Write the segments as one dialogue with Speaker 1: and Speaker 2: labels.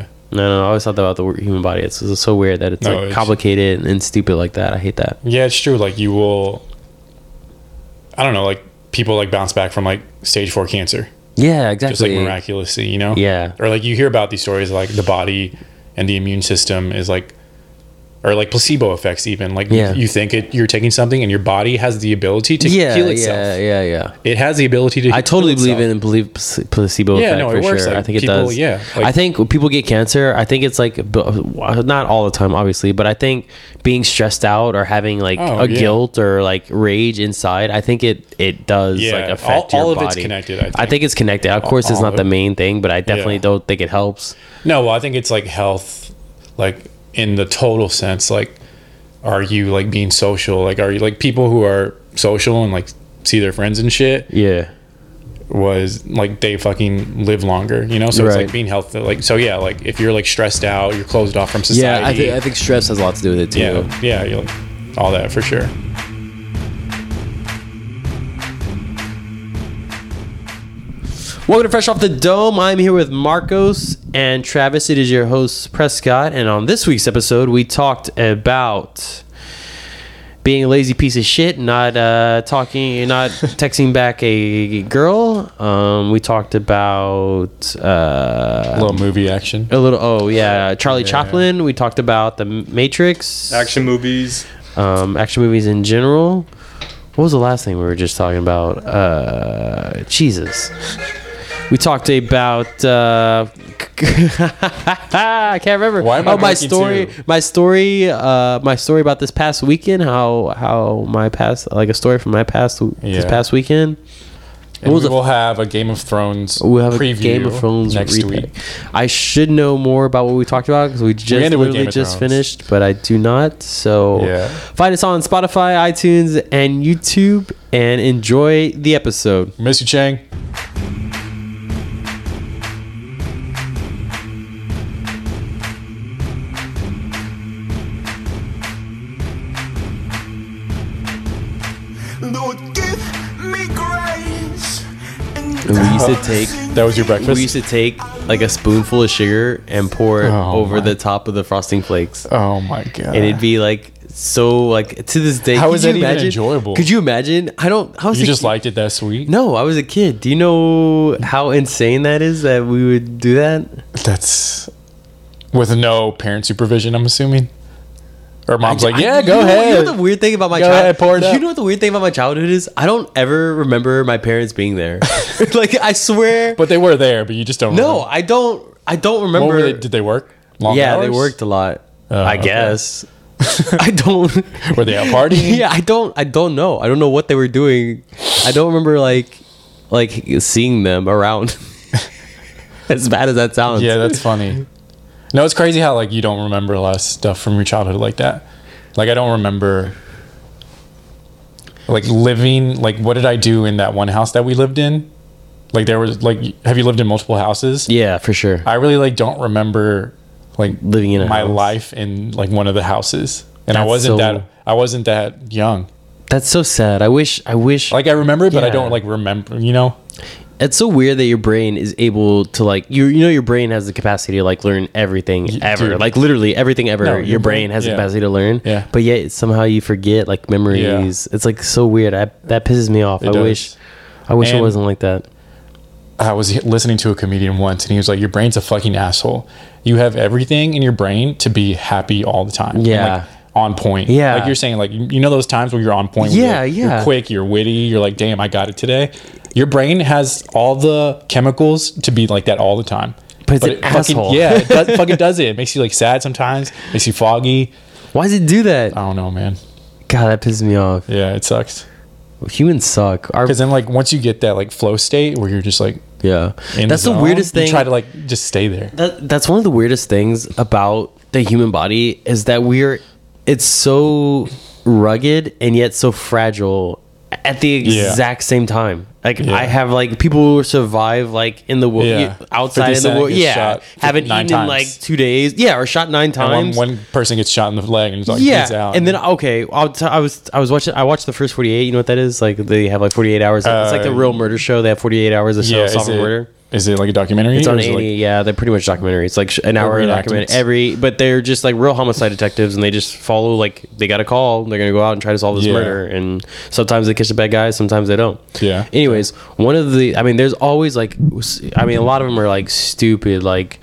Speaker 1: No, no, I always thought about the wor- human body. It's, it's so weird that it's
Speaker 2: No,
Speaker 1: like
Speaker 2: it's-
Speaker 1: complicated and, and stupid like that. I hate that.
Speaker 2: Yeah, it's true. Like you will, I don't know, like people like bounce back from like stage four cancer,
Speaker 1: Yeah,
Speaker 2: just like
Speaker 1: exactly.
Speaker 2: miraculously, you know?
Speaker 1: Yeah.
Speaker 2: Or like you hear about these stories like the body and the immune system is like, or like placebo effects even. Like you-
Speaker 1: Yeah.
Speaker 2: you, think it, you're taking something and your body has the ability to
Speaker 1: yeah,
Speaker 2: heal itself.
Speaker 1: yeah, yeah, yeah.
Speaker 2: It has the ability to.
Speaker 1: I totally
Speaker 2: heal
Speaker 1: believe
Speaker 2: itself.
Speaker 1: in and believe pla- placebo
Speaker 2: Yeah,
Speaker 1: effect
Speaker 2: no,
Speaker 1: for
Speaker 2: it works.
Speaker 1: sure.
Speaker 2: Like,
Speaker 1: I think
Speaker 2: people-
Speaker 1: it does.
Speaker 2: yeah, like-
Speaker 1: I think when people get cancer, I think it's like b- not all the time, obviously, but I think being stressed out or having like
Speaker 2: Oh,
Speaker 1: a
Speaker 2: yeah.
Speaker 1: guilt or like rage inside, I think it it does
Speaker 2: Yeah,
Speaker 1: like affect
Speaker 2: all-
Speaker 1: your
Speaker 2: all of
Speaker 1: body.
Speaker 2: it's connected, I think.
Speaker 1: it's connected. Of course, it's
Speaker 2: all
Speaker 1: not
Speaker 2: of
Speaker 1: the
Speaker 2: it.
Speaker 1: main thing, but I definitely
Speaker 2: Yeah.
Speaker 1: don't think it helps.
Speaker 2: No, well, I think it's like health, like in the total sense. Like, are you like being social? Like, are you like people who are social and like see their friends and shit?
Speaker 1: Yeah,
Speaker 2: Was like they fucking live longer, you know? So it's
Speaker 1: Right.
Speaker 2: like being healthy. Like, so yeah, like if you're like stressed out, you're closed off from society.
Speaker 1: yeah. I think I think stress has a lot to do with it too.
Speaker 2: yeah, yeah, you're like, all that for sure.
Speaker 1: Welcome to Fresh Off the Dome. I'm here with Marcos and Travis. It is your host, Prescott. And on this week's episode, we talked about being a lazy piece of shit, not uh, talking, not texting back a girl. Um, we talked about uh,
Speaker 2: A little movie action.
Speaker 1: a little, oh, yeah, Charlie Chaplin. We talked about The Matrix,
Speaker 3: Action movies.
Speaker 1: um, action movies in general. What was the last thing we were just talking about? Uh, Jesus. We talked about. Uh, I can't remember.
Speaker 2: Why am I
Speaker 1: oh, my
Speaker 2: blanking
Speaker 1: story.
Speaker 2: too?
Speaker 1: My story. Uh, my story about this past weekend. How how my past like a story from my past this
Speaker 2: Yeah.
Speaker 1: past weekend.
Speaker 2: And
Speaker 1: was
Speaker 2: we
Speaker 1: the-
Speaker 2: will have a Game of Thrones
Speaker 1: We'll have
Speaker 2: preview
Speaker 1: a Game of Thrones
Speaker 2: next
Speaker 1: replay.
Speaker 2: week.
Speaker 1: I should know more about what we talked about because we just
Speaker 2: ended with
Speaker 1: literally
Speaker 2: Game of
Speaker 1: just
Speaker 2: Thrones.
Speaker 1: finished, but I do not. So
Speaker 2: Yeah.
Speaker 1: find us on Spotify, iTunes, and YouTube, and enjoy the episode.
Speaker 2: Miss you, Chang.
Speaker 3: Lord, give me grace. And
Speaker 1: And we used to take
Speaker 2: That was your breakfast.
Speaker 1: we used to take like a spoonful of sugar and pour it
Speaker 2: Oh
Speaker 1: over
Speaker 2: my.
Speaker 1: the top of the frosting flakes,
Speaker 2: oh my god!
Speaker 1: and it'd be like so like to this day.
Speaker 2: How
Speaker 1: could
Speaker 2: is
Speaker 1: you
Speaker 2: that even
Speaker 1: imagine-
Speaker 2: enjoyable?
Speaker 1: Could you imagine? I don't. How was
Speaker 2: you
Speaker 1: it-
Speaker 2: just liked it that sweet.
Speaker 1: No, I was a kid. Do you know how insane that is that we would do that?
Speaker 2: That's with no parent supervision, I'm assuming. Or mom's like, yeah,
Speaker 1: I- you
Speaker 2: go
Speaker 1: know-
Speaker 2: ahead.
Speaker 1: You know the weird thing about my
Speaker 2: Go ahead, pour
Speaker 1: childhood.
Speaker 2: it
Speaker 1: You
Speaker 2: up.
Speaker 1: know what the weird thing about my childhood is? I don't ever remember my parents being there. like I swear.
Speaker 2: but they were there, but you just don't.
Speaker 1: no,
Speaker 2: remember.
Speaker 1: I don't. I don't remember.
Speaker 2: What were they, did they work? Long
Speaker 1: yeah, they
Speaker 2: hours?
Speaker 1: worked a lot.
Speaker 2: Oh,
Speaker 1: I
Speaker 2: okay.
Speaker 1: guess. I don't.
Speaker 2: Were they out partying?
Speaker 1: yeah, I don't. I don't know. I don't know what they were doing. I don't remember like, like seeing them around. as bad as that sounds.
Speaker 2: yeah, that's funny. No, it's crazy how like you don't remember a lot of stuff from your childhood like that. Like I don't remember like living like what did I do in that one house that we lived in? Like there was like have you lived in multiple houses?
Speaker 1: Yeah, for sure.
Speaker 2: I really like don't remember like
Speaker 1: Living in a
Speaker 2: my
Speaker 1: house.
Speaker 2: life in like one of the houses, and I
Speaker 1: That's
Speaker 2: wasn't
Speaker 1: so-
Speaker 2: that I wasn't that young.
Speaker 1: That's so sad. I wish. I wish.
Speaker 2: Like I remember it, but I
Speaker 1: Yeah.
Speaker 2: don't like remember. You know?
Speaker 1: It's so weird that your brain is able to like you. You know, your brain has the capacity to like learn everything ever,
Speaker 2: dude.
Speaker 1: like literally everything ever.
Speaker 2: No,
Speaker 1: your,
Speaker 2: your
Speaker 1: brain,
Speaker 2: brain-
Speaker 1: has
Speaker 2: yeah.
Speaker 1: the capacity to learn.
Speaker 2: Yeah.
Speaker 1: But yet somehow you forget like memories. It's like so weird. I, that pisses me off.
Speaker 2: It
Speaker 1: I
Speaker 2: does.
Speaker 1: wish. I wish it
Speaker 2: And-
Speaker 1: wasn't like that.
Speaker 2: I was listening to a comedian once, and he was like, "Your brain's a fucking asshole. You have everything in your brain to be happy all the time. and,
Speaker 1: Yeah.
Speaker 2: like, on point.
Speaker 1: Yeah.
Speaker 2: like you're saying, like you you know those times where you're on point. where
Speaker 1: Yeah,
Speaker 2: you're,
Speaker 1: yeah.
Speaker 2: You're quick. You're witty. You're like, damn, I got it today. Your brain has all the chemicals to be like that all the time.
Speaker 1: But it's an asshole.
Speaker 2: fucking, yeah, it does, fucking does it. It makes you like sad sometimes. Makes you foggy.
Speaker 1: Why does it do that?
Speaker 2: I don't know, man.
Speaker 1: God, that pisses me off.
Speaker 2: Yeah, it sucks.
Speaker 1: Humans suck. Our,
Speaker 2: Because then, like, once you get that like flow state where you're just like,
Speaker 1: yeah.
Speaker 2: in
Speaker 1: That's the
Speaker 2: zone,
Speaker 1: weirdest
Speaker 2: you
Speaker 1: thing.
Speaker 2: try to like just stay there.
Speaker 1: that that's one of the weirdest things about the human body is that we're it's so rugged and yet so fragile at the
Speaker 2: Yeah.
Speaker 1: exact same time. Like
Speaker 2: Yeah.
Speaker 1: I have like people who survive like in the world
Speaker 2: Yeah.
Speaker 1: outside
Speaker 2: 50
Speaker 1: in the
Speaker 2: Cent
Speaker 1: world.
Speaker 2: gets
Speaker 1: Yeah.
Speaker 2: shot
Speaker 1: Haven't
Speaker 2: nine
Speaker 1: eaten in
Speaker 2: times.
Speaker 1: like 2 days. Yeah, or shot 9
Speaker 2: And
Speaker 1: times.
Speaker 2: One, one person gets shot in the leg and it's like, he's
Speaker 1: yeah,
Speaker 2: out.
Speaker 1: and then okay, I'll t- I was I was watching I watched the first forty eight. You know what that is? Like they have like forty eight hours. it's like the
Speaker 2: Uh,
Speaker 1: real murder show. They have forty eight hours of show
Speaker 2: yeah, is
Speaker 1: solving
Speaker 2: it-
Speaker 1: murder.
Speaker 2: Is it like a documentary?
Speaker 1: It's
Speaker 2: or
Speaker 1: on
Speaker 2: is it, like-
Speaker 1: 80. yeah, they're pretty much documentary. It's like sh- an hour
Speaker 2: Or
Speaker 1: document
Speaker 2: reenactments.
Speaker 1: every, but they're just like real homicide detectives, and they just follow like they got a call, they're gonna go out and try to solve this
Speaker 2: Yeah.
Speaker 1: murder, and sometimes they catch the bad guys, sometimes they don't.
Speaker 2: Yeah.
Speaker 1: Anyways, one of the, I mean, there's always like, s- I mean, a lot of them are like stupid, like.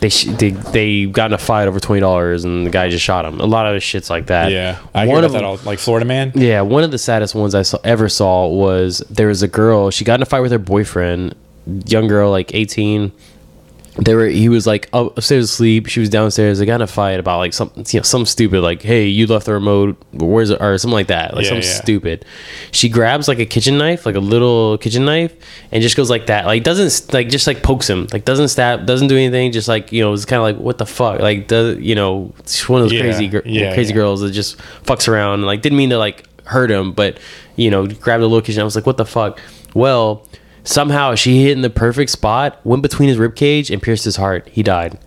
Speaker 1: They, sh- they they got in a fight over twenty dollars and the guy just shot him. A lot of shits like that.
Speaker 2: yeah. I hear
Speaker 1: One
Speaker 2: about
Speaker 1: of
Speaker 2: that all. Like Florida Man.
Speaker 1: yeah, one of the saddest ones I saw, ever saw was there was a girl. She got in a fight with her boyfriend, young girl, like eighteen. They were. He was like upstairs asleep. She was downstairs. They got in a fight about like something, you know, some stupid like, hey, you left the remote. Where's it? Or something like that. Like
Speaker 2: Yeah,
Speaker 1: something
Speaker 2: yeah.
Speaker 1: stupid. She grabs like a kitchen knife, like a little kitchen knife, and just goes like that. Like doesn't like just like pokes him. Like doesn't stab. Doesn't do anything. Just like you know, it's kind of like what the fuck. Like does you know, it's one of those
Speaker 2: Yeah,
Speaker 1: crazy gir-
Speaker 2: yeah,
Speaker 1: crazy
Speaker 2: yeah.
Speaker 1: girls that just fucks around and like didn't mean to like hurt him but you know grabbed the little kitchen i was like what the fuck well somehow she hit in the perfect spot went between his rib cage and pierced his heart he died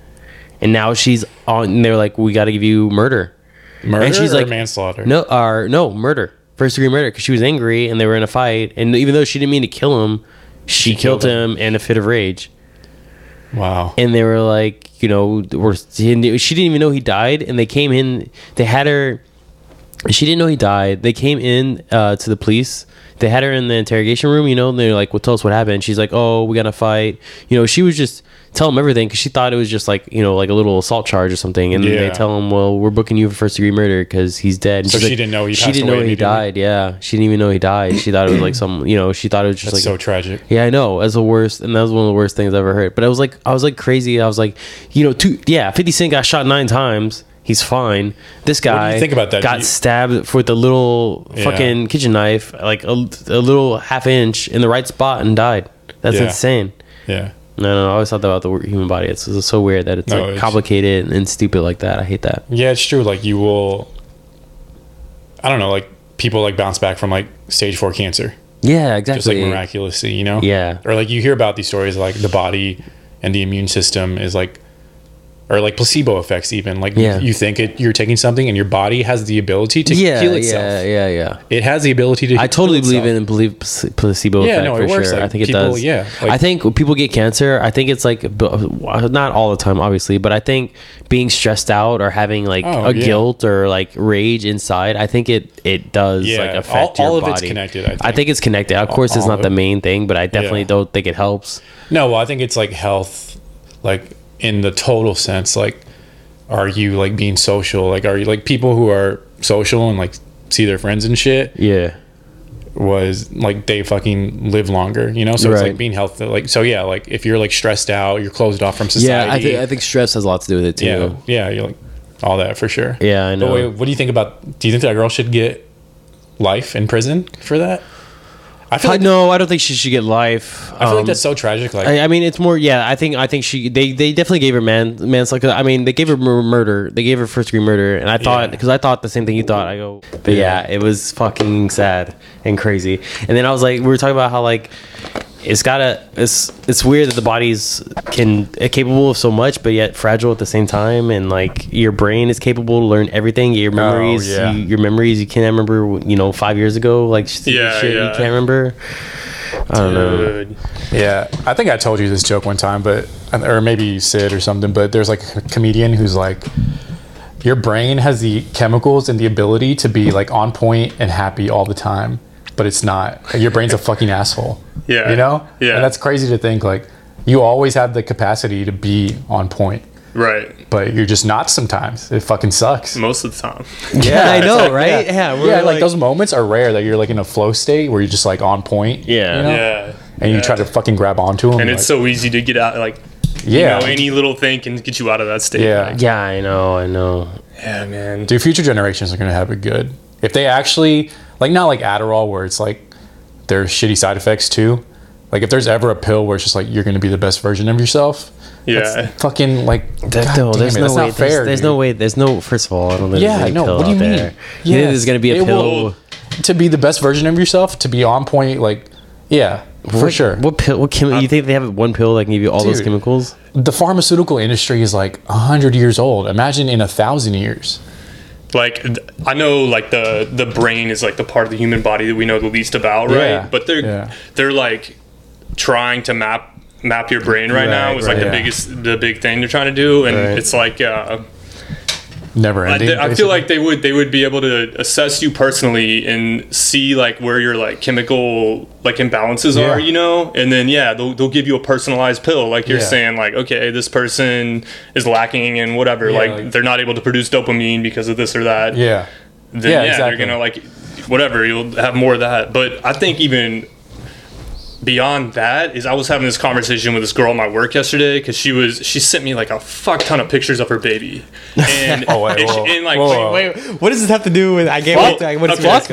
Speaker 1: and now she's on and they're like we got to give you murder
Speaker 2: Murder
Speaker 1: and she's
Speaker 2: or
Speaker 1: like
Speaker 2: manslaughter.
Speaker 1: no or no murder first degree murder because she was angry and they were in a fight and even though she didn't mean to kill him she, killed,
Speaker 2: killed
Speaker 1: him in a fit of rage
Speaker 2: Wow.
Speaker 1: and they were like, you know, we're, she didn't even know he died, and they came in, they had her, she didn't know he died. They came in uh, to the police. They had her in the interrogation room, you know, and they're like, well, tell us what happened. She's like, oh, we got in a fight. You know, she was just tell them everything because she thought it was just like, you know, like a little assault charge or something. And then they
Speaker 2: Yeah.
Speaker 1: tell him, well, we're booking you for first degree murder because he's dead. And
Speaker 2: So
Speaker 1: she's
Speaker 2: she
Speaker 1: like-
Speaker 2: didn't know he
Speaker 1: She
Speaker 2: passed
Speaker 1: didn't
Speaker 2: away
Speaker 1: know he died.
Speaker 2: immediately?
Speaker 1: Yeah, she didn't even know he died. She thought it was like some, you know, she thought it was just
Speaker 2: That's
Speaker 1: like
Speaker 2: so tragic.
Speaker 1: yeah, I know. That's the worst, and that was one of the worst things I ever heard. But I was like, I was like crazy. I was like, you know, two, yeah, Fifty Cent got shot nine times. He's fine. This guy
Speaker 2: think about that? Do
Speaker 1: got
Speaker 2: you-
Speaker 1: stabbed with a little fucking kitchen knife, like a, a little half inch in the right spot, and died. That's
Speaker 2: Yeah.
Speaker 1: insane.
Speaker 2: Yeah.
Speaker 1: No, no, I always thought about the wor- human body. It's, it's so weird that it's
Speaker 2: No,
Speaker 1: like
Speaker 2: it's-
Speaker 1: complicated and, stupid like that. I hate that.
Speaker 2: Yeah, it's true. Like you will. I don't know. Like people like bounce back from like stage four cancer,
Speaker 1: Yeah,
Speaker 2: just like
Speaker 1: exactly.
Speaker 2: miraculously, you know.
Speaker 1: Yeah.
Speaker 2: Or like you hear about these stories, like the body and the immune system is like, or like placebo effects. Even like
Speaker 1: Yeah.
Speaker 2: you think it, you're taking something, and your body has the ability to
Speaker 1: yeah,
Speaker 2: heal itself.
Speaker 1: yeah, yeah, yeah.
Speaker 2: It has the ability to.
Speaker 1: I totally
Speaker 2: heal
Speaker 1: believe
Speaker 2: itself.
Speaker 1: in and believe pla- placebo
Speaker 2: Yeah,
Speaker 1: effect
Speaker 2: no,
Speaker 1: for
Speaker 2: it works.
Speaker 1: sure.
Speaker 2: Like,
Speaker 1: I think it
Speaker 2: people-
Speaker 1: does.
Speaker 2: yeah, like-
Speaker 1: I think when people get cancer, I think it's like b- not all the time, obviously, but I think being stressed out or having like
Speaker 2: Oh,
Speaker 1: a
Speaker 2: yeah.
Speaker 1: guilt or like rage inside, I think it it does
Speaker 2: Yeah,
Speaker 1: like affect
Speaker 2: all-
Speaker 1: your
Speaker 2: all of
Speaker 1: body.
Speaker 2: it's connected, I think.
Speaker 1: it's connected. Of course, it's
Speaker 2: all
Speaker 1: not
Speaker 2: of
Speaker 1: the
Speaker 2: it.
Speaker 1: main thing, but I definitely
Speaker 2: Yeah.
Speaker 1: don't think it helps.
Speaker 2: No, well, I think it's like health, like in the total sense. Like, are you like being social? Like, are you like people who are social and like see their friends and shit?
Speaker 1: Yeah,
Speaker 2: Was like they fucking live longer, you know? So it's
Speaker 1: Right.
Speaker 2: like being healthy. Like, so yeah, like if you're like stressed out, you're closed off from society.
Speaker 1: yeah. I think I think stress has a lot to do with it too.
Speaker 2: yeah, yeah, you're like all that for sure.
Speaker 1: Yeah, I know.
Speaker 2: But wait, what do you think about? Do you think that girl should get life in prison for that? I feel
Speaker 1: I
Speaker 2: like
Speaker 1: no, I don't think she should get life.
Speaker 2: I feel like
Speaker 1: Um,
Speaker 2: that's so tragic. Like,
Speaker 1: I, I mean, it's more. Yeah, I think I think she they they definitely gave her man manslaughter. 'cause, I mean, they gave her mur- murder. They gave her first degree murder, and I thought
Speaker 2: Yeah.
Speaker 1: because I thought the same thing you thought. I go, but yeah. it was fucking sad and crazy. And then I was like, we were talking about how like it's gotta it's it's weird that the body's can uh, capable of so much, but yet fragile at the same time, and like your brain is capable to learn everything. Your memories,
Speaker 2: Oh, yeah.
Speaker 1: you- your memories, you can't remember. You know, five years ago, like
Speaker 3: Yeah,
Speaker 1: shit
Speaker 3: yeah.
Speaker 1: you can't remember. I don't know.
Speaker 2: Yeah, I think I told you this joke one time, but or maybe you Sid or something. But there's like a comedian who's like, your brain has the chemicals and the ability to be like on point and happy all the time, but it's not. Your brain's a fucking asshole.
Speaker 3: Yeah.
Speaker 2: you know.
Speaker 3: Yeah.
Speaker 2: and that's crazy to think. Like, you always have the capacity to be on point,
Speaker 3: Right.
Speaker 2: but you're just not sometimes. It fucking sucks.
Speaker 3: Most of the time.
Speaker 1: Yeah, I know,
Speaker 2: exactly.
Speaker 1: right? Yeah, we're
Speaker 2: yeah, like, those moments are rare that you're like in a flow state where you're just like on point.
Speaker 1: Yeah.
Speaker 2: you know?
Speaker 3: Yeah.
Speaker 2: and you try to fucking grab onto them.
Speaker 3: And it's so easy to get out. Like,
Speaker 2: yeah.
Speaker 3: you know, any little thing can get you out of that state.
Speaker 2: Yeah.
Speaker 3: Like,
Speaker 1: Yeah, I know, I know.
Speaker 3: yeah, man.
Speaker 2: Dude, future generations are gonna have it good if they actually like not like Adderall where it's like there's shitty side effects too. Like if there's ever a pill where it's just like you're gonna be the best version of yourself. that's
Speaker 3: Yeah.
Speaker 2: fucking like
Speaker 1: That,
Speaker 2: God
Speaker 1: no, there's
Speaker 2: damn it,
Speaker 1: no
Speaker 2: that's
Speaker 1: way.
Speaker 2: not fair.
Speaker 1: there's there's
Speaker 2: dude.
Speaker 1: no way. There's no. First of all, I don't think
Speaker 2: Yeah,
Speaker 1: there's
Speaker 2: I
Speaker 1: any
Speaker 2: know.
Speaker 1: pill
Speaker 2: What do you
Speaker 1: out
Speaker 2: mean?
Speaker 1: there. You think
Speaker 2: Yes.
Speaker 1: there's gonna be a
Speaker 2: It
Speaker 1: pill.
Speaker 2: will- to be the best version of yourself, to be on point. Like, yeah, for
Speaker 1: What-
Speaker 2: sure.
Speaker 1: What pill? What chemi- You think they have one pill that can give you all those
Speaker 2: Dude.
Speaker 1: chemicals?
Speaker 2: The pharmaceutical industry is like hundred years old. Imagine in a thousand years.
Speaker 3: Like, th- I know, like the the brain is like the part of the human body that we know the least about, right?
Speaker 2: Yeah.
Speaker 3: But they're
Speaker 2: Yeah.
Speaker 3: they're like trying to map map your brain right, now
Speaker 2: Right,
Speaker 3: is
Speaker 2: right,
Speaker 3: like
Speaker 2: yeah.
Speaker 3: the biggest the big thing they're trying to do and
Speaker 2: Right.
Speaker 3: it's like uh
Speaker 2: Never
Speaker 3: I,
Speaker 2: ending.
Speaker 3: I
Speaker 2: basically.
Speaker 3: feel like they would they would be able to assess you personally and see like where your like chemical like imbalances
Speaker 2: Yeah.
Speaker 3: are, you know, and then yeah, they'll, they'll give you a personalized pill. Like you're
Speaker 2: Yeah.
Speaker 3: saying, like okay, this person is lacking in whatever. like,
Speaker 2: like-
Speaker 3: they're not able to produce dopamine because of this or that.
Speaker 2: Yeah.
Speaker 3: Then,
Speaker 2: Yeah,
Speaker 3: yeah,
Speaker 2: exactly.
Speaker 3: you're gonna like whatever. You'll have more of that. But I think even beyond that is I was having this conversation with this girl at my work yesterday because she was she sent me like a fuck ton of pictures of her baby. And,
Speaker 2: Oh, wait,
Speaker 3: and she-
Speaker 2: whoa.
Speaker 3: and, like
Speaker 2: Whoa.
Speaker 1: Wait, what does this have to do with? I gave
Speaker 3: Well,
Speaker 1: up to- what is
Speaker 3: okay.
Speaker 1: Fuck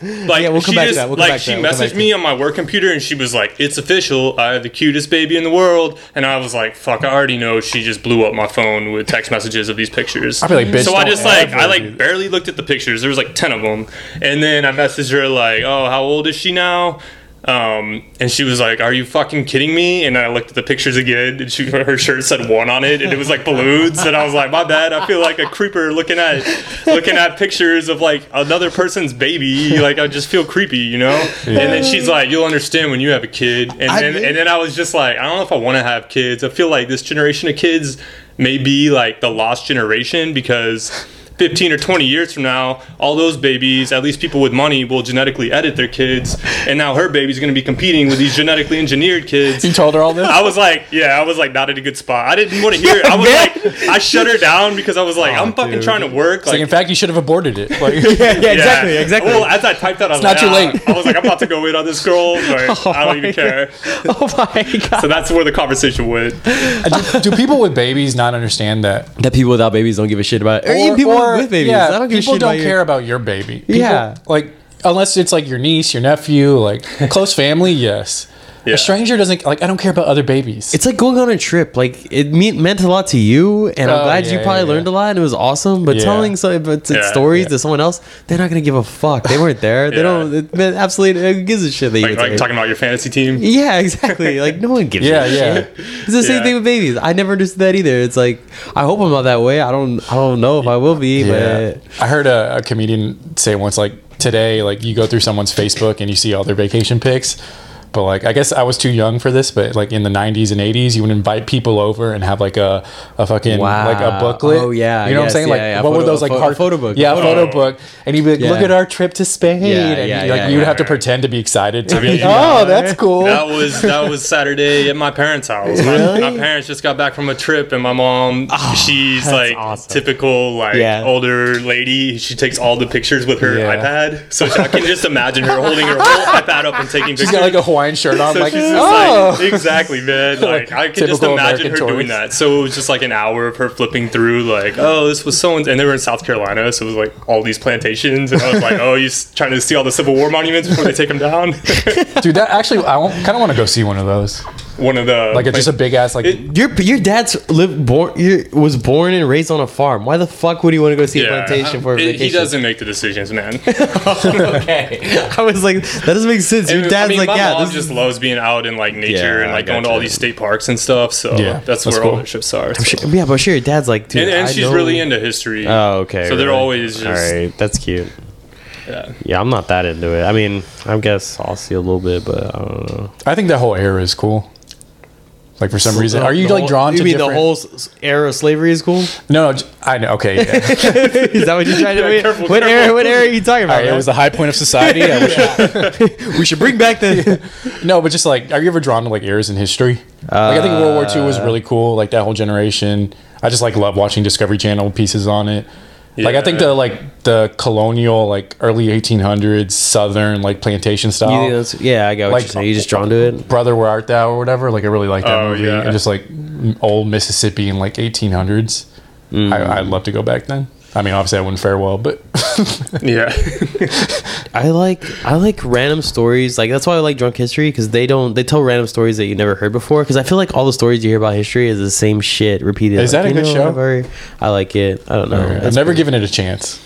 Speaker 2: Fuck
Speaker 3: like
Speaker 1: yeah, we'll come
Speaker 3: she
Speaker 1: back
Speaker 3: just
Speaker 1: to that. We'll come
Speaker 3: like
Speaker 1: back to
Speaker 3: she
Speaker 1: that. We'll come back
Speaker 3: messaged
Speaker 1: to
Speaker 3: me on my work computer and she was like, "It's official. I have the cutest baby in the world." And I was like, "Fuck, I already know." She just blew up my phone with text messages of these pictures.
Speaker 2: I'd be like, "Bitch,
Speaker 3: so I
Speaker 2: don't
Speaker 3: just like
Speaker 2: ever
Speaker 3: I
Speaker 2: do that."
Speaker 3: like barely looked at the pictures. There was like ten of them, and then I messaged her like, "Oh, how old is she now?" Um, and she was like, "Are you fucking kidding me?" And I looked at the pictures again, and she her shirt said one on it, and it was like balloons. And I was like, "My bad." I feel like a creeper looking at looking at pictures of like another person's baby. Like I just feel creepy, you know. And then she's like, "You'll understand when you have a kid." And
Speaker 1: I
Speaker 3: then
Speaker 1: mean-
Speaker 3: and then I was just like, "I don't know if I want to have kids." I feel like this generation of kids may be like the lost generation because. 15 or 20 years from now, all those babies, at least people with money, will genetically edit their kids. And now her baby's going to be competing with these genetically engineered kids.
Speaker 2: You told her all this?
Speaker 3: I was like, yeah, I was like not in a good spot. I didn't want to hear it. I was like, I shut her down because I was like,
Speaker 2: Oh,
Speaker 3: I'm fucking
Speaker 2: dude.
Speaker 3: trying to work.
Speaker 2: It's like,
Speaker 3: Like,
Speaker 2: in fact, you should have aborted it. Like,
Speaker 1: yeah, yeah, exactly,
Speaker 3: yeah.
Speaker 1: exactly.
Speaker 3: Well, as I typed that, I was
Speaker 2: not
Speaker 3: like,
Speaker 2: too
Speaker 3: "Ah."
Speaker 2: late.
Speaker 3: I was like, I'm about to go in on this girl, but I don't even care.
Speaker 1: oh my god.
Speaker 3: So that's where the conversation went.
Speaker 2: do, do people with babies not understand that?
Speaker 1: That people without babies don't give a shit about it. Or, even people
Speaker 2: or-
Speaker 1: with babies.
Speaker 2: yeah,
Speaker 1: I don't give a
Speaker 2: people
Speaker 1: shit
Speaker 2: don't
Speaker 1: about your-
Speaker 2: care about your baby. People-
Speaker 1: Yeah.
Speaker 2: like unless it's like your niece, your nephew, like close family. Yes,
Speaker 3: Yeah.
Speaker 2: a stranger doesn't like. I don't care about other babies.
Speaker 1: It's like going on a trip. Like it mean, meant a lot to you, and I'm
Speaker 2: Oh,
Speaker 1: glad you
Speaker 2: yeah,
Speaker 1: probably
Speaker 2: yeah,
Speaker 1: learned a
Speaker 2: yeah.
Speaker 1: lot, and it was awesome. But
Speaker 2: Yeah.
Speaker 1: telling so, but t-
Speaker 3: Yeah,
Speaker 1: stories
Speaker 2: yeah.
Speaker 1: to someone else, they're not gonna give a fuck. They weren't there. They
Speaker 3: Yeah.
Speaker 1: don't. It, it absolutely it gives a shit that you.
Speaker 3: Like, like talking about your fantasy team.
Speaker 1: yeah, exactly. Like no one gives.
Speaker 2: yeah,
Speaker 1: a
Speaker 2: yeah.
Speaker 1: shit. It's the same
Speaker 3: Yeah.
Speaker 1: thing with babies. I never understood that either. It's like I hope I'm not that way. I don't. I don't know if I will be.
Speaker 2: Yeah.
Speaker 1: But
Speaker 2: I heard a, a comedian say once, like today, like you go through someone's Facebook and you see all their vacation pics. But like, I guess I was too young for this. But like in the '90s and '80s, you would invite people over and have like a, a fucking
Speaker 1: Wow.
Speaker 2: like a booklet.
Speaker 1: Oh, yeah,
Speaker 2: you know what I'm
Speaker 1: yes,
Speaker 2: saying?
Speaker 1: yeah,
Speaker 2: Like,
Speaker 1: yeah,
Speaker 2: what were
Speaker 1: photo-
Speaker 2: those like
Speaker 1: pho-
Speaker 2: hard
Speaker 1: photo book.
Speaker 2: Yeah,
Speaker 1: Oh.
Speaker 2: photo book. And you'd be like, "Look
Speaker 1: Yeah.
Speaker 2: at our trip to Spain."
Speaker 1: Yeah,
Speaker 2: and
Speaker 1: yeah,
Speaker 2: like
Speaker 1: yeah,
Speaker 2: you'd
Speaker 1: yeah.
Speaker 2: have to pretend to be excited to
Speaker 3: I
Speaker 2: be.
Speaker 3: mean,
Speaker 2: Oh, that's cool.
Speaker 3: That was that was Saturday at my parents' house. My, my parents just got back from a trip, and my mom,
Speaker 2: Ah,
Speaker 3: she's like
Speaker 1: awesome.
Speaker 3: typical like
Speaker 1: Yeah.
Speaker 3: older lady. She takes all the pictures with her
Speaker 2: Yeah.
Speaker 3: iPad, so I can just imagine her holding her whole iPad up and taking
Speaker 2: She's
Speaker 3: pictures.
Speaker 2: got like a Hawaiian shirt on.
Speaker 3: So
Speaker 2: like,
Speaker 3: she's just
Speaker 2: oh,
Speaker 3: like, exactly, man. Like, I can just
Speaker 2: Typical
Speaker 3: imagine
Speaker 2: American
Speaker 3: her doing
Speaker 2: tourist.
Speaker 3: that. So it was just like an hour of her flipping through, like, oh, this was someone's, and they were in South Carolina, so it was like all these plantations, and I was like, oh, you s- trying to see all the Civil War monuments before they take them down?
Speaker 2: dude, that actually, I kind of want to go see one of those.
Speaker 3: One of the
Speaker 2: Like, a, just a big ass like.
Speaker 3: It-
Speaker 1: your your dad's live born your, was born and raised on a farm. Why the fuck would he want to go see a plantation for a
Speaker 3: It-
Speaker 1: vacation?
Speaker 3: He doesn't make the decisions, man.
Speaker 1: okay. I was like, that doesn't make sense. Your dad's
Speaker 3: I mean,
Speaker 1: like,
Speaker 3: my
Speaker 1: yeah,
Speaker 3: mom
Speaker 1: this
Speaker 3: just
Speaker 1: is.
Speaker 3: loves being out in like nature
Speaker 1: Yeah,
Speaker 3: and like
Speaker 1: I
Speaker 3: going to
Speaker 1: gotcha.
Speaker 3: all these state parks and stuff. So
Speaker 2: Yeah,
Speaker 3: that's,
Speaker 2: that's
Speaker 3: where
Speaker 2: cool.
Speaker 3: all the trips are. so.
Speaker 1: Yeah, but sure, your dad's like, dude.
Speaker 3: And, and
Speaker 1: I
Speaker 3: she's
Speaker 1: know-
Speaker 3: really into history.
Speaker 1: Oh, okay.
Speaker 3: So they're
Speaker 1: really.
Speaker 3: always just
Speaker 1: All right, that's cute.
Speaker 3: yeah.
Speaker 1: Yeah, I'm not that into it. I mean, I guess I'll see a little bit, but I don't know.
Speaker 2: I think that whole era is cool. Like for some reason, are you
Speaker 1: The
Speaker 2: like
Speaker 1: whole-
Speaker 2: drawn
Speaker 1: You
Speaker 2: to
Speaker 1: mean the
Speaker 2: different?
Speaker 1: whole s- s- era of slavery is cool?
Speaker 2: no, no, j- I know. Okay, yeah.
Speaker 1: is that what you're trying to?
Speaker 3: Yeah,
Speaker 1: mean?
Speaker 3: careful,
Speaker 1: what
Speaker 3: careful.
Speaker 1: era? What era are you talking about?
Speaker 2: All right, it
Speaker 1: man?
Speaker 2: was the high point of society. I wish-
Speaker 1: we should bring back the.
Speaker 2: no, but just like, are you ever drawn to like eras in history? like I think World War II was really cool. Like that whole generation. I just like love watching Discovery Channel pieces on it. Like I think
Speaker 3: Yeah.
Speaker 2: the like the colonial like early 1800s southern like plantation
Speaker 1: You
Speaker 2: style.
Speaker 1: think that's- yeah, I got what
Speaker 2: Like-
Speaker 1: you're saying. You just drawn to it.
Speaker 2: Brother, where art thou, or whatever. Like I really like that
Speaker 3: Oh,
Speaker 2: movie,
Speaker 3: yeah.
Speaker 2: and just like m- old Mississippi in like 1800s.
Speaker 3: Mm.
Speaker 2: I, I'd love to go back then. I mean, obviously I wouldn't fare well, but
Speaker 3: yeah.
Speaker 1: I like I like random stories. Like that's why I like drunk history because they don't they tell random stories that you never heard before. Because I feel like all the stories you hear about history is the same shit repeated.
Speaker 2: Is
Speaker 1: Like,
Speaker 2: that a
Speaker 1: you
Speaker 2: good
Speaker 1: know,
Speaker 2: show?
Speaker 1: I've already- I like it. I don't know.
Speaker 2: I've never given it a chance.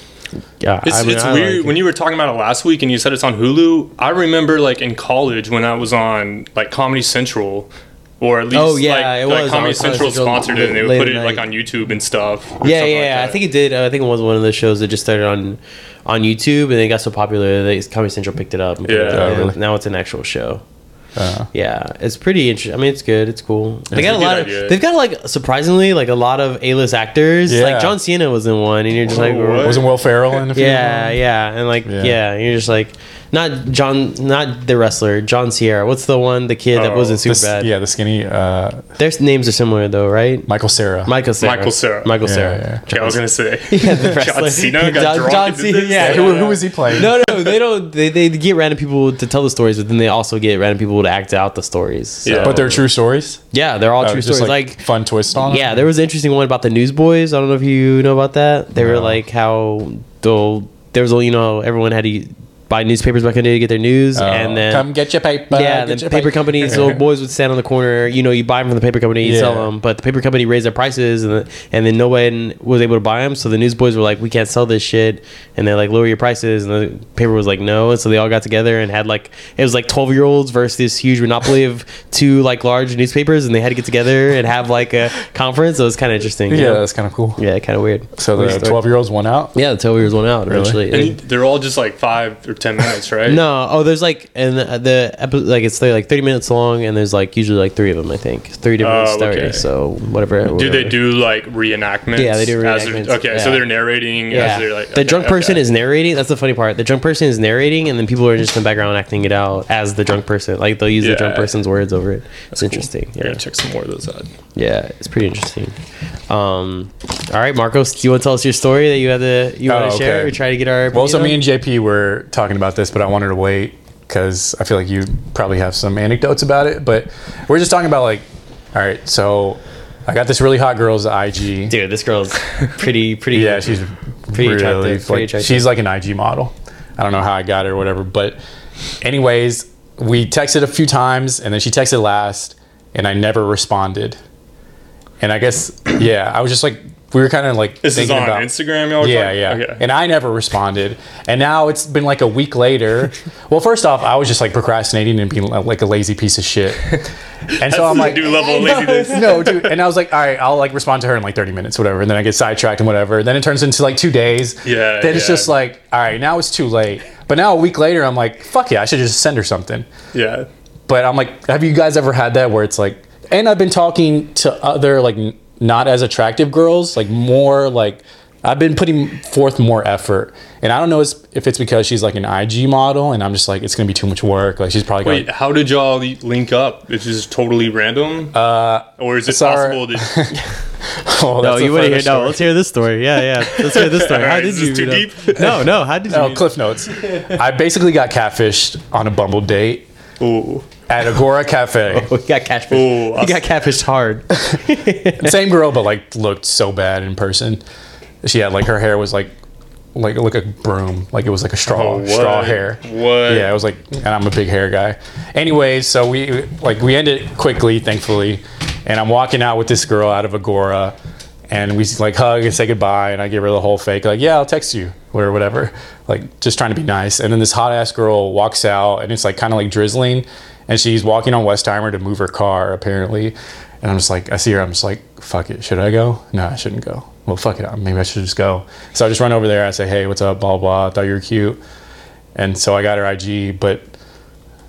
Speaker 1: Yeah,
Speaker 3: It's,
Speaker 1: I mean,
Speaker 3: it's
Speaker 1: I
Speaker 3: weird
Speaker 1: like it.
Speaker 3: when you were talking about it last week and you said it's on Hulu. I remember like in college when I was on like Comedy Central. Or at least,
Speaker 1: Oh, yeah,
Speaker 3: like,
Speaker 1: it
Speaker 3: like
Speaker 1: was
Speaker 3: Comedy
Speaker 1: on Comedy Central
Speaker 3: Central sponsored it, and they would
Speaker 1: late
Speaker 3: put
Speaker 1: at
Speaker 3: it like
Speaker 1: night.
Speaker 3: on YouTube and stuff. or
Speaker 1: Yeah,
Speaker 3: something
Speaker 1: yeah,
Speaker 3: like
Speaker 1: yeah. I
Speaker 3: that.
Speaker 1: think it did. uh, I think it was one of those shows that just started on on YouTube and it got so popular that Comedy Central picked it up. And put it
Speaker 3: Yeah.
Speaker 1: out,
Speaker 2: Oh,
Speaker 1: and
Speaker 2: really?
Speaker 1: Now it's an actual show.
Speaker 2: Uh,
Speaker 1: Yeah, it's pretty interesting. I mean, it's good. It's cool. They
Speaker 3: It's
Speaker 1: got
Speaker 3: a
Speaker 1: a
Speaker 3: good
Speaker 1: lot of.
Speaker 3: idea.
Speaker 1: They've got like surprisingly like a lot of A-list actors.
Speaker 2: Yeah.
Speaker 1: Like John Cena was in one, and you're just
Speaker 3: Whoa,
Speaker 1: like,
Speaker 3: Oh, what?
Speaker 2: Wasn't Will Ferrell in a few?
Speaker 1: yeah, yeah, and like,
Speaker 2: Yeah.
Speaker 1: yeah. you're just like, not John, not the wrestler, John Sierra. What's the one, the kid that
Speaker 3: Oh,
Speaker 1: wasn't
Speaker 2: The
Speaker 1: super
Speaker 2: s-
Speaker 1: bad?
Speaker 2: Yeah, the skinny uh,
Speaker 1: Their names are similar though, right?
Speaker 2: Michael Sarah.
Speaker 1: Michael Sarah.
Speaker 3: Michael Cera.
Speaker 1: Michael
Speaker 2: Yeah,
Speaker 1: Sarah.
Speaker 2: yeah.
Speaker 3: Okay, I was gonna say
Speaker 1: the
Speaker 3: John
Speaker 1: wrestler.
Speaker 3: Cena got
Speaker 1: John-
Speaker 3: drawn
Speaker 1: John
Speaker 3: into
Speaker 1: Cena,
Speaker 3: this?
Speaker 1: yeah.
Speaker 2: Who, who is he playing?
Speaker 1: No, no, they don't. They, they get random people to tell the stories, but then they also get random people to act out the stories. So-
Speaker 3: Yeah.
Speaker 2: But they're true stories.
Speaker 1: yeah, they're all
Speaker 2: Uh,
Speaker 1: true
Speaker 2: just,
Speaker 1: stories. like
Speaker 2: fun twist on it.
Speaker 1: Yeah, there was an interesting one about the newsboys. I don't know if you know about that. They were like how the there was only you know everyone had to buy newspapers back in the day to get their news,
Speaker 2: Oh.
Speaker 1: and then
Speaker 2: come get your paper.
Speaker 1: yeah,
Speaker 2: Uh, get
Speaker 1: the
Speaker 2: your
Speaker 1: paper companies. The old boys would stand on the corner. You know, you buy them from the paper company, you sell
Speaker 2: Yeah.
Speaker 1: them, but the paper company raised their prices, and the, and then no one was able to buy them. So the newsboys were like, "We can't sell this shit," and they like lower your prices, and the paper was like, "No." And so they all got together and had like it was like twelve year olds versus this huge monopoly of two like large newspapers, and they had to get together and have like a conference. So it was kind of interesting. you
Speaker 2: Yeah,
Speaker 1: know?
Speaker 2: that's kind of cool.
Speaker 1: yeah, kind of weird.
Speaker 2: So
Speaker 1: Weird
Speaker 2: the
Speaker 1: story.
Speaker 2: twelve-year-olds won out.
Speaker 1: yeah, the twelve years went out eventually.
Speaker 3: And you- they're all just like five or ten minutes, right?
Speaker 1: No, oh, there's like and the, the epi- like it's like thirty minutes long, and there's like usually like three of them, I think, three different
Speaker 3: Oh,
Speaker 1: stories.
Speaker 3: okay.
Speaker 1: So whatever.
Speaker 3: Do they do like reenactments?
Speaker 1: Yeah, they do
Speaker 3: as they're-
Speaker 1: reenactments,
Speaker 3: okay,
Speaker 1: yeah.
Speaker 3: so they're narrating. Yeah.
Speaker 1: Yeah,
Speaker 3: As they're like,
Speaker 1: the
Speaker 3: okay,
Speaker 1: drunk
Speaker 3: okay.
Speaker 1: person is narrating. That's the funny part. The drunk person is narrating, and then people are just in the background acting it out as the drunk person. Like they'll use the drunk
Speaker 3: Yeah.
Speaker 1: person's words over it. It's interesting.
Speaker 3: We're
Speaker 1: Yeah,
Speaker 3: gonna check some more of those out.
Speaker 1: yeah, it's pretty interesting. Um, all right, Marcos, do you want to tell us your story that you had to you
Speaker 2: Oh,
Speaker 1: want to share?
Speaker 2: okay.
Speaker 1: We try to get our
Speaker 2: Well, so me
Speaker 1: opinion
Speaker 2: and JP were talking about this, but I wanted to wait because I feel like you probably have some anecdotes about it. But we're just talking about like, all right, so I got this really hot girl's IG.
Speaker 1: on- dude, this girl's pretty pretty.
Speaker 2: Yeah, she's
Speaker 1: Pretty
Speaker 2: really
Speaker 1: attractive,
Speaker 2: like,
Speaker 1: pretty attractive.
Speaker 2: she's like an IG model. I don't know how I got her or whatever, but anyways, we texted a few times and then she texted last and I never responded. And I guess yeah, I was just like we were kind of like
Speaker 3: This is
Speaker 2: thinking
Speaker 3: on
Speaker 2: about,
Speaker 3: Instagram, y'all. were
Speaker 2: Yeah,
Speaker 3: talking?
Speaker 2: yeah.
Speaker 3: Okay.
Speaker 2: And I never responded. And now it's been like a week later. well, first off, I was just like procrastinating and being like a lazy piece of shit. And so I'm
Speaker 3: the
Speaker 2: like,
Speaker 3: new level of
Speaker 2: I know,
Speaker 3: laziness.
Speaker 2: No, dude. And I was like, all right, I'll like respond to her in like 30 minutes, whatever. And then I get sidetracked and whatever. Then it turns into like two days.
Speaker 3: Yeah,
Speaker 2: Then it's
Speaker 3: yeah.
Speaker 2: just like, all right, now it's too late. But now a week later, I'm like, fuck yeah, I should just send her something.
Speaker 3: yeah.
Speaker 2: But I'm like, have you guys ever had that where it's like, and I've been talking to other like n- not as attractive girls, like more like I've been putting forth more effort, and I don't know is- if it's because she's like an IG model, and I'm just like it's gonna be too much work. Like she's probably gonna,
Speaker 3: Wait, how did y'all link up? It's just totally random,
Speaker 1: Uh,
Speaker 3: or is it
Speaker 2: sorry.
Speaker 3: possible that
Speaker 2: oh,
Speaker 1: No,
Speaker 2: that's
Speaker 1: you
Speaker 2: a
Speaker 1: want to hear?
Speaker 2: further
Speaker 1: No,
Speaker 2: story.
Speaker 1: let's hear this story. Yeah, yeah. Let's hear this story.
Speaker 3: All
Speaker 1: How
Speaker 3: right,
Speaker 1: did
Speaker 3: is
Speaker 1: you?
Speaker 3: this too
Speaker 1: meet
Speaker 3: deep?
Speaker 1: up? No, no. How did you?
Speaker 2: Oh,
Speaker 1: meet
Speaker 2: Cliff Notes. I basically got catfished on a Bumble date
Speaker 3: ooh,
Speaker 2: at Agora Cafe.
Speaker 3: Oh,
Speaker 1: We got catfished.
Speaker 3: Ooh,
Speaker 1: you got catfished hard.
Speaker 2: Same girl, but like looked so bad in person. She had like her hair was like like like a broom, like it was like a straw
Speaker 3: Oh, what?
Speaker 2: straw hair.
Speaker 3: What?
Speaker 2: Yeah, it was like, and I'm a big hair guy. Anyways, so we like we ended quickly, thankfully, and I'm walking out with this girl out of Agora, and we like hug and say goodbye, and I give her the whole fake like, yeah, I'll text you or whatever, like just trying to be nice. And then this hot ass girl walks out, and it's like kind of like drizzling, and she's walking on Westheimer to move her car apparently, and I'm just like, I see her, I'm just like, fuck it, should I go? No, I shouldn't go. Well, fuck it, maybe I should just go. So I just run over there. I say, hey, what's up? Blah blah. I thought you were cute and so I got her IG. But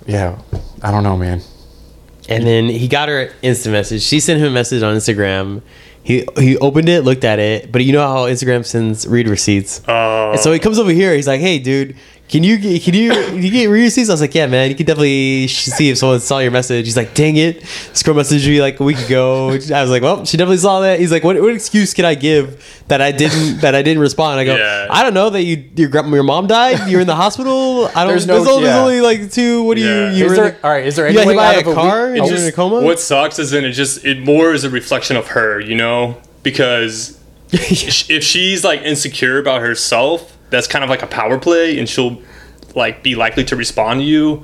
Speaker 2: yeah, I don't know, man.
Speaker 1: And then he got her instant message. She sent him a message on Instagram. He he opened it, looked at it, but you know how Instagram sends read receipts.
Speaker 3: uh,
Speaker 1: and so he comes over here. He's like, "Hey, dude, can you get- can you can you get read receipts?" I was like, "Yeah, man. You can definitely sh- see if someone saw your message." He's like, "Dang it, scroll messaged me like a week ago." I was like, "Well, she definitely saw that." He's like, "What what excuse can I give that I didn't that I didn't respond?" I go,
Speaker 3: Yeah.
Speaker 1: "I don't know that you your gra- your mom died. You're in the hospital. I don't.
Speaker 2: There's
Speaker 1: There's,
Speaker 2: no-
Speaker 1: only, there's
Speaker 2: yeah.
Speaker 1: only like two. What do
Speaker 3: Yeah.
Speaker 1: you? You
Speaker 2: Is
Speaker 1: were
Speaker 2: there-
Speaker 1: in the-
Speaker 2: all right, is there
Speaker 1: you got
Speaker 2: any
Speaker 1: hit
Speaker 2: way
Speaker 1: by
Speaker 2: out
Speaker 1: a
Speaker 2: of a
Speaker 1: car?
Speaker 2: week- Oh.
Speaker 1: and
Speaker 2: out
Speaker 1: you're in a
Speaker 2: of-
Speaker 1: coma.
Speaker 3: what sucks is then it just it more is a reflection of her, you know, because sh- if she's like insecure about herself, that's kind of like a power play, and she'll like be likely to respond to you.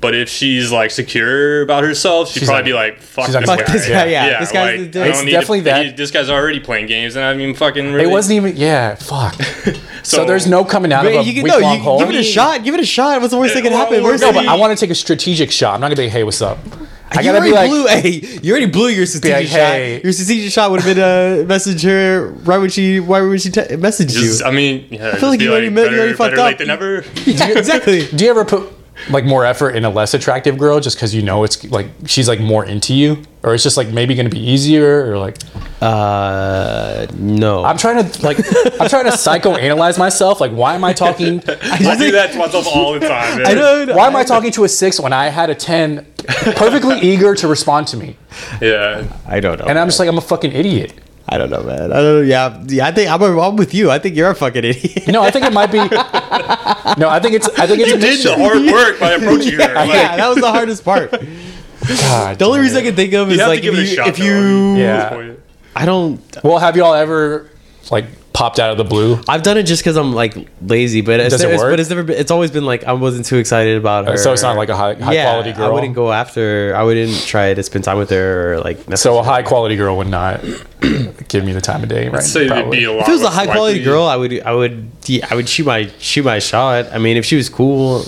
Speaker 3: But if she's like secure about herself, she'd
Speaker 2: like-
Speaker 3: probably be like, "Fuck
Speaker 2: she's
Speaker 3: this,
Speaker 2: like,
Speaker 3: guy.
Speaker 2: "Fuck this
Speaker 1: guy, yeah. This guy's
Speaker 3: like,
Speaker 1: the-
Speaker 3: I don't
Speaker 1: It's
Speaker 3: need
Speaker 2: definitely
Speaker 3: to,
Speaker 2: that-
Speaker 3: he- this guy's already playing games, and I mean, fucking. Really,
Speaker 2: It wasn't even. Yeah, fuck. so
Speaker 3: So-
Speaker 2: there's no coming out of a
Speaker 1: But you
Speaker 2: week
Speaker 1: can, no,
Speaker 2: long
Speaker 1: you,
Speaker 2: hole.
Speaker 1: give it a shot. Give it a shot. What's the worst that can
Speaker 3: Well,
Speaker 1: happen?
Speaker 3: well,
Speaker 1: Worst
Speaker 3: no,
Speaker 2: No,
Speaker 1: thing
Speaker 2: but
Speaker 1: you-
Speaker 2: I want to take a strategic shot. I'm not gonna be, hey, what's up? I
Speaker 1: you
Speaker 2: gotta
Speaker 1: already
Speaker 2: be like,
Speaker 1: blew. Hey, you already blew your strategic
Speaker 2: like, hey.
Speaker 1: shot. Your strategic shot would have been uh, message her right when she right when she te- messaged
Speaker 3: Just,
Speaker 1: you.
Speaker 3: I mean, yeah, I
Speaker 1: feel like you already met- you already fucked
Speaker 3: better
Speaker 1: up.
Speaker 3: Late than never.
Speaker 1: Yeah, exactly.
Speaker 2: do you ever put like more effort in a less attractive girl just because you know it's like she's like more into you or it's just like maybe going to be easier or like
Speaker 1: Uh, no.
Speaker 2: I'm trying to like I'm trying to psychoanalyze myself. Like why am I talking?
Speaker 3: I do that to myself all the time. man.
Speaker 1: I know.
Speaker 2: Why am I talking to a six when I had a ten, perfectly eager to respond to me?
Speaker 3: Yeah.
Speaker 1: I don't know.
Speaker 2: And I'm just like I'm a fucking idiot.
Speaker 1: I don't know, man. I don't know. Yeah, yeah. I think I'm, I'm with you. I think you're a fucking idiot.
Speaker 2: No, I think it might be. No, I think it's. I think it's.
Speaker 3: You did the hard work by approaching her. Like,
Speaker 1: yeah, that was the hardest part. The
Speaker 2: God,
Speaker 1: only reason I can think of is
Speaker 3: you have
Speaker 1: like
Speaker 3: to give
Speaker 1: if
Speaker 3: it a
Speaker 1: you,
Speaker 3: shot.
Speaker 1: if
Speaker 3: though.
Speaker 1: you
Speaker 2: Yeah.
Speaker 1: I don't.
Speaker 2: Well, have y'all ever like popped out of the blue?
Speaker 1: I've done it just because I'm like lazy, but it's,
Speaker 2: Does it
Speaker 1: it's-
Speaker 2: work?
Speaker 1: but it's never. Been, it's always been like I wasn't too excited about her.
Speaker 2: So it's not like a high, high
Speaker 1: yeah,
Speaker 2: quality girl.
Speaker 1: I wouldn't go after. I wouldn't try to spend time with her or like.
Speaker 2: So a high quality girl would not give me the time of day, right?
Speaker 3: So it'd
Speaker 2: probably.
Speaker 3: be a lot.
Speaker 1: if it was a
Speaker 3: less
Speaker 1: high quality
Speaker 3: likely.
Speaker 1: girl, I would. I would. Yeah, I would shoot my shoot my shot. I mean, if she was cool,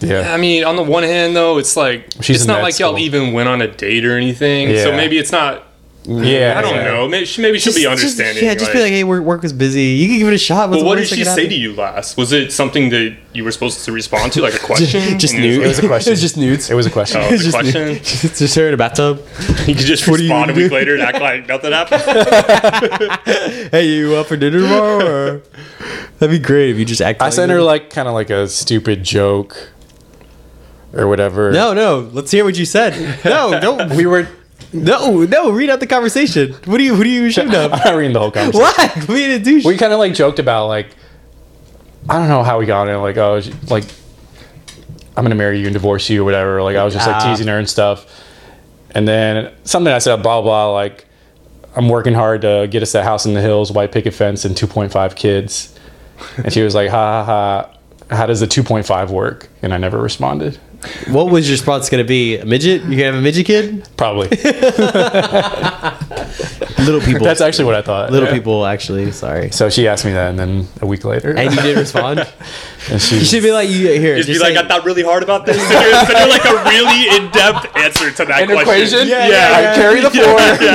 Speaker 2: yeah.
Speaker 3: I mean, on the one hand, though, it's like
Speaker 2: She's
Speaker 3: it's
Speaker 2: in
Speaker 3: not
Speaker 2: med
Speaker 3: like y'all
Speaker 2: school.
Speaker 3: even went on a date or anything. So
Speaker 2: Yeah.
Speaker 3: maybe it's not.
Speaker 2: Yeah.
Speaker 3: I don't know. Maybe she maybe she'll be
Speaker 1: Just-
Speaker 3: understanding.
Speaker 1: yeah, just be like, hey, work, work was busy. You can give it a shot. What's
Speaker 3: But
Speaker 1: the
Speaker 3: what did
Speaker 1: worst that
Speaker 3: she
Speaker 1: could
Speaker 3: say
Speaker 1: happen?
Speaker 3: to you last? Was it something that you were supposed to respond to, like a question?
Speaker 1: Just
Speaker 3: And it was
Speaker 1: nudes.
Speaker 2: It was a question.
Speaker 1: It was just nudes.
Speaker 2: It was a question.
Speaker 3: Oh. It's a question?
Speaker 1: Just, just her in a bathtub.
Speaker 3: like- You could just
Speaker 1: do you
Speaker 3: respond a
Speaker 1: do?
Speaker 3: week later and act like nothing happened.
Speaker 1: Hey, you up for dinner tomorrow? Or? That'd be great if you just act.
Speaker 2: I sent her like kind of like a stupid joke or whatever.
Speaker 1: No, no. Let's hear what you said. No, don't.
Speaker 2: we were.
Speaker 1: No, no. Read out the conversation. What do you? What do you ashamed
Speaker 2: I'm
Speaker 1: of?
Speaker 2: not reading the whole conversation.
Speaker 1: What? We didn't do.
Speaker 2: We
Speaker 1: shit.
Speaker 2: kind of like joked about like I don't know how we got it. Like oh, she- like I'm gonna marry you and divorce you or whatever. Like I was just like
Speaker 1: Ah.
Speaker 2: teasing her and stuff. And then something I said blah blah like I'm working hard to get us that house in the hills, white picket fence, and 2.5 kids. And she was like ha ha ha. How does the 2.5 work? And I never responded.
Speaker 1: What was your response gonna be? A midget? You gonna have a midget kid?
Speaker 2: Probably.
Speaker 1: Little people.
Speaker 2: That's actually what I thought.
Speaker 1: little
Speaker 2: Yeah.
Speaker 1: people. Actually, sorry.
Speaker 2: So she asked me that, and then a week later,
Speaker 1: And you didn't respond.
Speaker 2: and she,
Speaker 1: You should be like, you here.
Speaker 3: Just,
Speaker 1: Just,
Speaker 3: be like, I
Speaker 1: say-
Speaker 3: thought really hard about this. Send her, send her, like a really in-depth answer to that
Speaker 2: An
Speaker 3: question.
Speaker 2: equation?
Speaker 3: Yeah,
Speaker 1: yeah,
Speaker 2: Yeah,
Speaker 3: yeah,
Speaker 1: yeah.
Speaker 2: I carry the four.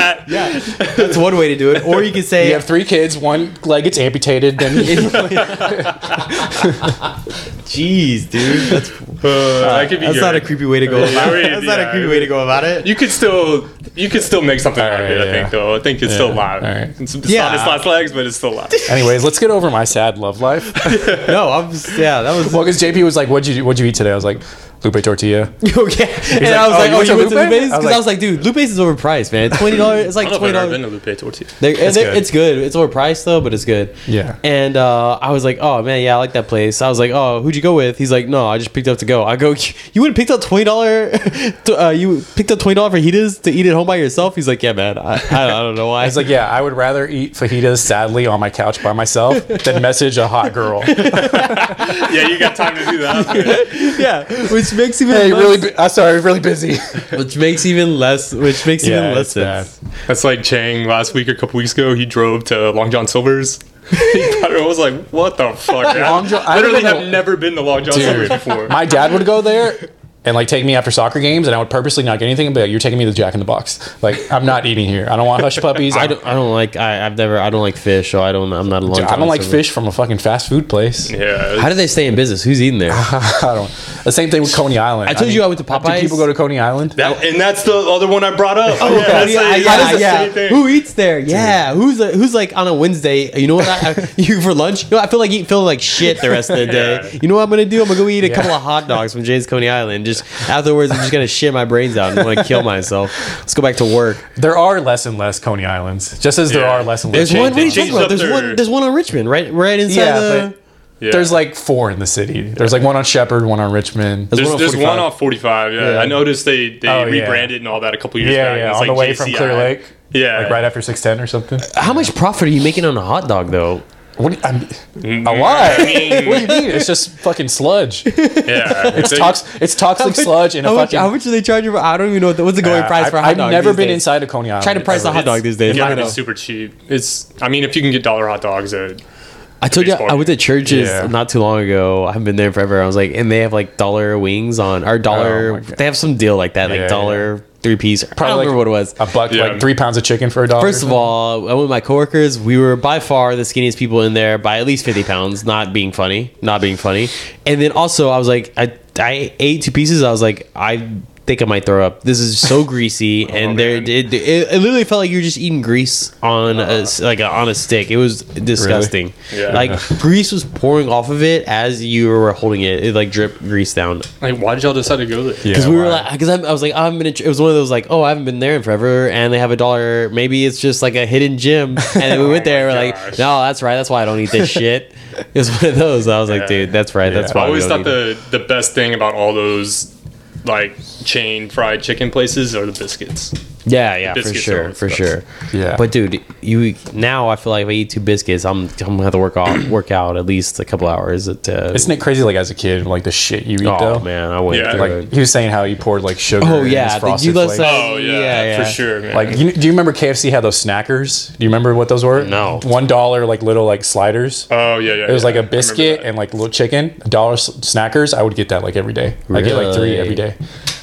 Speaker 3: yeah.
Speaker 1: that's one way to do it. Or you could say,
Speaker 2: You have three kids. One leg gets amputated. Then
Speaker 1: "Jeez, dude, that's,
Speaker 3: Uh, that could be
Speaker 1: that's
Speaker 3: good.
Speaker 1: not a creepy way to go. About
Speaker 3: Yeah.
Speaker 1: it. That's not a creepy way to go about it."
Speaker 3: You could still you could still make something out of it.
Speaker 2: Alright,
Speaker 3: I
Speaker 2: yeah.
Speaker 3: think though. I think it's still alive.
Speaker 2: alright.
Speaker 3: It's, it's
Speaker 1: Yeah.
Speaker 3: not its last legs, but it's still alive.
Speaker 2: Anyways, let's get over my sad love life.
Speaker 1: No, I'm just, yeah, that was
Speaker 2: well, because JP was like, "What'd you do- What'd you eat today?" I was like, "Lupe tortilla."
Speaker 1: okay. And I was
Speaker 2: "Oh,
Speaker 1: like,
Speaker 2: you
Speaker 1: oh,
Speaker 2: went
Speaker 1: you
Speaker 2: to
Speaker 1: went to
Speaker 2: Lupe's?"
Speaker 1: Lupe's? Because I, was like, dude, Lupe's is overpriced, man. Twenty dollars. It's like
Speaker 3: I don't know
Speaker 1: twenty
Speaker 3: if I've
Speaker 1: dollars.
Speaker 3: ever been to Lupe Tortilla.
Speaker 1: It's
Speaker 2: good.
Speaker 1: good. it's good. It's overpriced though, but it's good.
Speaker 2: Yeah.
Speaker 1: And uh, I was like, oh man, yeah, I like that place. I was like, oh, who'd you go with? He's like, no, I just picked up to go. I go, you would have picked up twenty dollar. Uh, you picked up twenty dollar fajitas to eat at home by yourself. He's like, yeah, man. I, I, I don't know why.
Speaker 2: It's like, "Yeah, I would rather eat fajitas sadly on my couch by myself than message a hot girl." hey,
Speaker 3: yeah, you got time to do that. That's good.
Speaker 1: yeah, which makes even less,
Speaker 2: really? Bu- I'm sorry, really busy.
Speaker 1: which makes even less, which makes even less
Speaker 2: it's bad.
Speaker 1: sense.
Speaker 3: That's like Chang last week or a couple weeks ago. He drove to Long John Silver's. He bought it. I was like, what the fuck? man?
Speaker 2: Long John- I
Speaker 3: I literally
Speaker 2: don't
Speaker 3: have
Speaker 2: know.
Speaker 3: never been to Long John Silver's before.
Speaker 2: My dad would go there. And like take me after soccer games, and I would purposely not get anything. But like, you're taking me to Jack in the Box. Like I'm not eating here. I don't want hush puppies.
Speaker 1: I don't, I don't like I, I've never I don't like fish so I don't I'm not a long
Speaker 2: I
Speaker 1: time
Speaker 2: don't like
Speaker 1: server.
Speaker 2: fish from a fucking fast food place.
Speaker 3: yeah.
Speaker 1: How do they stay in business? Who's eating there?
Speaker 2: I don't. The same thing with Coney Island.
Speaker 1: I told you I went to
Speaker 2: Do
Speaker 1: Popeyes.
Speaker 2: people go to Coney Island?
Speaker 3: That- and that's the other one I brought up. Oh, yeah, that's
Speaker 1: yeah,
Speaker 3: like-
Speaker 1: yeah,
Speaker 3: that's the
Speaker 1: yeah.
Speaker 3: same thing.
Speaker 1: Who eats there? Yeah, who's a, who's like on a Wednesday? You know what? I, I, you for lunch? You know, I feel like eat, feeling like shit the rest of the day.
Speaker 3: Yeah.
Speaker 1: You know what I'm gonna do? I'm gonna go eat a couple of hot dogs from James Coney Island. Just afterwards, I'm just gonna shit my brains out and want to kill myself. Let's go back to work.
Speaker 2: There are less and less Coney Islands, just as there
Speaker 3: Yeah.
Speaker 2: are less and less.
Speaker 1: There's one.
Speaker 2: James
Speaker 1: What are you
Speaker 2: Islands.
Speaker 1: talking
Speaker 3: changed
Speaker 1: about?
Speaker 3: up
Speaker 1: There's
Speaker 3: their-
Speaker 1: one. There's one on Richmond, right? Right inside
Speaker 2: Yeah,
Speaker 1: the.
Speaker 3: Yeah.
Speaker 2: There's like four in the city. There's like one on Shepherd, one on Richmond.
Speaker 1: There's
Speaker 3: There's,
Speaker 1: one on
Speaker 3: there's
Speaker 1: 45.
Speaker 3: one off 45. Yeah.
Speaker 2: Yeah.
Speaker 3: I noticed they, they
Speaker 2: Oh, yeah.
Speaker 3: rebranded and all that a couple years
Speaker 2: yeah,
Speaker 3: back.
Speaker 2: yeah, on
Speaker 3: It's like
Speaker 2: the way from
Speaker 3: JCI.
Speaker 2: Clear Lake.
Speaker 3: Yeah.
Speaker 2: like right after six ten or something.
Speaker 1: How much profit are you making on a hot dog though?
Speaker 2: What? Do you, I'm,
Speaker 1: mm,
Speaker 2: a lot.
Speaker 3: I mean-
Speaker 2: what do you mean? It's just fucking sludge. It's
Speaker 3: Yeah. It's
Speaker 2: toxic. It's toxic sludge in a
Speaker 1: how much,
Speaker 2: fucking.
Speaker 1: how much do they charge you? For, I don't even know what the, what's the going
Speaker 2: Uh,
Speaker 1: price for a
Speaker 2: I-
Speaker 1: hot
Speaker 2: I've
Speaker 1: dog.
Speaker 2: never
Speaker 1: these
Speaker 2: been
Speaker 1: days?
Speaker 2: inside a Coney Island.
Speaker 1: Try to price
Speaker 2: ever.
Speaker 1: the hot dog these days.
Speaker 3: Yeah,
Speaker 1: I
Speaker 3: it's
Speaker 1: don't know.
Speaker 3: super cheap. It's, I mean, if you can get dollar hot dogs at
Speaker 1: I told you
Speaker 3: baseball
Speaker 1: I went to churches
Speaker 2: Yeah.
Speaker 1: not too long ago. I haven't been there forever. I was like, and they have like dollar wings on or
Speaker 2: Oh, my
Speaker 1: dollar.
Speaker 2: God.
Speaker 1: they have some deal like that,
Speaker 2: Yeah,
Speaker 1: like dollar three piece. I
Speaker 2: Probably
Speaker 1: don't
Speaker 2: like
Speaker 1: remember what it was.
Speaker 2: A buck,
Speaker 3: Yeah.
Speaker 2: like three pounds of chicken for a dollar.
Speaker 1: First of all, I went with my coworkers. We were by far the skinniest people in there by at least fifty pounds. Not being funny, not being funny. And then also, I was like, I I ate two pieces. I was like, I think I might throw up. This is so greasy, and there
Speaker 3: Oh, man.
Speaker 1: it, it, it literally felt like you were just eating grease on a s like a, on a stick. It was disgusting.
Speaker 3: Uh. Yeah.
Speaker 1: Like grease was pouring off of it as you were holding it. It like dripped grease down
Speaker 3: Like, why did y'all decide to go there?
Speaker 1: because we were
Speaker 2: why?
Speaker 1: like, because I was like, I'm gonna. It was one of those like, oh, I haven't been there in forever, and they have a dollar. Maybe it's just like a hidden gym. And then we went there. We're like,
Speaker 3: Oh gosh.
Speaker 1: no, that's right. That's why I don't eat this shit. It was one of those. I was like,
Speaker 3: Yeah.
Speaker 1: dude, that's right. That's
Speaker 2: Yeah.
Speaker 1: why
Speaker 3: I always
Speaker 1: we don't
Speaker 3: thought
Speaker 1: eat it."
Speaker 3: the, the best thing about all those like chain fried chicken places are the biscuits.
Speaker 1: yeah, yeah, for
Speaker 3: biscuits are
Speaker 1: sure,
Speaker 3: always
Speaker 1: for
Speaker 3: best.
Speaker 1: sure.
Speaker 2: Yeah.
Speaker 1: But dude, you now I feel like if I eat two biscuits, I'm I'm gonna have to work off work out at least a couple hours. At, uh,
Speaker 2: Isn't it crazy? Like as a kid, like the shit you eat
Speaker 1: oh
Speaker 2: though.
Speaker 1: man, I went
Speaker 3: Yeah,
Speaker 1: through
Speaker 2: Like
Speaker 1: it.
Speaker 2: he was saying how he poured like sugar.
Speaker 1: Oh,
Speaker 2: in
Speaker 1: yeah,
Speaker 2: his
Speaker 1: the
Speaker 2: frosted
Speaker 1: Eula
Speaker 2: flakes.
Speaker 1: side.
Speaker 3: Oh yeah,
Speaker 1: Yeah, yeah.
Speaker 3: for sure, Oh, man.
Speaker 2: Like, you, do you remember KFC had those snackers? Do you remember what those were?
Speaker 1: No.
Speaker 2: One dollar, like little like sliders.
Speaker 3: oh yeah, yeah.
Speaker 2: it was like a biscuit and like little chicken. A dollar s- snackers. I would get that like every day. I get like three
Speaker 1: Really?
Speaker 2: every day.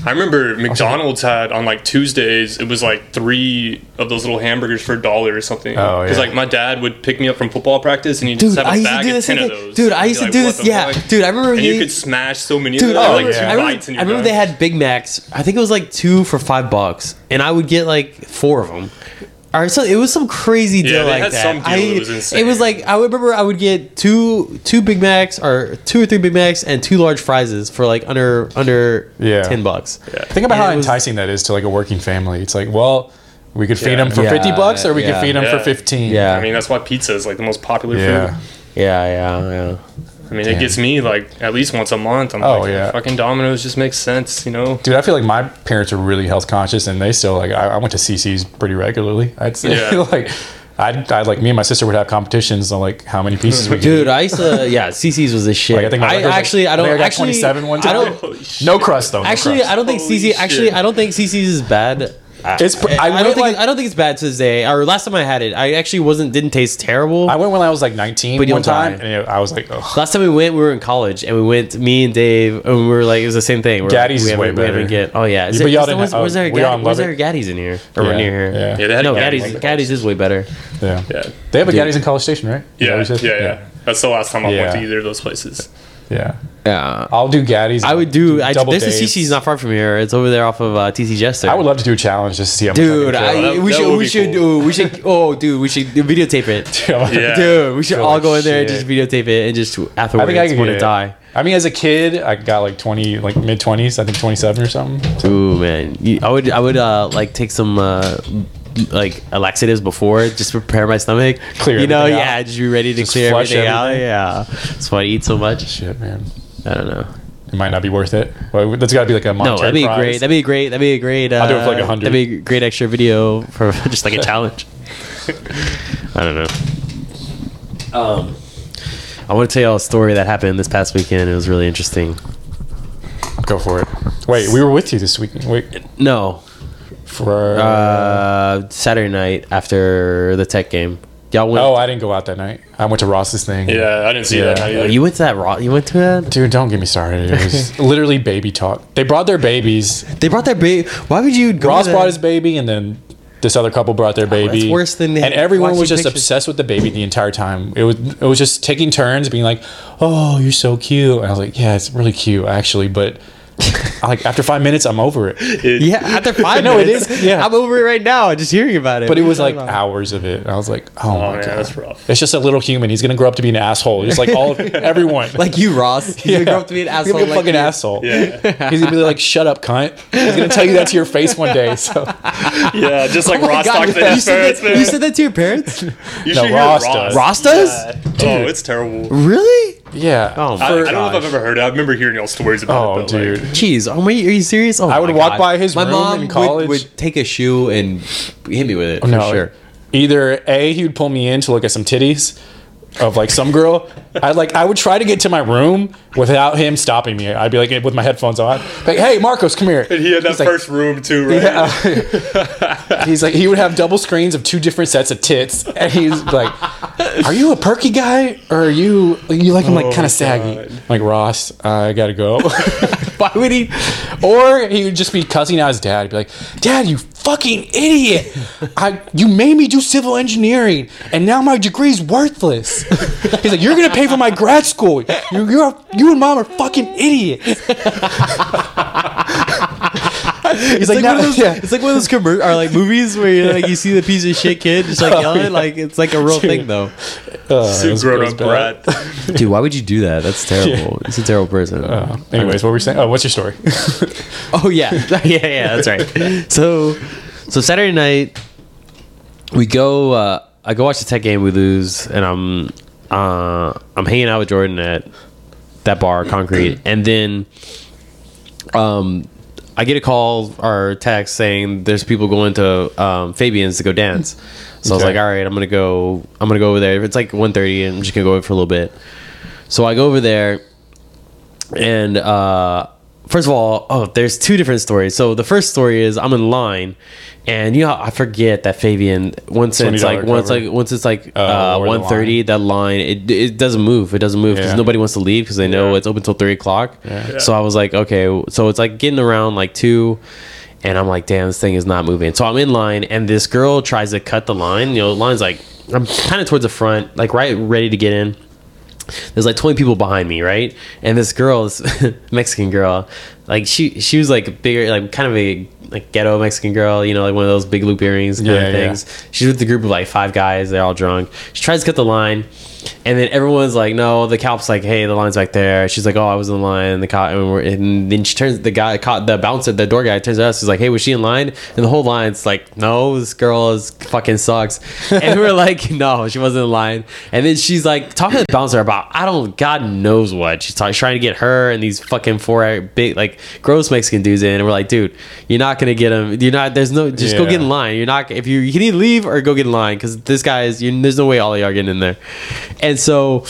Speaker 3: I remember McDonald's had on like Tuesdays. It was like three of those little hamburgers for a dollar or something.
Speaker 2: Oh, yeah.
Speaker 3: Because like my dad would pick me up from football practice and he'd
Speaker 1: Dude,
Speaker 3: just have a
Speaker 1: I used to
Speaker 3: bag
Speaker 1: do
Speaker 3: of
Speaker 1: this
Speaker 3: ten
Speaker 1: thing-
Speaker 3: of those.
Speaker 1: dude,
Speaker 3: And
Speaker 1: I
Speaker 3: I'd be
Speaker 1: used to
Speaker 3: like,
Speaker 1: do
Speaker 3: "What
Speaker 1: this-
Speaker 3: the
Speaker 1: yeah.
Speaker 3: fuck?"
Speaker 1: Dude, I remember
Speaker 3: And
Speaker 1: you-
Speaker 3: you could smash so many
Speaker 1: Dude,
Speaker 3: of
Speaker 1: I
Speaker 3: them.
Speaker 1: remember,
Speaker 3: Oh, like two
Speaker 1: I remember-
Speaker 3: bites and
Speaker 1: I
Speaker 3: you're
Speaker 1: remember
Speaker 3: done.
Speaker 1: they had Big Macs. I think it was like two for five bucks, and I would get like four of them. Or so, it was some crazy deal
Speaker 3: they
Speaker 1: like
Speaker 3: had
Speaker 1: that.
Speaker 3: some deal
Speaker 1: I,
Speaker 3: that was insane.
Speaker 1: It was like I would remember I would get two two Big Macs or two or three Big Macs and two large fries for like under under
Speaker 2: Yeah.
Speaker 1: ten bucks.
Speaker 2: Think about
Speaker 1: And
Speaker 2: how
Speaker 1: it was-
Speaker 2: enticing that is to like a working family. It's like, well, we could feed
Speaker 3: Yeah.
Speaker 2: them for
Speaker 1: Yeah,
Speaker 2: fifty bucks, or we
Speaker 1: yeah.
Speaker 2: could feed them
Speaker 3: Yeah.
Speaker 2: for fifteen.
Speaker 1: Yeah.
Speaker 3: I mean, that's why pizza is like the most popular
Speaker 2: Yeah.
Speaker 3: food.
Speaker 1: Yeah, yeah, yeah.
Speaker 3: I mean, it gets me like at least once a month. I'm
Speaker 2: Oh,
Speaker 3: like,
Speaker 2: yeah.
Speaker 3: fucking Domino's just makes sense, you know?
Speaker 2: Dude, I feel like my parents are really health conscious, and they still like. I, I went to CC's pretty regularly. I'd say
Speaker 3: Yeah.
Speaker 2: like, I'd, I'd like me and my sister would have competitions on like how many pieces we could.
Speaker 1: Dude, I used to yeah. CC's was a shit.
Speaker 2: Like, I think my
Speaker 1: I,
Speaker 2: record was, like,
Speaker 1: actually I
Speaker 2: I
Speaker 1: don't
Speaker 2: think I got
Speaker 1: actually
Speaker 2: 27 one
Speaker 1: I
Speaker 2: time.
Speaker 1: don't
Speaker 3: Holy shit.
Speaker 2: No crust though. no
Speaker 1: Actually,
Speaker 2: crust.
Speaker 1: I don't think
Speaker 3: Holy
Speaker 1: CC. Actually,
Speaker 3: shit.
Speaker 1: I don't think CC's is bad. I-
Speaker 2: It's pr- I
Speaker 1: I, don't
Speaker 2: went,
Speaker 1: think
Speaker 2: like-
Speaker 1: I don't think it's bad to this day. Or last time I had it, I actually wasn't didn't taste terrible.
Speaker 2: I went when I was like 19
Speaker 1: But you'll
Speaker 2: one time,
Speaker 1: die.
Speaker 2: and it- I was like, oh,
Speaker 1: last time we went, we were in college, and we went. Me and Dave, and we were like, it was the same thing. We're
Speaker 2: Gaddy's
Speaker 1: like,
Speaker 2: is way
Speaker 1: we haven't- we haven't
Speaker 2: better.
Speaker 1: get. Oh yeah, is
Speaker 2: Yeah, but
Speaker 1: it-
Speaker 2: y'all
Speaker 1: is there-
Speaker 2: didn't
Speaker 1: was,
Speaker 2: have-
Speaker 1: was there a
Speaker 2: oh, we all
Speaker 1: Gaddy, was
Speaker 2: love
Speaker 1: there a
Speaker 2: it.
Speaker 1: Gaddy's in here or
Speaker 2: Yeah,
Speaker 1: near here?
Speaker 2: yeah.
Speaker 3: Yeah, they had
Speaker 1: no,
Speaker 3: a Gaddy's
Speaker 1: Gaddy's
Speaker 3: in
Speaker 1: Gaddy's is way better.
Speaker 2: yeah.
Speaker 3: Yeah.
Speaker 2: They have a Gaddy's in College Station, right? Is that
Speaker 3: Yeah,
Speaker 2: what you
Speaker 3: yeah,
Speaker 2: said?
Speaker 3: yeah, That's the last time I
Speaker 2: Yeah.
Speaker 3: went to either of those places.
Speaker 2: yeah,
Speaker 1: Yeah,
Speaker 2: I'll do Gaddy's.
Speaker 1: I would do. I,
Speaker 2: double
Speaker 1: there's a
Speaker 2: days.
Speaker 1: CC's not far from here. It's over there off of uh, TC Jester.
Speaker 2: I would love to do a challenge just to see how much
Speaker 1: Dude,
Speaker 2: I can
Speaker 1: I,
Speaker 3: that-
Speaker 1: we
Speaker 3: that
Speaker 1: should
Speaker 3: would
Speaker 1: we
Speaker 3: be
Speaker 1: should
Speaker 3: cool.
Speaker 1: ooh, we should oh dude we should videotape it.
Speaker 2: kill.
Speaker 3: Yeah.
Speaker 1: Dude, we should
Speaker 2: Feel
Speaker 1: all
Speaker 2: like
Speaker 1: go in there
Speaker 2: shit.
Speaker 1: and just videotape it and just
Speaker 2: I
Speaker 1: afterwards
Speaker 2: think I could
Speaker 1: want
Speaker 2: get
Speaker 1: to
Speaker 2: it.
Speaker 1: die.
Speaker 2: I mean, as a kid, I got like 20, like mid 20s, I think 27 or something.
Speaker 1: Ooh man, You- I would I would uh like take some uh like uh, laxatives before just to prepare my stomach.
Speaker 2: Clear
Speaker 1: you know
Speaker 2: everything
Speaker 1: yeah,
Speaker 2: out.
Speaker 1: just be ready to
Speaker 2: Just
Speaker 1: clear
Speaker 2: flush
Speaker 1: everything, out.
Speaker 2: everything.
Speaker 1: Yeah, that's why I eat so much.
Speaker 2: Shit, man.
Speaker 1: I don't know.
Speaker 2: It might not be worth it. Well, that's got to be like a
Speaker 1: No,
Speaker 2: monetary
Speaker 1: that'd be
Speaker 2: prize.
Speaker 1: great. That'd be great. That'd be a great. Uh,
Speaker 2: I'll do it for, like, 100.
Speaker 1: That'd be a great extra video for just like a challenge. I don't know. Um, I want to tell y'all a story that happened this past weekend. It was really interesting.
Speaker 2: Go for it. Wait, we were with you this week. Wait,
Speaker 1: No,
Speaker 2: for.
Speaker 1: uh, Saturday night after the tech game. Y'all went.
Speaker 2: oh, I didn't go out that night. I went to Ross's thing.
Speaker 3: Yeah, I didn't see that.
Speaker 2: Yeah.
Speaker 3: either.
Speaker 1: you went to that raw. You went to that.
Speaker 2: Dude, don't get me started. It was literally baby talk. They brought their babies.
Speaker 1: They brought their baby. Why would you go?
Speaker 2: Ross
Speaker 1: to that?
Speaker 2: brought his baby, and then this other couple brought their baby.
Speaker 1: Oh, that's worse than
Speaker 2: And everyone was
Speaker 1: watching
Speaker 2: just
Speaker 1: pictures.
Speaker 2: obsessed with the baby the entire time. It was it was just taking turns, being like, "Oh, you're so cute," and I was like, "Yeah, it's really cute actually," but. like after five minutes, I'm over it.
Speaker 1: Yeah, after five.
Speaker 2: No, it
Speaker 1: minutes.
Speaker 2: is, yeah.
Speaker 1: I'm over it right now. Just hearing about it.
Speaker 2: But it was like
Speaker 1: Wow.
Speaker 2: hours of it. And I was like, oh, my
Speaker 3: man,
Speaker 2: god,
Speaker 3: that's rough.
Speaker 2: It's just a little human. He's gonna grow up to be an asshole. Just like all of, everyone.
Speaker 1: like you, Ross. He's
Speaker 2: Yeah.
Speaker 1: gonna grow up to be an
Speaker 2: He's
Speaker 1: asshole.
Speaker 2: gonna be a
Speaker 1: like
Speaker 2: fucking
Speaker 1: you.
Speaker 2: asshole.
Speaker 3: yeah,
Speaker 2: He's gonna be like, shut up, cunt. He's gonna tell you that to your face one day. So
Speaker 3: yeah, just like
Speaker 1: Oh my
Speaker 3: Ross
Speaker 1: God,
Speaker 3: talks to
Speaker 1: you,
Speaker 3: his
Speaker 1: said
Speaker 3: parents.
Speaker 1: that, you
Speaker 3: man.
Speaker 1: said that to your parents?
Speaker 3: You
Speaker 2: No,
Speaker 3: should hear
Speaker 2: Ross
Speaker 3: Ross.
Speaker 2: does.
Speaker 1: Ross does?
Speaker 3: Yeah. Oh, it's terrible.
Speaker 1: Really?
Speaker 2: yeah.
Speaker 1: Oh,
Speaker 3: I, I
Speaker 1: For-
Speaker 3: don't know if I've ever heard it. I remember hearing y'all stories about
Speaker 2: Oh,
Speaker 3: it. but,
Speaker 2: dude.
Speaker 3: Like,
Speaker 1: Jeez, are, we, are you serious? Oh
Speaker 2: I would
Speaker 1: my
Speaker 2: walk
Speaker 1: God.
Speaker 2: by his room in
Speaker 1: would-
Speaker 2: college.
Speaker 1: Would, take a shoe and hit me with it. For
Speaker 2: no.
Speaker 1: sure.
Speaker 2: Either A, he would pull me in to look at some titties of like some girl. I like I would try to get to my room without him stopping me. I'd be like with my headphones on. Like, hey Marcos, come here.
Speaker 3: he had that
Speaker 2: like-
Speaker 3: first room too, right?
Speaker 2: He's like he would have double screens of two different sets of tits. And he's like, Are you a perky guy? Or are you you like him like
Speaker 1: Oh,
Speaker 2: kinda saggy?
Speaker 3: God.
Speaker 2: I'm like Ross, I gotta go.
Speaker 1: Why would he?
Speaker 2: Or he would just be cussing out his dad. He'd be like, Dad, you fucking idiot. I you made me do civil engineering and now my degree's worthless. He's like, You're gonna pay for my grad school. You're, you're a- you and mom are fucking idiots. He's
Speaker 1: It's like, one
Speaker 2: like, "Now-
Speaker 1: of those,
Speaker 2: yeah."
Speaker 1: it's like one of those commer- or like movies where you like you see the piece of shit kid just like
Speaker 2: Oh,
Speaker 1: yelling. Like it's like a real thing though.
Speaker 2: Uh, it
Speaker 3: Two
Speaker 2: was- it
Speaker 3: grown
Speaker 2: was
Speaker 3: up
Speaker 2: bad.
Speaker 3: brat.
Speaker 1: Dude, why would you do that? That's terrible. It's a terrible person.
Speaker 2: Uh, anyways, what were we saying? Oh, what's your story?
Speaker 1: Oh yeah, yeah, yeah. That's right. So, so Saturday night, we go. Uh, I go watch the tech game. We lose, and I'm uh, I'm hanging out with Jordan at that bar, Concrete, and then um, I get a call or text saying there's people going to um, Fabian's to go dance. So I was
Speaker 2: Okay.
Speaker 1: like, all right, I'm gonna go. I'm gonna go over there. It's like 1:30, and I'm just gonna go over for a little bit. So I go over there, and uh, first of all, oh, there's two different stories. So the first story is I'm in line, and you know I forget that Fabian once it's like
Speaker 2: $20
Speaker 1: once
Speaker 2: cover.
Speaker 1: like once it's like uh,
Speaker 2: Oh, or the
Speaker 1: 1.30, that line it, it doesn't move. It doesn't move because
Speaker 2: Yeah.
Speaker 1: nobody wants to leave because they know
Speaker 3: Yeah.
Speaker 1: it's open till three o'clock.
Speaker 2: Yeah.
Speaker 1: So I was like, okay, so it's like getting around like two. And I'm like, damn, this thing is not moving. So I'm in line, and this girl tries to cut the line. You know, the line's like, I'm kind of towards the front, like right, ready to get in there's like 20 people behind me right and this girl this mexican girl like she she was like bigger like kind of a like ghetto mexican girl you know like one of those big loop earrings kind
Speaker 2: Yeah,
Speaker 1: of
Speaker 2: yeah.
Speaker 1: things she's with the group of like five guys they're all drunk she tries to cut the line and then everyone's like no the cop's like hey the line's back there she's like oh i was in line and the cop and, we're, and then she turns the guy caught the bouncer the door guy turns to us is like hey was she in line and the whole line's like no this girl is fucking sucks and we're like no she wasn't in line and then she's like talking to the bouncer about i don't god knows what she's talking, trying to get her and these fucking four big like gross mexican dudes in and we're like dude you're not gonna get them you're not there's no just go
Speaker 2: Yeah.
Speaker 1: get in line line. You're not if you you can either leave or go get in line because this guy is. You, there's no way all of y'all are getting in there, and so.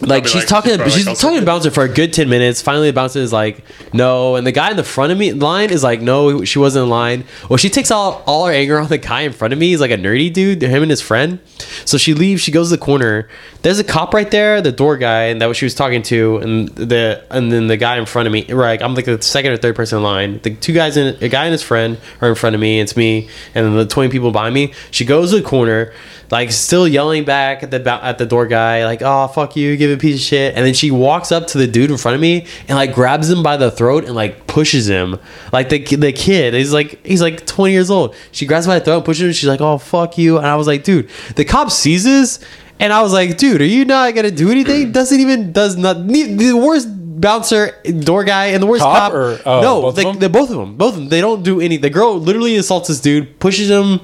Speaker 1: Like
Speaker 3: Probably
Speaker 1: she's
Speaker 3: like-
Speaker 1: talking,
Speaker 3: she's probably
Speaker 1: she's
Speaker 3: like, I'll
Speaker 1: talking
Speaker 3: sit
Speaker 1: to the bouncer for a good ten minutes. Finally, the bouncer is like, "No," and the guy in the front of me line is like, "No, she wasn't in line." Well, she takes all all her anger on the guy in front of me. He's like a nerdy dude, him and his friend. So she leaves. She goes to the corner. There's a cop right there, the door guy, and that was she was talking to, and the and then the guy in front of me. Right, I'm like the second or third person in line. The two guys in a guy and his friend are in front of me. It's me, and then the 20 people behind me. She goes to the corner, like still yelling back at the ba- at the door guy, like "Oh fuck you, give a piece of shit." And then she walks up to the dude in front of me and like grabs him by the throat and like pushes him, like the ki- the kid. He's like he's like 20 years old. She grabs him by the throat, and pushes him. She's like "Oh fuck you," and I was like, "Dude, the cop sees this." And I was like, dude, are you not gonna do anything? Doesn't even does not ne- the worst bouncer, door guy, and the worst
Speaker 2: Cop
Speaker 1: cop.
Speaker 2: or- oh,
Speaker 1: no,
Speaker 2: both of
Speaker 1: they,
Speaker 2: them?
Speaker 1: they both of them, both of them. They don't do any. The girl literally assaults this dude, pushes him,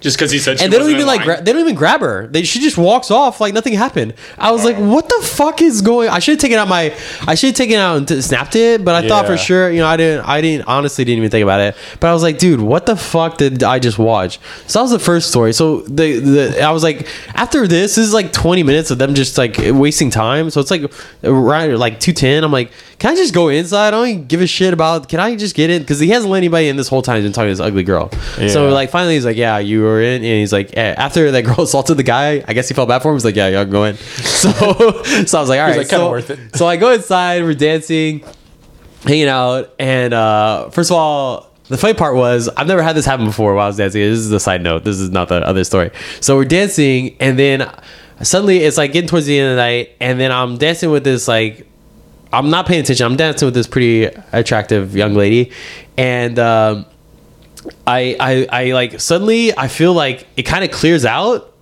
Speaker 3: Just because he said she
Speaker 1: and they don't
Speaker 3: wasn't
Speaker 1: even
Speaker 3: in
Speaker 1: like
Speaker 3: line.
Speaker 1: gra- they don't even grab her. They, she just walks off like nothing happened. I was like, what the fuck is going? I should have taken out my I should have taken out and t- snapped it, but I thought for
Speaker 2: Yeah.
Speaker 1: sure, you know, I didn't I didn't honestly didn't even think about it. But I was like, dude, what the fuck did I just watch? So that was the first story. So the, the I was like, after this, this is like 20 minutes of them just like wasting time. So it's like right like 210. I'm like, can I just go inside? I don't even give a shit about. Can I just get in? Because he hasn't let anybody in this whole time. He's been talking to this ugly girl. So
Speaker 2: Yeah.
Speaker 1: like finally he's like, yeah, you were in, and he's like, eh, after that girl assaulted the guy, I guess he felt bad for him. He's like, yeah, y'all go in. So, so I was like, all right,
Speaker 2: like,
Speaker 1: so,
Speaker 2: "Kinda worth it."
Speaker 1: so I go inside, we're dancing, hanging out, and uh, first of all. The funny part was I've never had this happen before while I was dancing. This is the side note. This is not the other story. So we're dancing, and then suddenly it's like getting towards the end of the night, and then I'm dancing with this like I'm not paying attention. I'm dancing with this pretty attractive young lady, and um, I, I, I like suddenly I feel like it kind of clears out,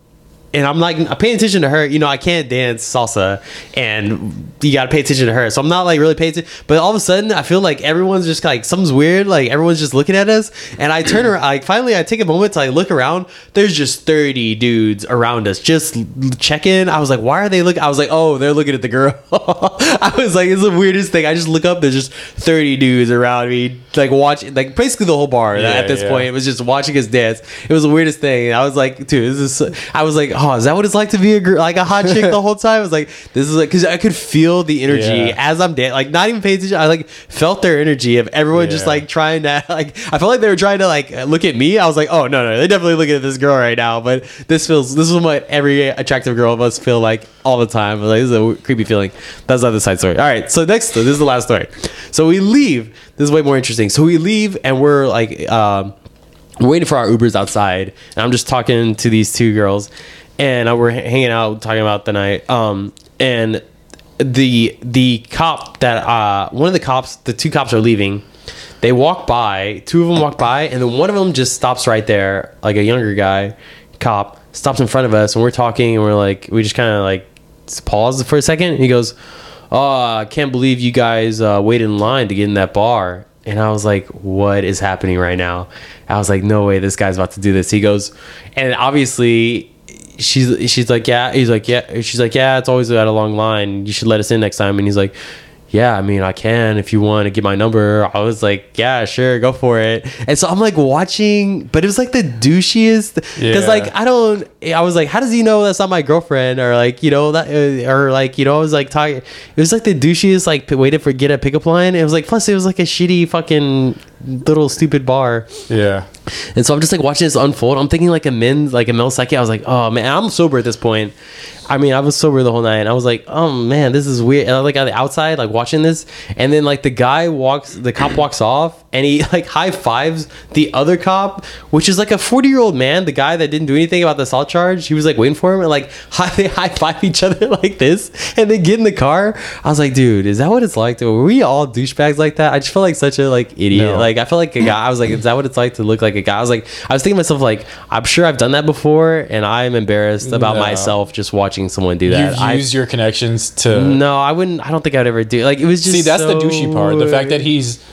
Speaker 1: and I'm like I'm paying attention to her. You know, I can't dance salsa, and you got to pay attention to her. So I'm not like really paying attention. But all of a sudden, I feel like everyone's just like something's weird. Like everyone's just looking at us, and I turn around. Like finally, I take a moment to like look around. There's just thirty dudes around us, just l- checking. I was like, why are they looking? I was like, oh, they're looking at the girl. I was like, it's the weirdest thing. I just look up. There's just thirty dudes around me, like watching, like basically the whole bar at
Speaker 2: Yeah,
Speaker 1: this
Speaker 2: yeah.
Speaker 1: point. It was just watching us dance. It was the weirdest thing. And I was like, dude, this is. I was like, oh, is that what it's like to be a girl, like a hot chick the whole time? I was like, this is like because I could feel the energy
Speaker 2: Yeah.
Speaker 1: as I'm dancing, like not even paying attention. I like felt their energy of everyone just
Speaker 2: Yeah.
Speaker 1: like trying to like. I felt like they were trying to like look at me. I was like, oh no, no, they're definitely looking at this girl right now. But this feels this is what every attractive girl must feel like all the time. Like this is a creepy feeling. That's not the side story. All right, so next this is the last story. So we leave. This is way more interesting. So we leave and we're like. um we're waiting for our Ubers outside, and I'm just talking to these two girls, and I, we're h- hanging out talking about the night. Um, and the the cop that uh, one of the cops, the two cops are leaving. They walk by, two of them walk by, and then one of them just stops right there, like a younger guy, cop stops in front of us, and we're talking, and we're like, we just kind of like s- paused for a second. And he goes, "Oh, I can't believe you guys uh, waited in line to get in that bar." And I was like, what is happening right now? I was like, no way, this guy's about to do this. He goes, and obviously, she's she's like, yeah. He's like, yeah. She's like, yeah. It's always at a long line. You should let us in next time. And he's like, yeah. I mean, I can if you want to get my number. I was like, yeah, sure, go for it. And so I'm like watching, but it was like the douchiest because
Speaker 2: Yeah.
Speaker 1: like I don't. I was like, how does he know that's not my girlfriend? Or like, you know that, uh, or like, you know, I was like talking. It was like the douchiest. Like, p- waited for get a pickup line. It was like, plus it was like a shitty fucking little stupid bar.
Speaker 2: Yeah.
Speaker 1: And so I'm just like watching this unfold. I'm thinking like a men, like a male psyche. I was like, oh man, I'm sober at this point. I mean, I was sober the whole night, and I was like, oh man, this is weird. And I was like on the outside, like watching this, and then like the guy walks, the cop walks off, and he like high fives the other cop, which is like a 40 year old man, the guy that didn't do anything about the assault charge. He was like waiting for him, and like high, they high five each other like this, and they get in the car. I was like, dude, is that what it's like? To, were we all douchebags like that? I just felt like such a like idiot.
Speaker 2: No.
Speaker 1: Like I felt like a guy. I was like, is that what it's like to look like a guy? I was like, I was thinking to myself like, I'm sure I've done that before, and I'm embarrassed about
Speaker 2: No.
Speaker 1: myself just watching someone do that.
Speaker 2: You've
Speaker 1: I
Speaker 2: used your connections to
Speaker 1: no, I wouldn't. I don't think I'd ever do. Like it was just
Speaker 2: see. That's the
Speaker 1: so-
Speaker 2: douchey part. The fact that he's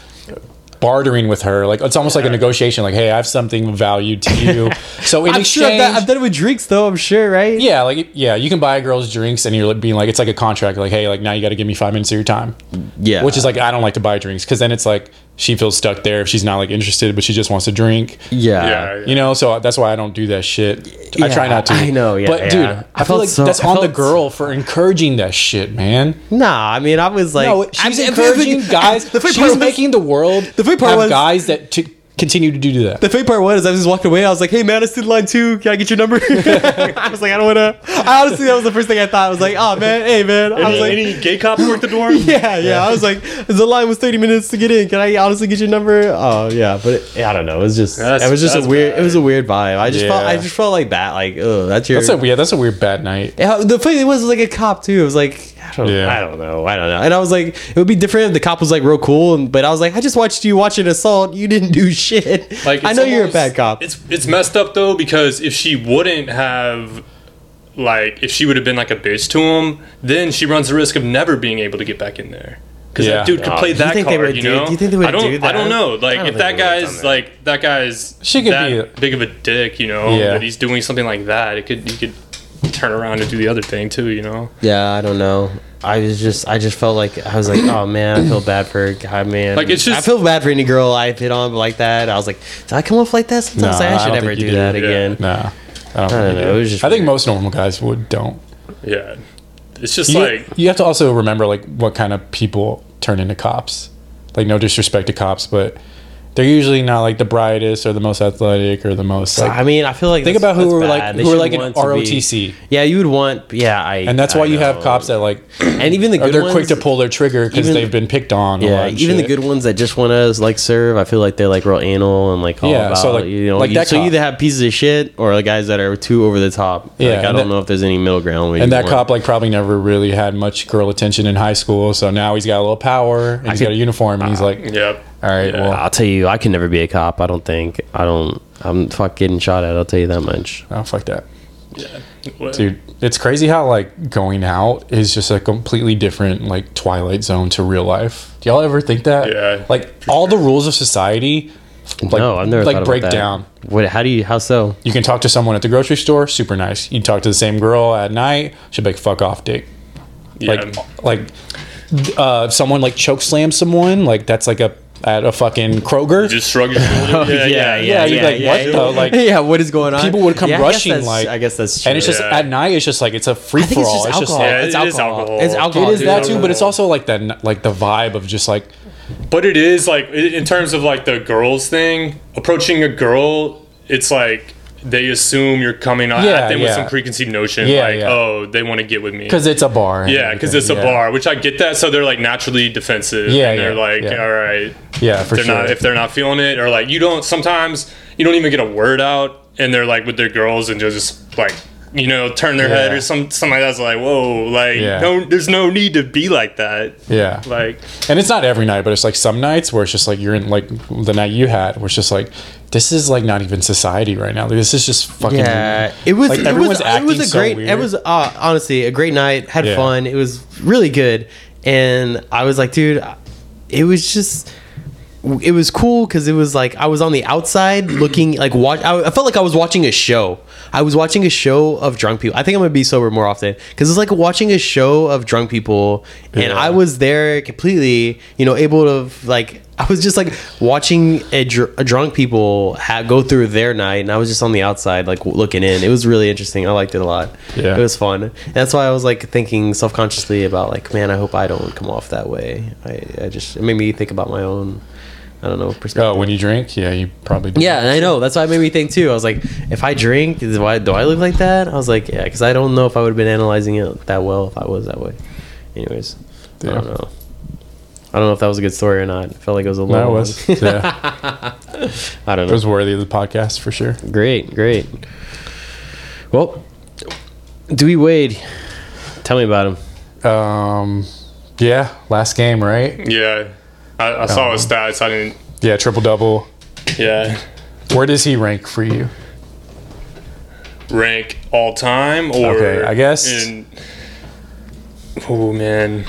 Speaker 2: bartering with her, like it's almost like a negotiation. Like, hey, I have something of value to you. So in
Speaker 1: I'm
Speaker 2: exchange,
Speaker 1: sure I've done, I've done it with drinks though. I'm sure, right?
Speaker 2: yeah, like yeah, you can buy girls drinks, and you're like, being like, it's like a contract. Like, hey, like now you got to give me five minutes of your time,
Speaker 1: yeah.
Speaker 2: which is like I don't like to buy drinks because then it's like she feels stuck there if she's not like interested, but she just wants to drink.
Speaker 1: yeah.
Speaker 3: Yeah,
Speaker 2: You know, so that's why I don't do that shit.
Speaker 1: Yeah,
Speaker 2: I try not to.
Speaker 1: I know, yeah,
Speaker 2: but dude,
Speaker 1: yeah. I
Speaker 2: I, feel
Speaker 1: felt
Speaker 2: like
Speaker 1: so-
Speaker 2: that's
Speaker 1: I
Speaker 2: on the
Speaker 1: felt-
Speaker 2: girl for encouraging that shit, man.
Speaker 1: Nah, I mean, I was like,
Speaker 2: No,
Speaker 1: I'm-
Speaker 2: she's encouraging guys.
Speaker 1: The funny
Speaker 2: she's
Speaker 1: part was-
Speaker 2: making the world
Speaker 1: the funny part
Speaker 2: have
Speaker 1: was-
Speaker 2: guys that t- continue to do that.
Speaker 1: The fake part was I was just walking away. I was like, "Hey man, I stood in line too. Can I get your number?" I was like, "I don't wanna." I honestly, that was the first thing I thought. I was like, "Oh man, hey man." I was
Speaker 3: Any,
Speaker 1: like,
Speaker 3: any gay cop work the door?
Speaker 1: "Yeah, yeah." I was like, "The line was thirty minutes to get in. Can I honestly get your number?" Oh yeah, but it, I don't know. It was just
Speaker 3: That's-
Speaker 1: it was just a
Speaker 3: that's
Speaker 1: weird.
Speaker 3: bad.
Speaker 1: It was a weird vibe. I just felt I
Speaker 2: Yeah.
Speaker 1: just felt like that. Like, oh, that's your.
Speaker 2: That's a yeah, that's a weird bad night.
Speaker 1: Yeah, the funny thing was, it was like a cop too. It was like I don't,
Speaker 2: Yeah.
Speaker 1: I don't know, I don't know. And I was like, it would be different if the cop was like real cool, and, but I was like, I just watched you watch an assault. You didn't do shit. Like
Speaker 3: Like,
Speaker 1: I
Speaker 3: it's
Speaker 1: know you're a
Speaker 3: almost-
Speaker 1: bad cop.
Speaker 3: It's it's messed up though because if she wouldn't have like if she would have been like a bitch to him, then she runs the risk of never being able to get back in there. Because
Speaker 2: Yeah.
Speaker 3: that dude could
Speaker 1: Oh, do
Speaker 3: play
Speaker 1: you
Speaker 3: that
Speaker 1: think they
Speaker 3: card,
Speaker 1: would
Speaker 3: you
Speaker 1: do-
Speaker 3: know.
Speaker 1: do you think they would
Speaker 3: I don't,
Speaker 1: do
Speaker 3: I don't
Speaker 1: that?
Speaker 3: know.
Speaker 1: I
Speaker 3: Like
Speaker 1: don't
Speaker 3: if
Speaker 1: think they
Speaker 3: that
Speaker 1: would've done
Speaker 3: guy's
Speaker 1: that.
Speaker 3: like that guy's
Speaker 2: She could
Speaker 3: that
Speaker 2: be-
Speaker 3: big of a dick, you know,
Speaker 2: Yeah.
Speaker 3: that he's doing something like that. It could he could turn around and do the other thing too, you know.
Speaker 1: Yeah, I don't know. I was just, I just felt like I was like, oh man, I feel bad for guy man.
Speaker 3: Like, it's just-
Speaker 1: I feel bad for any girl I've hit on like that. I was like, did I come off like that? Sometimes
Speaker 2: No,
Speaker 1: I
Speaker 2: I
Speaker 1: should
Speaker 2: don't
Speaker 1: never
Speaker 2: think you
Speaker 1: do
Speaker 2: do.
Speaker 1: that
Speaker 3: Yeah.
Speaker 1: again.
Speaker 2: Nah, I don't,
Speaker 1: I don't
Speaker 2: think
Speaker 1: know,
Speaker 2: you do.
Speaker 1: it was just
Speaker 2: I think
Speaker 1: weird.
Speaker 2: most normal guys would don't.
Speaker 3: Yeah. It's just
Speaker 2: You,
Speaker 3: like
Speaker 2: you have to also remember like what kind of people turn into cops. Like no disrespect to cops, but they're usually not like the brightest or the most athletic or the most like.
Speaker 1: I mean, I feel like
Speaker 2: think
Speaker 1: that's-
Speaker 2: about who
Speaker 1: that's
Speaker 2: were
Speaker 1: bad.
Speaker 2: like
Speaker 1: They
Speaker 2: who were
Speaker 1: should
Speaker 2: like an
Speaker 1: want to be-
Speaker 2: ROTC,
Speaker 1: Yeah, you would want. Yeah, I.
Speaker 2: and that's why
Speaker 1: I
Speaker 2: you have
Speaker 1: know.
Speaker 2: cops that like
Speaker 1: and even the
Speaker 2: or
Speaker 1: good
Speaker 2: they're
Speaker 1: ones,
Speaker 2: quick to pull their trigger because
Speaker 1: even-
Speaker 2: they've been picked on. a
Speaker 1: Yeah,
Speaker 2: lot and
Speaker 1: even the
Speaker 2: shit.
Speaker 1: good ones that just want to like serve, I feel like they're like real anal and like all
Speaker 2: Yeah,
Speaker 1: about
Speaker 2: so, like-
Speaker 1: you know.
Speaker 2: like
Speaker 1: you-
Speaker 2: that
Speaker 1: so you
Speaker 2: cop.
Speaker 1: either have pieces of shit or the guys that are too over the top.
Speaker 2: Yeah,
Speaker 1: like, I
Speaker 2: and
Speaker 1: don't
Speaker 2: that-
Speaker 1: know if there's any middle ground. where
Speaker 2: And
Speaker 1: you
Speaker 2: that
Speaker 1: want-
Speaker 2: cop like probably never really had much girl attention in high school, so now he's got a little power and he's
Speaker 1: could- Ah.
Speaker 2: got a uniform and he's like,
Speaker 3: yeah.
Speaker 2: all right,
Speaker 3: Yeah.
Speaker 2: well,
Speaker 1: I'll tell you, I can never be a cop. I don't think. I don't. I'm fuck getting shot at. I'll tell you that much.
Speaker 2: oh fuck that,
Speaker 3: What-
Speaker 2: dude. It's crazy how like going out is just a completely different like twilight zone to real life. Do y'all ever think that?
Speaker 3: Yeah,
Speaker 2: Like all the rules of society, like,
Speaker 1: no, I've never
Speaker 2: like
Speaker 1: thought about
Speaker 2: break
Speaker 1: that.
Speaker 2: down.
Speaker 1: What? How do you? How so?
Speaker 2: You can talk to someone at the grocery store, super nice. You can talk to the same girl at night, she'll be like, fuck off, dick.
Speaker 3: yeah.
Speaker 2: like like uh someone like choke slams someone like that's like a at a fucking kroger
Speaker 3: just shrug your shoulder.
Speaker 2: yeah, you'd be like, what
Speaker 1: yeah,
Speaker 2: the- like-
Speaker 1: yeah, what is going on?
Speaker 2: people would come
Speaker 1: Yeah, I guess
Speaker 2: rushing
Speaker 1: that's-
Speaker 2: like
Speaker 1: I guess that's true.
Speaker 2: and it's just
Speaker 3: Yeah.
Speaker 2: at night it's just like it's a free
Speaker 1: I think
Speaker 2: for
Speaker 1: it's just
Speaker 2: all it's just
Speaker 1: alcohol.
Speaker 2: like
Speaker 3: Yeah,
Speaker 1: it's
Speaker 3: it is
Speaker 1: alcohol.
Speaker 3: alcohol.
Speaker 1: It's
Speaker 3: It
Speaker 1: alcohol.
Speaker 2: it is
Speaker 1: dude.
Speaker 2: that too, but it's
Speaker 3: alcohol.
Speaker 2: also like that, n- like the vibe of just like
Speaker 3: But it is like i- in terms of like the girls thing, approaching a girl, it's like they assume you're coming on
Speaker 2: Yeah,
Speaker 3: at them with
Speaker 2: yeah.
Speaker 3: some preconceived notion,
Speaker 2: Yeah,
Speaker 3: like
Speaker 2: yeah.
Speaker 3: oh they want to get with me.
Speaker 2: because it's a bar. and
Speaker 3: Yeah, because
Speaker 2: everything,
Speaker 3: it's a
Speaker 2: yeah.
Speaker 3: bar, which I get that. So they're like naturally defensive.
Speaker 2: Yeah,
Speaker 3: and they're
Speaker 2: yeah,
Speaker 3: like,
Speaker 2: yeah.
Speaker 3: all right,
Speaker 2: Yeah, for
Speaker 3: they're
Speaker 2: sure.
Speaker 3: not if they're not feeling it or like you don't. Sometimes you don't even get a word out, and they're like with their girls and just like you know turn their head
Speaker 2: Yeah.
Speaker 3: or some something that's like whoa like
Speaker 2: Yeah.
Speaker 3: no there's no need to be like that
Speaker 2: Yeah.
Speaker 3: like
Speaker 2: And it's not every night, but it's like some nights where it's just like you're in like the night you had, where it's just like this is like not even society right now. Like, this is just fucking.
Speaker 1: Yeah, it was.
Speaker 2: Mm-hmm. Like,
Speaker 1: it was, it was
Speaker 2: everyone's acting
Speaker 1: a
Speaker 2: so
Speaker 1: great. It
Speaker 2: weird.
Speaker 1: was uh, honestly a great night. Had
Speaker 2: Yeah.
Speaker 1: fun. It was really good, and I was like, dude, it was just. It was cool because it was like I was on the outside looking like watch. I, I felt like I was watching a show. I was watching a show of drunk people. I think I'm gonna be sober more often because it's like watching a show of drunk people, and
Speaker 2: Yeah.
Speaker 1: I was there completely, you know, able to like. I was just like watching a, dr- a drunk people ha- go through their night, and I was just on the outside, like w- looking in. It was really interesting. I liked it a lot.
Speaker 2: Yeah.
Speaker 1: it was fun. And that's why I was like thinking self consciously about like, man, I hope I don't come off that way. I, I just it made me think about my own, I don't know, perspective.
Speaker 2: Oh, when you drink, yeah, you probably. Do.
Speaker 1: Yeah, and I know. That's why it made me think too. I was like, if I drink, do I, do I look like that? I was like, yeah, because I don't know if I would have been analyzing it that well if I was that way. Anyways, I don't
Speaker 2: Yeah.
Speaker 1: know. I don't know if that was a good story or not. I felt like it was a long
Speaker 2: that
Speaker 1: one.
Speaker 2: was yeah,
Speaker 1: I don't
Speaker 2: it
Speaker 1: know.
Speaker 2: was worthy of the podcast for sure.
Speaker 1: great, great. Well, Dewey Wade, tell me about him.
Speaker 2: Um, yeah, last game, right?
Speaker 3: yeah i, I saw
Speaker 2: Um,
Speaker 3: his stats i didn't
Speaker 2: Yeah, triple double.
Speaker 3: yeah
Speaker 2: Where does he rank for you?
Speaker 3: rank all time or
Speaker 2: Okay, I guess-
Speaker 3: in, oh man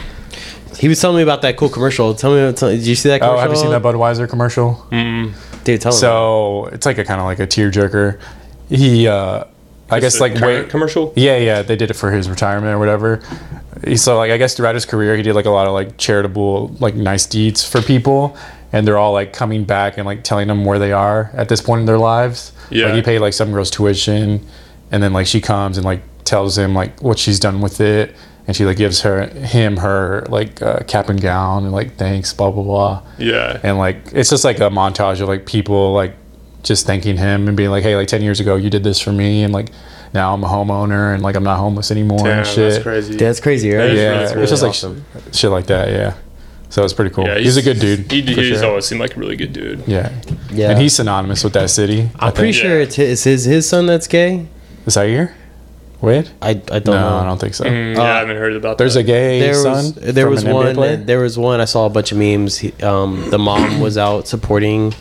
Speaker 1: He was telling me about that cool commercial. Tell me, tell, did you see that commercial?
Speaker 2: Oh, have you seen that Budweiser commercial?
Speaker 1: Dude, tell me. about
Speaker 2: So it's like a kind of like a tearjerker. He, uh, I guess,
Speaker 3: It's a
Speaker 2: like
Speaker 3: current
Speaker 2: wait,
Speaker 3: commercial
Speaker 2: Yeah, yeah, they did it for his retirement or whatever. He- So like I guess throughout his career he did like a lot of like charitable like nice deeds for people and they're all like coming back and like telling them where they are at this point in their lives.
Speaker 3: Yeah.
Speaker 2: Like he paid like some girl's tuition and then like she comes and like tells him like what she's done with it and she like gives her him her like uh, cap and gown and like thanks blah blah blah
Speaker 3: yeah
Speaker 2: and like it's just like a montage of like people like just thanking him and being like hey like 10 years ago you did this for me and like now i'm a homeowner and like i'm not homeless anymore
Speaker 3: Damn,
Speaker 2: and shit
Speaker 3: that's crazy
Speaker 1: that. Dude, that's crazy, right?
Speaker 3: Yeah,
Speaker 2: yeah
Speaker 3: That's
Speaker 2: it's just
Speaker 1: really
Speaker 2: like sh- shit like that yeah so it's pretty cool
Speaker 3: Yeah,
Speaker 2: he's, a good dude
Speaker 3: He,
Speaker 2: for
Speaker 3: he's
Speaker 2: sure.
Speaker 3: always seemed like a really good dude.
Speaker 2: yeah
Speaker 1: Yeah.
Speaker 2: and he's synonymous with that city I
Speaker 1: I'm pretty
Speaker 2: think.
Speaker 1: sure
Speaker 3: Yeah.
Speaker 1: it's his, his his son that's gay.
Speaker 2: is that here wait
Speaker 1: I, I don't
Speaker 2: no
Speaker 1: know.
Speaker 2: i don't think so
Speaker 3: Mm, yeah, I haven't heard about
Speaker 2: there's a
Speaker 3: that.
Speaker 2: gay
Speaker 1: there
Speaker 2: son
Speaker 1: was there
Speaker 2: from
Speaker 1: was
Speaker 2: an NBA
Speaker 1: one
Speaker 2: player?
Speaker 1: there was one I saw a bunch of memes. He, um, the mom was out supporting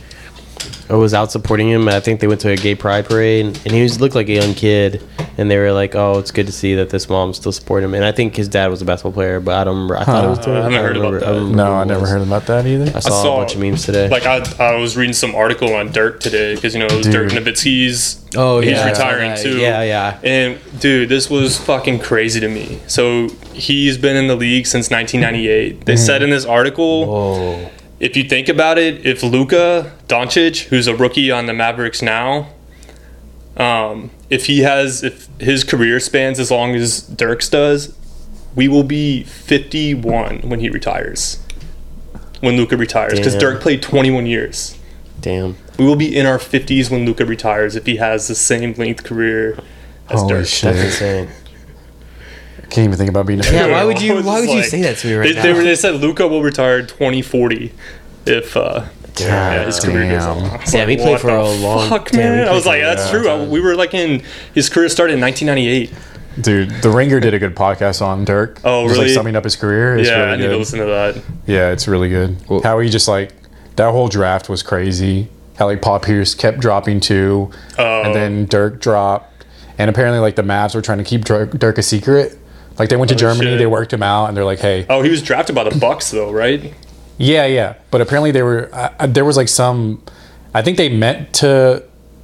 Speaker 1: or was out supporting him. and I think they went to a gay pride parade and he was looked like a young kid. And they were like, "Oh, it's good to see that this mom still supporting him." And I think his dad was a basketball player, but I don't remember. I thought it was.
Speaker 3: Huh. I haven't
Speaker 1: don't
Speaker 3: heard about
Speaker 1: remember-
Speaker 3: that.
Speaker 1: don't remember
Speaker 2: no
Speaker 1: who
Speaker 2: i
Speaker 1: it
Speaker 2: never
Speaker 1: was.
Speaker 2: heard about that either
Speaker 1: I saw, a bunch of memes today.
Speaker 3: Like I, I was reading some article on Dirk today because you know it was Dirk
Speaker 2: Dude.
Speaker 3: Nowitzki's.
Speaker 1: Oh,
Speaker 3: he's
Speaker 1: yeah, I saw
Speaker 3: retiring
Speaker 1: that.
Speaker 3: too.
Speaker 1: Yeah, yeah.
Speaker 3: And dude, this was fucking crazy to me. So he's been in the league since 1998.
Speaker 2: Mm-hmm.
Speaker 3: They said in this article.
Speaker 1: oh,
Speaker 3: if you think about it, if Luka Doncic, who's a rookie on the Mavericks now, um, if he has if his career spans as long as Dirk's does, we will be 51 when he retires. When Luka retires, because
Speaker 1: Damn.
Speaker 3: Dirk played 21 years.
Speaker 1: damn.
Speaker 3: We will be in our 50s when Luka retires if he has the same length career as
Speaker 2: Holy
Speaker 3: Dirk.
Speaker 1: That's
Speaker 2: shit!
Speaker 1: insane.
Speaker 2: Can't even think about being. A
Speaker 1: Yeah, why would
Speaker 3: I
Speaker 1: you-
Speaker 3: was
Speaker 1: why
Speaker 3: just
Speaker 1: would you say that to me right
Speaker 3: they, They,
Speaker 1: now?
Speaker 3: were- they said Luka will retire 2040 if uh, yeah, his career goes
Speaker 2: damn.
Speaker 3: on. I was
Speaker 1: Damn, he
Speaker 3: like,
Speaker 1: played
Speaker 3: what
Speaker 1: for
Speaker 3: the
Speaker 1: a long-
Speaker 3: Fuck,
Speaker 1: damn, he
Speaker 3: man. I
Speaker 1: played
Speaker 3: was
Speaker 1: for
Speaker 3: like,
Speaker 1: a
Speaker 3: that's true. I- we were like in his career started in 1998.
Speaker 2: Dude, The Ringer did a good podcast on Dirk.
Speaker 3: Oh,
Speaker 2: Just,
Speaker 3: really?
Speaker 2: like summing up his career. It's
Speaker 3: yeah,
Speaker 2: really
Speaker 3: I need
Speaker 2: good.
Speaker 3: to listen to that.
Speaker 2: Yeah, it's really good. How he just like that whole draft was crazy. How like Paul Pierce kept dropping two,
Speaker 3: Oh.
Speaker 2: and then Dirk dropped, and apparently like the Mavs were trying to keep Dirk, Dirk a secret. Like they went to Germany,
Speaker 3: Oh, shit.
Speaker 2: they worked him out, and they're like, "Hey,
Speaker 3: Oh, he was drafted by the Bucks though, right?
Speaker 2: yeah, yeah. But apparently they were uh, uh, there was like some I think they meant to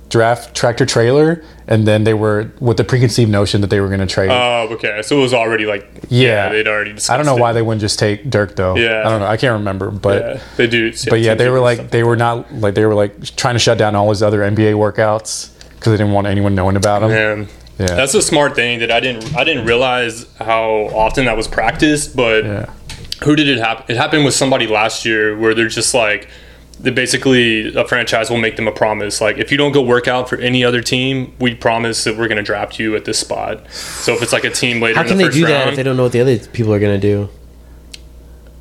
Speaker 2: draft tractor trailer and then they were with the preconceived notion that they were going to trade.
Speaker 3: Oh, okay. So it was already like
Speaker 2: yeah.
Speaker 3: they'd already. Discussed
Speaker 2: I don't know
Speaker 3: it.
Speaker 2: why they wouldn't just take Dirk though.
Speaker 3: Yeah.
Speaker 2: I don't know. I can't remember, but
Speaker 3: Yeah, they do.
Speaker 2: but yeah, they were like they were not like they were like trying to shut down all his other NBA workouts cuz they didn't want anyone knowing about him.
Speaker 3: Man,
Speaker 2: Yeah.
Speaker 3: that's a smart thing that I didn't. I didn't realize how often that was practiced, but.
Speaker 2: yeah.
Speaker 3: who did it happen? It happened with somebody last year where they're just like, they basically a franchise will make them a promise like if you don't go work out for any other team, we promise that we're going to draft you at this spot. So if it's like a team later
Speaker 1: How
Speaker 3: in the
Speaker 1: can they
Speaker 3: first
Speaker 1: do that
Speaker 3: round,
Speaker 1: if they don't know what the other people are gonna do?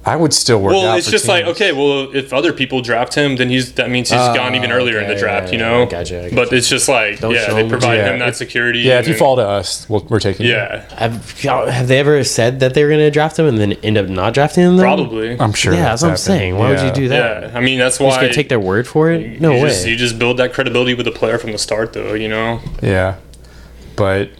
Speaker 2: I would still work.
Speaker 3: Well,
Speaker 2: out
Speaker 3: it's
Speaker 2: for
Speaker 3: just like
Speaker 2: teams.
Speaker 3: okay, well, if other people draft him, then he's that means he's
Speaker 1: Ah,
Speaker 3: gone even earlier in
Speaker 1: okay,
Speaker 3: the
Speaker 1: yeah,
Speaker 3: draft, you
Speaker 1: yeah,
Speaker 3: know.
Speaker 1: I gotcha, I
Speaker 3: But
Speaker 1: gotcha.
Speaker 3: it's just like
Speaker 1: Don't
Speaker 3: yeah,
Speaker 1: show
Speaker 3: they
Speaker 1: him-
Speaker 3: provide
Speaker 2: Yeah,
Speaker 3: him that
Speaker 2: if-
Speaker 3: security.
Speaker 2: Yeah,
Speaker 3: and
Speaker 2: if you
Speaker 3: then-
Speaker 2: fall to us, we'll, we're taking. you.
Speaker 3: yeah,
Speaker 1: Have, y'all- have they ever said that they were going to draft him and then end up not drafting him? though?
Speaker 3: probably.
Speaker 2: I'm sure.
Speaker 1: Yeah, that's what I'm
Speaker 2: happened.
Speaker 1: saying. Why
Speaker 2: Yeah.
Speaker 1: would you do that?
Speaker 3: Yeah, I mean that's
Speaker 1: You just
Speaker 3: why.
Speaker 1: gonna take their word for it? No
Speaker 3: you
Speaker 1: way.
Speaker 3: Just, you just build that credibility with the player from the start, though. You know.
Speaker 2: Yeah, but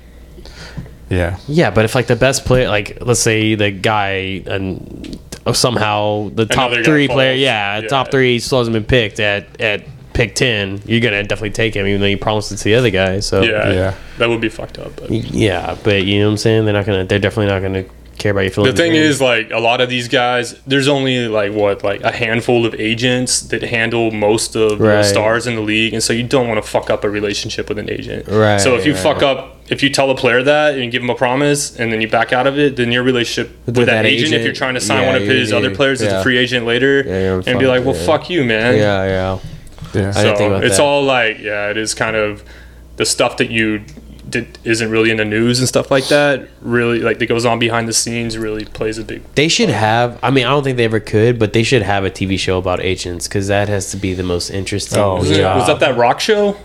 Speaker 2: yeah,
Speaker 1: yeah, but if like the best player, like let's say the guy and oh, somehow the top
Speaker 3: Another guy
Speaker 1: three
Speaker 3: falls.
Speaker 1: player, yeah,
Speaker 3: Yeah.
Speaker 1: top three still hasn't been picked at at pick ten, you're gonna definitely take him, even though you promised it to the other guy. So
Speaker 3: Yeah,
Speaker 2: Yeah.
Speaker 3: that would be fucked up. But.
Speaker 1: yeah, but you know what I'm saying? They're not gonna. They're definitely not gonna care about you.
Speaker 3: The thing is, like a lot of these guys, there's only like what, like a handful of agents that handle most of
Speaker 1: Right.
Speaker 3: the stars in the league, and so you don't want to fuck up a relationship with an agent.
Speaker 1: Right,
Speaker 3: So if you
Speaker 1: right.
Speaker 3: fuck up, if you tell a player that and you give him a promise, and then you back out of it, then your relationship with, that,
Speaker 1: that
Speaker 3: agent, if
Speaker 1: agent,
Speaker 3: you're trying to sign
Speaker 1: yeah,
Speaker 3: one of
Speaker 1: you're-
Speaker 3: his other
Speaker 1: you're-
Speaker 3: players as
Speaker 1: yeah.
Speaker 3: a free agent later,
Speaker 1: Yeah, you're
Speaker 3: and be like,
Speaker 1: fucked,
Speaker 3: well,
Speaker 1: yeah.
Speaker 3: fuck you, man.
Speaker 1: yeah, yeah.
Speaker 2: yeah.
Speaker 1: I
Speaker 3: So
Speaker 1: didn't think about
Speaker 3: it's
Speaker 1: that.
Speaker 3: all like, yeah, it is kind of the stuff that you. Did, isn't really in the news and stuff like that. Really, like that goes on behind the scenes. Really plays a big
Speaker 1: They should have. I mean, I don't think they ever could, but they should have a TV show about agents because that has to be the most interesting.
Speaker 2: Oh,
Speaker 3: Was,
Speaker 2: yeah.
Speaker 3: it- was that that rock show?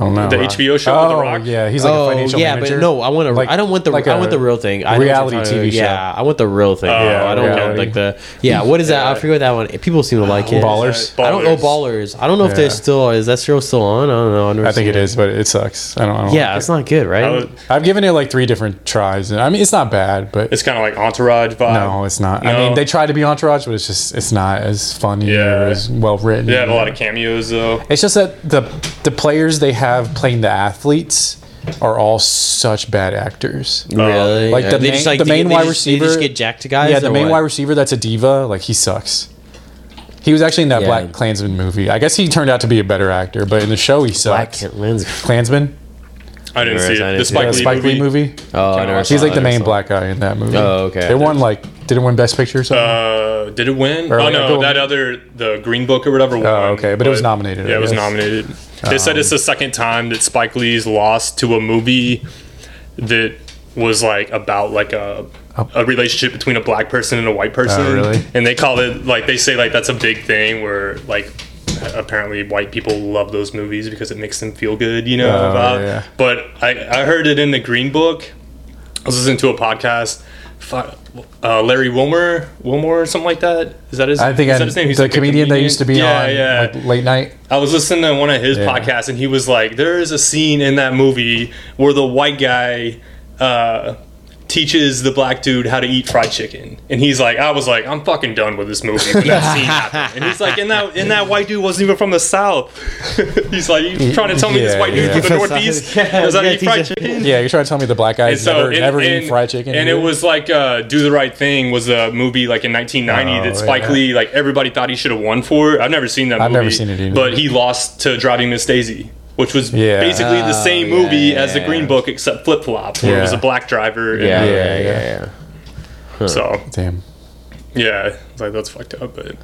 Speaker 2: oh no,
Speaker 3: The HBO show with The
Speaker 2: Oh,
Speaker 3: Rock?
Speaker 2: Yeah, he's like a financial
Speaker 1: yeah,
Speaker 2: manager.
Speaker 1: but no, I want to.
Speaker 2: Like-
Speaker 1: I don't want the.
Speaker 2: like
Speaker 1: I
Speaker 2: a
Speaker 1: want the real thing. I know what you're
Speaker 2: reality
Speaker 1: talking
Speaker 2: TV
Speaker 1: about. Yeah, I want the real thing.
Speaker 3: Yeah,
Speaker 1: Yeah, I don't want
Speaker 2: Oh, reality. Oh,
Speaker 1: like the. Yeah, what is that? I forget what that one. People seem to like it.
Speaker 2: Ballers?
Speaker 1: I don't know ballers. I don't know if they're
Speaker 2: Yeah.
Speaker 1: still. Is that show still on? I don't know. I've never
Speaker 2: I think
Speaker 1: seen
Speaker 2: it is, but it sucks. I don't. I don't
Speaker 1: Yeah, it's not good, right?
Speaker 3: I would-
Speaker 2: I've given it like three different tries, and I mean it's not bad, but
Speaker 3: It's kind of like Entourage vibe.
Speaker 2: no, it's not. I
Speaker 3: No.
Speaker 2: mean they try to be entourage, but it's just it's not as funny or
Speaker 3: Yeah.
Speaker 2: as well written.
Speaker 3: They had a lot of cameos though.
Speaker 2: It's just that the the players they have playing the athletes are all such bad actors.
Speaker 1: really?
Speaker 2: like, the
Speaker 1: They
Speaker 2: main-
Speaker 1: they-
Speaker 2: the main
Speaker 1: they
Speaker 2: wide
Speaker 1: just- They just
Speaker 2: receiver-
Speaker 1: get jacked to guys.
Speaker 2: yeah, the
Speaker 1: or
Speaker 2: main
Speaker 1: what?
Speaker 2: wide receiver that's a diva, like he sucks. He was actually in that
Speaker 1: Yeah.
Speaker 2: Black Klansman movie. I guess he turned out to be a better actor, but in the show he
Speaker 1: Black
Speaker 2: sucks.
Speaker 1: Kent Lins.
Speaker 2: Klansman,
Speaker 3: I didn't
Speaker 1: Whereas
Speaker 3: see
Speaker 1: I
Speaker 3: it.
Speaker 1: didn't
Speaker 3: The
Speaker 1: see it.
Speaker 3: Spike,
Speaker 2: the
Speaker 3: Lee,
Speaker 2: Spike Lee
Speaker 3: movie.
Speaker 2: movie.
Speaker 1: Oh, I never
Speaker 2: He's
Speaker 1: saw
Speaker 2: like the
Speaker 1: it.
Speaker 2: main black guy in that movie.
Speaker 1: Oh, okay.
Speaker 2: They won like did it win Best Picture or something?
Speaker 3: Uh, did it win?
Speaker 2: Or
Speaker 3: oh
Speaker 2: like a
Speaker 3: no,
Speaker 2: gold-
Speaker 3: that other the Green Book or whatever. Won,
Speaker 2: Oh, okay, but it was nominated,
Speaker 3: Yeah,
Speaker 2: I
Speaker 3: it was
Speaker 2: guess. Oh.
Speaker 3: nominated. They said it's the second time that Spike Lee's lost to a movie that was like about like a. A relationship between a black person and a white person,
Speaker 2: Oh, really?
Speaker 3: and they call it like they say like that's a big thing where like apparently white people love those movies because it makes them feel good, you know.
Speaker 2: Oh,
Speaker 3: about-
Speaker 2: yeah.
Speaker 3: But I I heard it in the Green Book, I was listening to a podcast. fu- Uh, Larry Wilmer, Wilmer, or something like that. Is that his?
Speaker 2: I think
Speaker 3: is
Speaker 2: I, the
Speaker 3: that his name?
Speaker 2: comedian,
Speaker 3: He's like a
Speaker 2: that used to be
Speaker 3: yeah,
Speaker 2: on
Speaker 3: Yeah,
Speaker 2: like, late night.
Speaker 3: I was listening to one of his
Speaker 2: Yeah.
Speaker 3: podcasts, and he was like, "There is a scene in that movie where the white guy uh, teaches the black dude how to eat fried chicken," and he's like, "I was like, I'm fucking done with this movie." When that scene happened, and he's like, "And that and that white dude wasn't even from the south." he's like, "You trying to tell me this
Speaker 2: Yeah,
Speaker 3: white dude
Speaker 2: yeah.
Speaker 3: from the northeast
Speaker 1: Yeah,
Speaker 3: knows how
Speaker 1: yeah,
Speaker 3: to eat
Speaker 1: teach
Speaker 3: fried
Speaker 1: it.
Speaker 3: chicken?"
Speaker 2: Yeah, you're trying to tell me the black guy
Speaker 3: And so
Speaker 2: never
Speaker 3: and,
Speaker 2: never
Speaker 3: and-
Speaker 2: eaten fried chicken.
Speaker 3: and it was like uh, "Do the Right Thing" was a movie like in 1990 that
Speaker 2: Oh,
Speaker 3: Spike
Speaker 2: yeah.
Speaker 3: Lee like everybody thought he should have won for. I've never seen that.
Speaker 2: I've
Speaker 3: movie,
Speaker 2: never seen it either.
Speaker 3: But he lost to Driving Miss Daisy, which was
Speaker 2: Yeah.
Speaker 3: basically the
Speaker 1: Oh,
Speaker 3: same
Speaker 1: yeah,
Speaker 3: movie
Speaker 1: yeah,
Speaker 3: as the
Speaker 1: yeah.
Speaker 3: Green Book, except flip flop, where it was
Speaker 2: Yeah.
Speaker 3: a black driver. And,
Speaker 1: Yeah,
Speaker 2: Yeah,
Speaker 1: yeah, yeah,
Speaker 2: yeah.
Speaker 1: yeah.
Speaker 3: So
Speaker 2: damn.
Speaker 3: yeah, it's like that's fucked up. But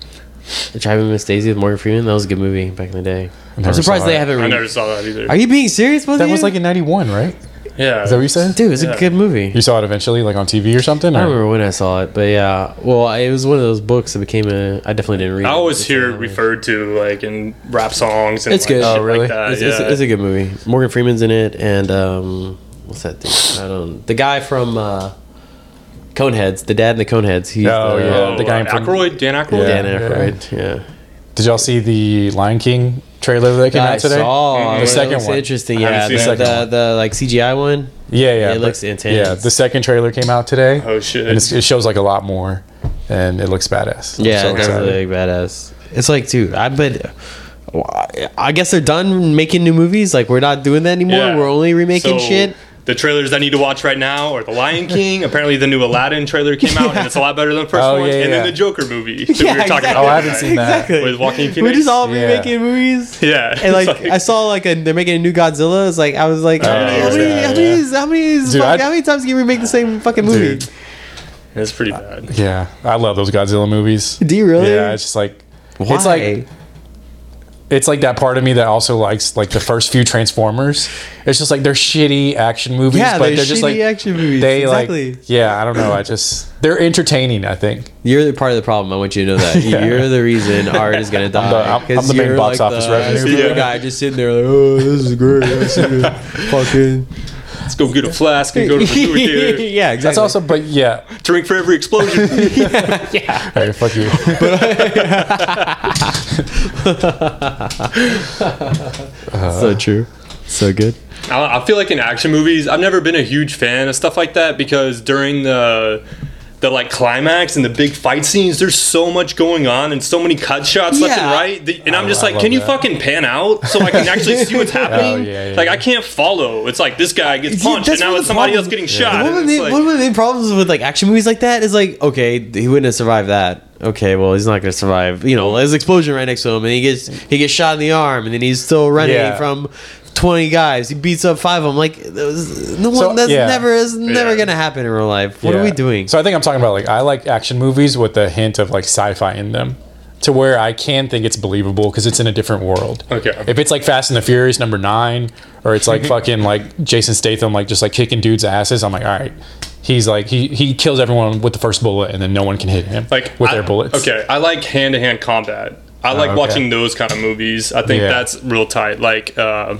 Speaker 1: Driving Miss Daisy with Morgan Freeman. That was a good movie back in the day. I'm
Speaker 2: never
Speaker 1: surprised
Speaker 2: saw
Speaker 1: they
Speaker 2: it.
Speaker 1: haven't.
Speaker 3: I
Speaker 1: Re-
Speaker 3: never saw that either.
Speaker 1: Are you being serious? Both
Speaker 2: That
Speaker 1: of
Speaker 2: was
Speaker 1: you?
Speaker 2: like in '91, right? Is
Speaker 3: yeah,
Speaker 2: that what you said?
Speaker 1: dude, it's a
Speaker 3: Yeah.
Speaker 1: good movie.
Speaker 2: You saw it eventually, like on TV or something?
Speaker 1: I
Speaker 2: or-
Speaker 1: don't remember when I saw it, but yeah. Well, I- it was one of those books that became a. I definitely didn't read.
Speaker 3: I
Speaker 1: it.
Speaker 3: always
Speaker 1: It's
Speaker 3: hear
Speaker 1: a-
Speaker 3: it referred to like in rap songs. And
Speaker 1: It's
Speaker 3: like,
Speaker 1: good.
Speaker 3: shit
Speaker 1: Oh,
Speaker 2: really?
Speaker 3: Like that.
Speaker 1: It's,
Speaker 3: yeah.
Speaker 1: it's, it's a good movie. Morgan Freeman's in it, and um, what's that dude? I don't. The guy from uh, Coneheads, the dad in the Coneheads. He's
Speaker 2: Oh,
Speaker 1: the,
Speaker 2: yeah.
Speaker 3: oh,
Speaker 2: the guy
Speaker 3: uh,
Speaker 2: from-
Speaker 3: Aykroyd, Dan Aykroyd.
Speaker 1: Dan
Speaker 2: Yeah.
Speaker 1: Aykroyd. Yeah.
Speaker 2: Did y'all see the Lion King trailer that came
Speaker 1: I
Speaker 2: out today?
Speaker 1: saw
Speaker 2: The
Speaker 1: it
Speaker 2: second
Speaker 1: looks
Speaker 2: one.
Speaker 1: Interesting,
Speaker 3: I haven't
Speaker 1: yeah. The,
Speaker 3: seen
Speaker 1: the,
Speaker 3: it.
Speaker 1: the, like CGI one.
Speaker 2: Yeah, yeah.
Speaker 1: It
Speaker 2: but-
Speaker 1: looks intense.
Speaker 2: Yeah, the second trailer came out today.
Speaker 3: Oh, shit.
Speaker 2: And it's, it shows like a lot more, and it looks badass. I'm
Speaker 1: Yeah,
Speaker 2: so
Speaker 1: it does
Speaker 2: excited.
Speaker 1: look like badass. It's like, dude, I bet. I guess they're done making new movies. Like we're not doing that anymore.
Speaker 3: Yeah.
Speaker 1: We're only remaking
Speaker 3: So,
Speaker 1: shit.
Speaker 3: The trailers I need to watch right now are The Lion King. Apparently, the new Aladdin trailer came out, and it's a lot better than the first
Speaker 2: Oh,
Speaker 3: one.
Speaker 2: yeah,
Speaker 3: and then
Speaker 2: yeah.
Speaker 3: the Joker movie that we were talking
Speaker 1: exactly.
Speaker 3: about.
Speaker 2: Oh, I haven't seen that.
Speaker 1: Exactly.
Speaker 3: With Joaquin
Speaker 1: We're
Speaker 3: Phoenix?
Speaker 1: just all
Speaker 2: Yeah.
Speaker 1: remaking movies.
Speaker 3: Yeah,
Speaker 1: And like,
Speaker 3: It's like-
Speaker 1: I saw like a, they're making a new Godzilla. It's like I was like, how many,
Speaker 3: yeah,
Speaker 1: how many,
Speaker 2: Oh, yeah,
Speaker 1: how many,
Speaker 2: yeah.
Speaker 1: is- how many, is,
Speaker 2: Dude,
Speaker 1: fuck-
Speaker 2: I-
Speaker 1: how many times can you remake the same fucking movie?
Speaker 2: Dude.
Speaker 3: It's pretty bad.
Speaker 2: Yeah, I love those Godzilla movies.
Speaker 1: Do you really?
Speaker 2: Yeah, it's just like
Speaker 1: Why?
Speaker 2: it's like it's like that part of me that also likes like the first few Transformers. It's just like they're shitty action movies,
Speaker 1: Yeah,
Speaker 2: but
Speaker 1: they're
Speaker 2: they're, just
Speaker 1: shitty
Speaker 2: like
Speaker 1: action movies.
Speaker 2: They
Speaker 1: Exactly.
Speaker 2: like yeah, I don't know. I just they're entertaining. I think
Speaker 1: You're the part of the problem. I want you to know that
Speaker 2: Yeah.
Speaker 1: you're the reason art is gonna die.
Speaker 2: the- I'm-
Speaker 1: 'cause
Speaker 2: I'm the main
Speaker 1: you're
Speaker 2: box office revenue.
Speaker 1: super
Speaker 3: Yeah.
Speaker 1: guy just sitting there like, oh, this is great. This is fucking.
Speaker 3: Let's go get a flask and go to the movie theater.
Speaker 1: yeah, exactly.
Speaker 2: that's also. But yeah,
Speaker 3: Drink for every explosion.
Speaker 2: all right, fuck you.
Speaker 1: so true. So good.
Speaker 3: I, I feel like in action movies, I've never been a huge fan of stuff like that because during the the like climax and the big fight scenes, there's so much going on and so many cut shots left and
Speaker 1: Yeah.
Speaker 3: right. that- and I'm just
Speaker 2: I
Speaker 3: like,
Speaker 2: love
Speaker 3: can you
Speaker 2: that. Oh,
Speaker 3: fucking pan out so I can actually see what's happening?
Speaker 2: yeah, yeah,
Speaker 3: like
Speaker 2: yeah.
Speaker 3: I can't follow. It's like this guy gets
Speaker 1: Yeah,
Speaker 3: punched
Speaker 1: that's
Speaker 3: and now
Speaker 1: one
Speaker 3: it's
Speaker 1: of the
Speaker 3: somebody
Speaker 1: problems.
Speaker 3: else getting
Speaker 1: The
Speaker 3: shot.
Speaker 1: One, of
Speaker 3: and
Speaker 1: the,
Speaker 3: it's like-
Speaker 1: one of the main problems with like action movies like that is like, okay, he wouldn't survive that. Okay, well, he's not gonna survive. You know, there's an explosion right next to him, and he gets he gets shot in the arm, and then he's still running
Speaker 2: Yeah.
Speaker 1: from. 20 guys he beats up five of them like those- the one
Speaker 2: So,
Speaker 1: that's
Speaker 2: yeah.
Speaker 1: never is never
Speaker 3: Yeah.
Speaker 1: gonna happen in real life what are
Speaker 2: Yeah.
Speaker 1: we doing
Speaker 2: So I think I'm talking about like I like action movies with a hint of like sci-fi in them, to where I can think it's believable because it's in a different world.
Speaker 3: Okay.
Speaker 2: If it's like Fast and the Furious number nine, or it's like fucking like Jason Statham like just like kicking dudes' asses, I'm like, all right, he's like he he kills everyone with the first bullet, and then no one can hit him
Speaker 3: like
Speaker 2: with
Speaker 3: I-
Speaker 2: their bullets. Oh,
Speaker 3: Okay, I like hand to hand combat. I like
Speaker 2: okay.
Speaker 3: watching those kind of movies. I think
Speaker 2: Yeah.
Speaker 3: that's real tight. Like uh,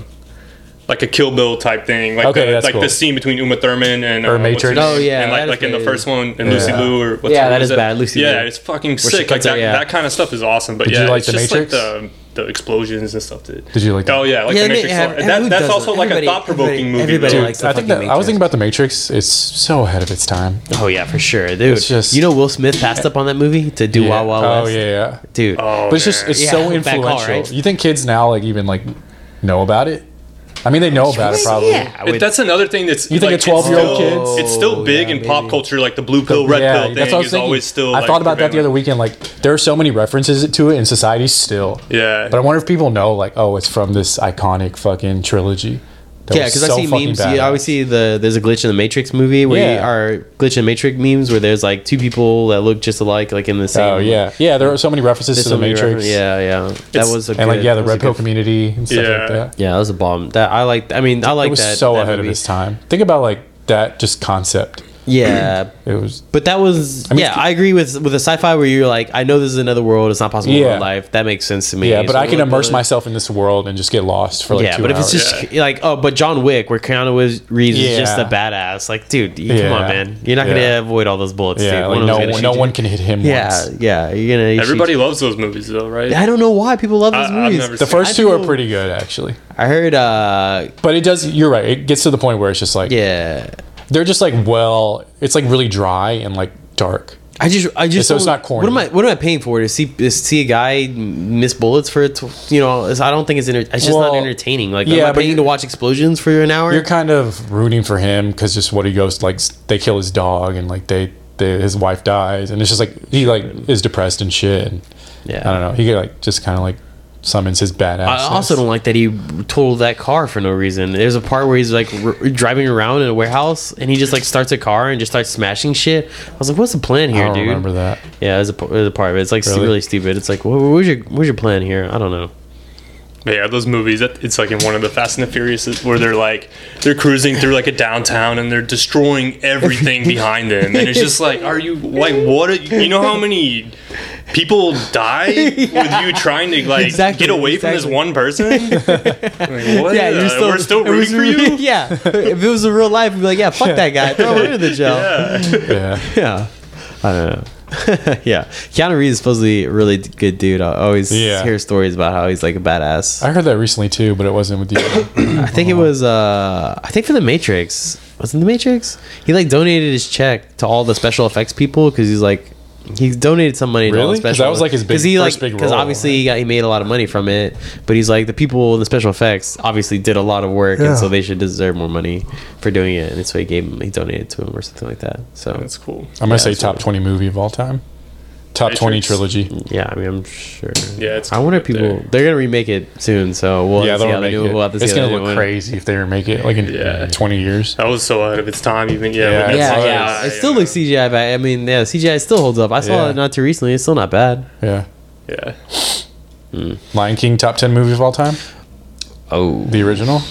Speaker 3: like a Kill Bill type thing. Like
Speaker 2: Okay,
Speaker 3: the,
Speaker 2: that's
Speaker 3: like
Speaker 2: cool.
Speaker 3: the scene between Uma Thurman and
Speaker 2: Or
Speaker 3: uh, what's her
Speaker 2: Matrix.
Speaker 3: name?
Speaker 1: Oh, yeah,
Speaker 3: and
Speaker 1: that
Speaker 3: like,
Speaker 1: is
Speaker 3: like in the
Speaker 1: bad.
Speaker 3: first one and Lucy
Speaker 2: Yeah.
Speaker 3: Liu or what's
Speaker 1: Yeah,
Speaker 3: her
Speaker 1: that
Speaker 3: name?
Speaker 1: is bad, Lucy
Speaker 3: Yeah,
Speaker 1: Liu.
Speaker 3: it's fucking
Speaker 1: she
Speaker 3: sick. Like
Speaker 1: cuts out-
Speaker 3: that,
Speaker 1: yeah.
Speaker 3: that kind of stuff is awesome. But yeah,
Speaker 2: you like
Speaker 3: it's
Speaker 2: The
Speaker 3: just
Speaker 2: Matrix?
Speaker 3: like the the explosions and stuff. That,
Speaker 2: Did you like
Speaker 3: Oh
Speaker 2: that?
Speaker 3: yeah, like
Speaker 1: Yeah,
Speaker 3: the
Speaker 1: they-
Speaker 3: Matrix.
Speaker 1: yeah,
Speaker 3: and that,
Speaker 1: who
Speaker 3: that's
Speaker 1: doesn't?
Speaker 3: also like a
Speaker 1: Everybody-
Speaker 3: thought provoking movie.
Speaker 1: everybody
Speaker 3: though.
Speaker 1: likes- the
Speaker 2: I think
Speaker 1: fucking
Speaker 2: that I
Speaker 1: Matrix.
Speaker 2: was thinking about the Matrix. It's so ahead of its time.
Speaker 1: oh yeah for sure dude
Speaker 2: It's just-
Speaker 1: you know will smith passed up on that movie to do Wild Wild
Speaker 2: oh
Speaker 1: West
Speaker 2: yeah, yeah.
Speaker 1: dude
Speaker 3: Oh,
Speaker 2: but it's just
Speaker 3: man.
Speaker 2: it's
Speaker 1: Yeah,
Speaker 2: so
Speaker 1: back
Speaker 2: influential.
Speaker 1: hall, right?
Speaker 2: You think kids now like even like know about it? I mean, they know about it probably.
Speaker 1: yeah
Speaker 3: It- that's another thing that's
Speaker 2: You think
Speaker 3: like,
Speaker 2: a 12-year-old
Speaker 3: it's still-
Speaker 2: kid's-
Speaker 3: It's still big
Speaker 1: Oh, Yeah,
Speaker 3: in pop
Speaker 1: maybe.
Speaker 3: culture, like the blue pill, red
Speaker 2: yeah,
Speaker 3: pill
Speaker 2: that's
Speaker 3: thing
Speaker 2: what I was
Speaker 3: is
Speaker 2: thinking.
Speaker 3: always still.
Speaker 2: I
Speaker 3: like,
Speaker 2: thought about that the
Speaker 3: prevalent.
Speaker 2: other weekend. Like there are so many references to it in society still.
Speaker 3: Yeah.
Speaker 2: But I wonder if people know like, oh, it's from this iconic fucking trilogy. That
Speaker 1: Yeah,
Speaker 2: was
Speaker 1: because
Speaker 2: so
Speaker 1: I see
Speaker 2: fucking
Speaker 1: memes. Yeah, I always
Speaker 2: badass.
Speaker 1: see the there's a glitch in the Matrix movie where you
Speaker 2: Yeah.
Speaker 1: are glitch in Matrix memes where there's like two people that look just alike, like in the same.
Speaker 2: Oh yeah, yeah. There are so many references
Speaker 1: there's
Speaker 2: to the
Speaker 1: so many
Speaker 2: Matrix.
Speaker 1: references. Yeah, yeah. That
Speaker 3: It's-
Speaker 1: was a
Speaker 2: And like
Speaker 1: good-
Speaker 2: yeah,
Speaker 1: that
Speaker 2: the
Speaker 1: was a
Speaker 2: Red Pill
Speaker 1: good-
Speaker 2: community and stuff
Speaker 3: Yeah.
Speaker 2: like that.
Speaker 1: Yeah, that was a bomb. That I like. I mean, I like
Speaker 2: It was
Speaker 1: that.
Speaker 2: so
Speaker 1: that
Speaker 2: ahead
Speaker 1: movie.
Speaker 2: of its time. Think about like that just concept.
Speaker 1: Yeah,
Speaker 2: It was
Speaker 1: but that was.
Speaker 2: mean,
Speaker 1: yeah,
Speaker 2: it's-
Speaker 1: I agree with with the sci-fi where you're like, I know this is another world. It's not possible in
Speaker 2: Yeah.
Speaker 1: real life. That makes sense to me.
Speaker 2: yeah, but
Speaker 1: So
Speaker 2: I can
Speaker 1: we'll
Speaker 2: immerse
Speaker 1: do it.
Speaker 2: myself in this world and just get lost for like
Speaker 1: yeah,
Speaker 2: two
Speaker 1: but if
Speaker 2: hours.
Speaker 1: it's just like oh, but John Wick, where Keanu Reeves is just
Speaker 2: Yeah.
Speaker 1: a badass, like dude, you-
Speaker 2: Yeah.
Speaker 1: come on, man, you're not
Speaker 2: Yeah.
Speaker 1: gonna avoid all those bullets. dude.
Speaker 2: yeah, like
Speaker 1: of them's
Speaker 2: no
Speaker 1: gonna
Speaker 2: one,
Speaker 1: shoot
Speaker 2: no
Speaker 1: you.
Speaker 2: one can hit him.
Speaker 1: Yeah,
Speaker 2: once.
Speaker 1: yeah. You're gonna shoot-
Speaker 3: Everybody loves those movies, though, right?
Speaker 1: I don't know why people love those
Speaker 3: I- I've
Speaker 1: movies.
Speaker 3: never
Speaker 2: the
Speaker 3: seen-
Speaker 2: first
Speaker 1: I
Speaker 2: two are
Speaker 1: feel-
Speaker 2: pretty good actually.
Speaker 1: I heard. uh
Speaker 2: But it does. You're right. It gets to the point where it's just like
Speaker 1: Yeah,
Speaker 2: they're just like well, it's like really dry and like dark.
Speaker 1: I just, I just.
Speaker 2: So it's
Speaker 1: don't-
Speaker 2: not corny.
Speaker 1: What am I? What am I paying for to see to see a guy miss bullets for? it? You know, it's- I don't think it's. Enter- it's just not
Speaker 2: Well,
Speaker 1: entertaining. Like,
Speaker 2: yeah,
Speaker 1: am I
Speaker 2: but
Speaker 1: paying
Speaker 2: you-
Speaker 1: to watch explosions for an hour?
Speaker 2: You're kind of rooting for him because just what he goes like s- they kill his dog and like they, they his wife dies and it's just like he like is depressed and shit. And
Speaker 1: Yeah.
Speaker 2: I don't know. He get, like just kind of like summons his badass.
Speaker 1: I also don't like that he totaled that car for no reason. There's a part where he's like r- driving around in a warehouse and he just like starts a car and just starts smashing shit. I was like, what's the plan here,
Speaker 2: I don't
Speaker 1: dude?
Speaker 2: remember that.
Speaker 1: Yeah, there's a, p- there's a part of it. It's like stu-
Speaker 2: Really?
Speaker 1: really, stupid. It's like, wha- wha- where's your where's your plan here? I don't know.
Speaker 3: But yeah, those movies. that- It's like in one of the Fast and the Furious where they're like they're cruising through like a downtown and they're destroying everything behind them, and it's just like, are you like what? Are, you know how many people die with you trying to like
Speaker 1: Exactly,
Speaker 3: get away from
Speaker 1: exactly.
Speaker 3: this one person? Like, what?
Speaker 1: Yeah,
Speaker 3: Uh,
Speaker 1: you're still,
Speaker 3: we're still
Speaker 1: it was
Speaker 3: rooting for
Speaker 1: re-
Speaker 3: you.
Speaker 1: yeah, if it was a real life, we'd be like, yeah, fuck that guy, throw him into the jail.
Speaker 2: Yeah.
Speaker 1: Yeah. I don't know. yeah, Keanu Reeves is supposedly a really d- good dude. I always
Speaker 2: Yeah.
Speaker 1: hear stories about how he's like a badass.
Speaker 2: I heard that recently too, but it wasn't with you.
Speaker 1: I think it was uh I think for the Matrix. Was it the Matrix? He like donated his check to all the special effects people because he's like he donated some money to all the
Speaker 2: Really? 'Cause
Speaker 1: special
Speaker 2: that was, like, his big-
Speaker 1: he
Speaker 2: first
Speaker 1: like
Speaker 2: big
Speaker 1: because
Speaker 2: role,
Speaker 1: obviously
Speaker 2: right?
Speaker 1: he got he made a lot of money from it but he's like the people in the special effects obviously did a lot of work
Speaker 2: Yeah.
Speaker 1: and so they should deserve more money for doing it and so he gave him he donated to him or something like that so
Speaker 3: That's cool.
Speaker 2: I'm gonna say
Speaker 1: that's
Speaker 2: top 20 movie of all time. Top 20
Speaker 3: Matrix.
Speaker 2: trilogy.
Speaker 1: yeah I mean I'm sure
Speaker 3: Yeah, it's
Speaker 1: I wonder if
Speaker 3: up
Speaker 1: people
Speaker 3: there.
Speaker 1: they're gonna remake it soon so we'll
Speaker 2: yeah,
Speaker 1: yeah, see
Speaker 2: they'll
Speaker 1: how they
Speaker 2: make
Speaker 1: do
Speaker 2: it.
Speaker 1: it. We'll have to see
Speaker 2: it's
Speaker 1: how
Speaker 2: gonna
Speaker 1: they do
Speaker 2: look
Speaker 1: it.
Speaker 2: crazy if they remake it like in
Speaker 3: Yeah.
Speaker 2: 20 years.
Speaker 3: That was so out of its time, even
Speaker 2: Yeah,
Speaker 3: yeah. with that
Speaker 1: Yeah,
Speaker 2: It's
Speaker 1: yeah.
Speaker 3: CGI,
Speaker 1: It still looks CGI bad. I mean, yeah, CGI still holds up. I saw
Speaker 2: Yeah.
Speaker 1: it not too recently. It's still not bad.
Speaker 2: Yeah.
Speaker 3: Yeah.
Speaker 2: Lion King top ten movie of all time,
Speaker 1: Oh.
Speaker 2: the original.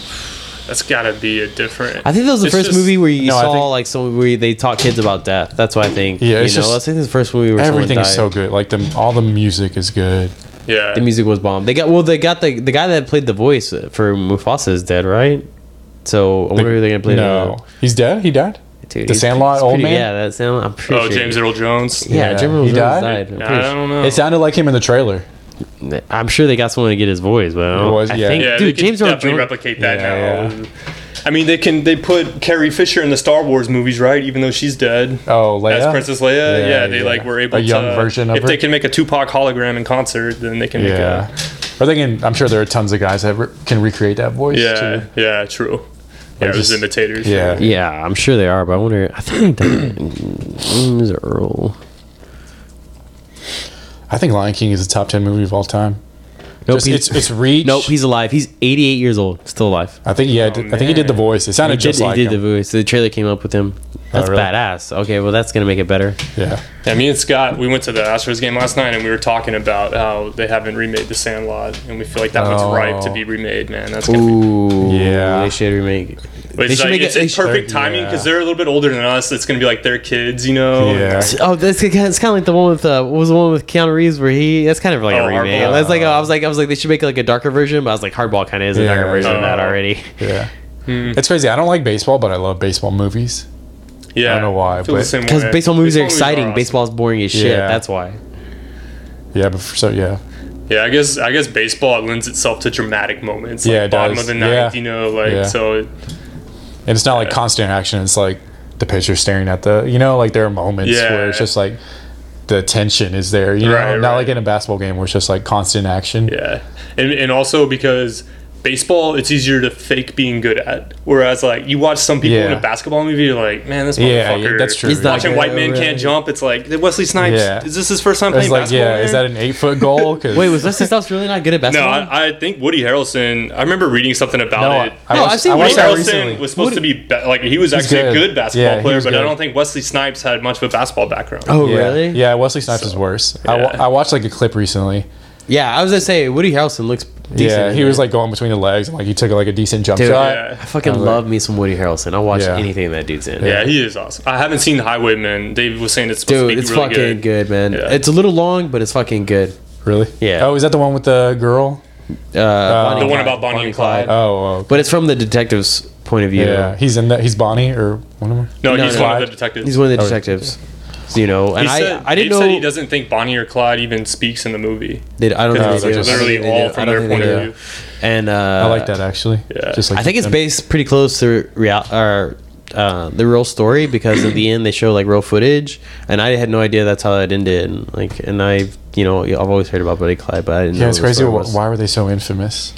Speaker 3: That's gotta be a different.
Speaker 1: I think that was the
Speaker 3: It's
Speaker 1: first
Speaker 3: just-
Speaker 1: movie where you
Speaker 2: No, I
Speaker 1: saw
Speaker 2: think-
Speaker 1: like some where they taught kids about death. That's why I think.
Speaker 2: Yeah,
Speaker 1: you
Speaker 2: it's
Speaker 1: know,
Speaker 2: just-
Speaker 1: I think it's the first movie where someone
Speaker 2: Everything is
Speaker 1: died.
Speaker 2: so good. Like the all the music is good.
Speaker 3: Yeah.
Speaker 1: The music was bomb. They got well. They got the the guy that played the voice for Mufasa is dead, right? So I wonder who they're gonna play.
Speaker 2: no, he's dead. He died.
Speaker 1: the, dude,
Speaker 2: The
Speaker 1: he's-
Speaker 2: Sandlot
Speaker 1: he's
Speaker 2: old
Speaker 1: pretty-
Speaker 2: man?
Speaker 1: Yeah, that Sandlot. I'm pretty
Speaker 3: oh,
Speaker 1: sure.
Speaker 3: James Earl Jones.
Speaker 1: Yeah,
Speaker 2: Yeah.
Speaker 1: James Earl
Speaker 2: He
Speaker 1: Jones
Speaker 2: died?
Speaker 1: died. I'm,
Speaker 3: I
Speaker 1: pretty
Speaker 3: don't know.
Speaker 2: It sounded like him in the trailer.
Speaker 1: sure. I'm sure they got someone to get his voice, but I don't,
Speaker 2: It was,
Speaker 1: I
Speaker 2: yeah.
Speaker 1: think,
Speaker 3: yeah,
Speaker 1: dude,
Speaker 3: they can
Speaker 1: James Earl
Speaker 3: definitely
Speaker 1: Jones.
Speaker 3: replicate that
Speaker 2: Yeah,
Speaker 3: now. I mean, they can. They put Carrie Fisher in the Star Wars movies, right? Even though she's dead.
Speaker 2: Oh, Leia.
Speaker 3: As Princess Leia, yeah,
Speaker 2: Yeah,
Speaker 3: they
Speaker 2: yeah.
Speaker 3: like were able
Speaker 2: A young
Speaker 3: to,
Speaker 2: version of
Speaker 3: if
Speaker 2: her?
Speaker 3: they can make a Tupac hologram in concert, then they can
Speaker 2: Yeah.
Speaker 3: make
Speaker 2: Or they can, I'm sure there are tons of guys that re- can recreate that voice.
Speaker 3: a yeah,
Speaker 2: Too.
Speaker 3: yeah, true. Yeah, it was
Speaker 2: just-
Speaker 3: imitators.
Speaker 2: Yeah.
Speaker 1: Yeah, I'm sure they are, but I wonder. I think that James Earl.
Speaker 2: I think Lion King is the top 10 movie of all time.
Speaker 1: Nope,
Speaker 2: Just-
Speaker 1: he's,
Speaker 2: it's, it's reach.
Speaker 1: nope, he's alive. He's 88 years old, still alive.
Speaker 2: I think, yeah, I did- I think he did the
Speaker 3: Oh, man.
Speaker 2: voice. It
Speaker 1: He
Speaker 2: sounded
Speaker 1: did,
Speaker 2: just
Speaker 1: he
Speaker 2: like
Speaker 1: did the
Speaker 2: him.
Speaker 1: voice. The trailer came up with him. That's
Speaker 2: really?
Speaker 1: badass. Okay, well, that's gonna make it better.
Speaker 2: yeah.
Speaker 3: Yeah, me and Scott, we went to the Astros game last night, and we were talking about how they haven't remade The Sandlot, and we feel like that
Speaker 2: Oh.
Speaker 3: one's ripe to be remade, man. That's gonna
Speaker 1: Ooh,
Speaker 2: Yeah.
Speaker 1: They should remake. it.
Speaker 3: be. It's,
Speaker 1: should
Speaker 3: like,
Speaker 1: make
Speaker 3: it's
Speaker 1: it-
Speaker 3: in
Speaker 1: they should-
Speaker 3: perfect timing
Speaker 2: yeah.
Speaker 3: because they're a little bit older than us. It's gonna be like their kids, you know.
Speaker 2: Yeah.
Speaker 1: Oh, that's it's kind of like the one with uh, what was the one with Keanu Reeves where he? That's kind of like
Speaker 3: Oh,
Speaker 1: a remake.
Speaker 3: Hardball.
Speaker 1: That's like I was like I was like they should make like a darker version, but I was like Hardball kind of is a
Speaker 2: Yeah.
Speaker 1: darker version of that
Speaker 3: Oh.
Speaker 1: already.
Speaker 2: Yeah.
Speaker 3: Hmm.
Speaker 2: It's crazy. I don't like baseball, but I love baseball movies.
Speaker 3: yeah.
Speaker 2: I don't know why,
Speaker 3: Feel the
Speaker 2: but-
Speaker 3: same
Speaker 1: Because
Speaker 3: way.
Speaker 1: baseball movies are exciting.
Speaker 3: awesome.
Speaker 1: Baseball's boring as shit.
Speaker 2: Yeah.
Speaker 1: That's why.
Speaker 2: Yeah, but for, so yeah,
Speaker 3: Yeah, I guess I guess baseball lends itself to dramatic moments. Like
Speaker 2: Yeah, it
Speaker 3: bottom
Speaker 2: does.
Speaker 3: of the ninth,
Speaker 2: Yeah.
Speaker 3: you know, like
Speaker 2: Yeah.
Speaker 3: so. It,
Speaker 2: and it's not like constant action. It's like the pitcher staring at the, you know, like there are moments
Speaker 3: Yeah.
Speaker 2: where it's just like the tension is there. You know,
Speaker 3: Right,
Speaker 2: not
Speaker 3: right.
Speaker 2: like in a basketball game where it's just like constant action.
Speaker 3: Yeah, and and also because baseball, it's easier to fake being good at. Whereas like you watch some people in
Speaker 2: Yeah.
Speaker 3: a basketball movie, you're like, man, this
Speaker 2: Yeah,
Speaker 3: motherfucker.
Speaker 2: yeah, that's true.
Speaker 1: He's not
Speaker 3: Watching
Speaker 1: good,
Speaker 3: white man
Speaker 1: right.
Speaker 3: can't jump. It's like Wesley Snipes.
Speaker 2: Yeah.
Speaker 3: Is this his first time
Speaker 2: It's
Speaker 3: playing
Speaker 2: like,
Speaker 3: basketball?
Speaker 2: yeah, is
Speaker 3: man?
Speaker 2: that an eight foot goal? 'Cause-
Speaker 1: Wait, was Leslie Stops really not good at
Speaker 3: no,
Speaker 1: basketball?
Speaker 3: I, I think Woody Harrelson. I remember reading something about
Speaker 2: No,
Speaker 3: it.
Speaker 2: I, I
Speaker 1: No,
Speaker 2: watched,
Speaker 1: I've seen
Speaker 2: I
Speaker 3: Woody
Speaker 1: Wade
Speaker 2: watched that
Speaker 3: Harrelson
Speaker 2: recently.
Speaker 3: was supposed to be, be like he was actually a
Speaker 2: good.
Speaker 3: good basketball
Speaker 2: Yeah, he
Speaker 3: player,
Speaker 2: was
Speaker 3: but I
Speaker 2: good.
Speaker 3: don't think Wesley Snipes had much of a basketball background.
Speaker 1: oh,
Speaker 2: yeah.
Speaker 1: really?
Speaker 2: Yeah, Wesley Snipes is worse. I wa-
Speaker 3: yeah.
Speaker 2: I watched like a clip recently.
Speaker 1: Yeah, I was gonna say Woody Harrelson looks. Decent
Speaker 2: yeah,
Speaker 1: in
Speaker 2: he
Speaker 1: it.
Speaker 2: was like going between the legs and like he took like a decent jump
Speaker 1: Dude,
Speaker 2: shot.
Speaker 3: yeah.
Speaker 1: I fucking
Speaker 2: was like-
Speaker 1: love me some Woody Harrelson. I'll watch
Speaker 2: Yeah.
Speaker 1: anything that dude's in.
Speaker 3: Yeah, he is awesome. I haven't seen Highwayman. Dave was saying it's supposed
Speaker 1: Dude,
Speaker 3: to be
Speaker 1: it's
Speaker 3: really
Speaker 1: fucking good, man.
Speaker 3: Yeah.
Speaker 1: It's a little long, but it's fucking good.
Speaker 2: Really?
Speaker 1: Yeah.
Speaker 2: Oh, is that the one with the girl?
Speaker 1: Uh,
Speaker 2: The
Speaker 3: one
Speaker 1: Clyde-
Speaker 3: about Bonnie and Clyde.
Speaker 2: Oh, oh,
Speaker 1: But it's from the detective's point of view.
Speaker 2: yeah. He's in that. He's Bonnie or one of them.
Speaker 3: No,
Speaker 1: No,
Speaker 3: he's
Speaker 1: no.
Speaker 3: one of the detectives.
Speaker 1: He's one of the
Speaker 2: Oh, yeah.
Speaker 1: detectives. You know, and
Speaker 3: He
Speaker 1: I,
Speaker 3: said-
Speaker 1: I didn't
Speaker 3: Dave said he
Speaker 1: know.
Speaker 3: doesn't think Bonnie or Clyde even speaks in the movie.
Speaker 1: They, I don't
Speaker 3: Because
Speaker 1: know.
Speaker 2: it's
Speaker 1: they do.
Speaker 2: just
Speaker 1: I don't
Speaker 3: literally
Speaker 1: think they
Speaker 3: all
Speaker 1: do.
Speaker 3: from
Speaker 1: I don't
Speaker 3: their
Speaker 1: think they
Speaker 3: point of
Speaker 1: do.
Speaker 3: view.
Speaker 1: And uh,
Speaker 2: I like that actually.
Speaker 3: yeah.
Speaker 2: Just like
Speaker 1: I think it's
Speaker 2: them.
Speaker 1: based pretty close to real or uh, the real story because at the end they show like real footage, and I had no idea that's how it ended. And, like, and I, you know, I've always heard about Buddy Clyde, but I didn't. know
Speaker 2: Yeah, it's
Speaker 1: what the
Speaker 2: crazy.
Speaker 1: story
Speaker 2: Why,
Speaker 1: was.
Speaker 2: why were they so infamous?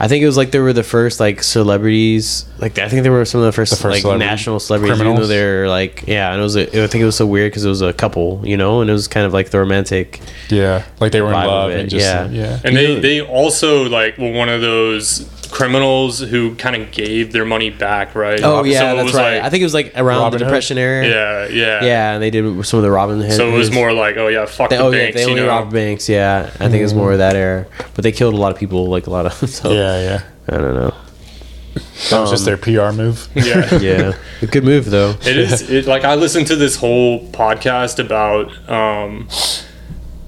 Speaker 1: I think it was like they were the first like celebrities. Like I think they were some of the first,
Speaker 2: first
Speaker 1: like
Speaker 2: celebrity-
Speaker 1: national celebrities. Even though
Speaker 2: criminals?
Speaker 1: they're like yeah, and it was a, I think it was so weird because it was a couple, you know, and it was kind of like the romantic.
Speaker 2: Yeah, like they were in
Speaker 1: Vibe of
Speaker 2: love
Speaker 1: it,
Speaker 2: and just
Speaker 1: yeah.
Speaker 2: yeah. yeah.
Speaker 3: And they, they also like were one of those criminals who kind of gave their money back, right?
Speaker 1: Oh
Speaker 3: So
Speaker 1: yeah,
Speaker 3: it
Speaker 1: that's
Speaker 3: was
Speaker 1: right.
Speaker 3: like-
Speaker 1: I think it was like around
Speaker 2: Robin
Speaker 1: the
Speaker 2: Hood?
Speaker 1: Depression era.
Speaker 3: yeah, yeah,
Speaker 1: yeah, and they did some of the Robin Hood.
Speaker 3: So it was
Speaker 1: hoods.
Speaker 3: more like, oh yeah, fuck
Speaker 1: They,
Speaker 3: the
Speaker 1: oh yeah,
Speaker 3: banks,
Speaker 1: they
Speaker 3: you
Speaker 1: only
Speaker 3: know.
Speaker 1: robbed banks. Yeah, I think it was more of that era. But they killed a lot of people, like a lot of. So,
Speaker 2: yeah, yeah.
Speaker 1: I don't know.
Speaker 2: That
Speaker 1: Um,
Speaker 2: was just their PR move.
Speaker 3: yeah.
Speaker 1: Yeah, a good move though.
Speaker 3: It is it, like I listened to this whole podcast about um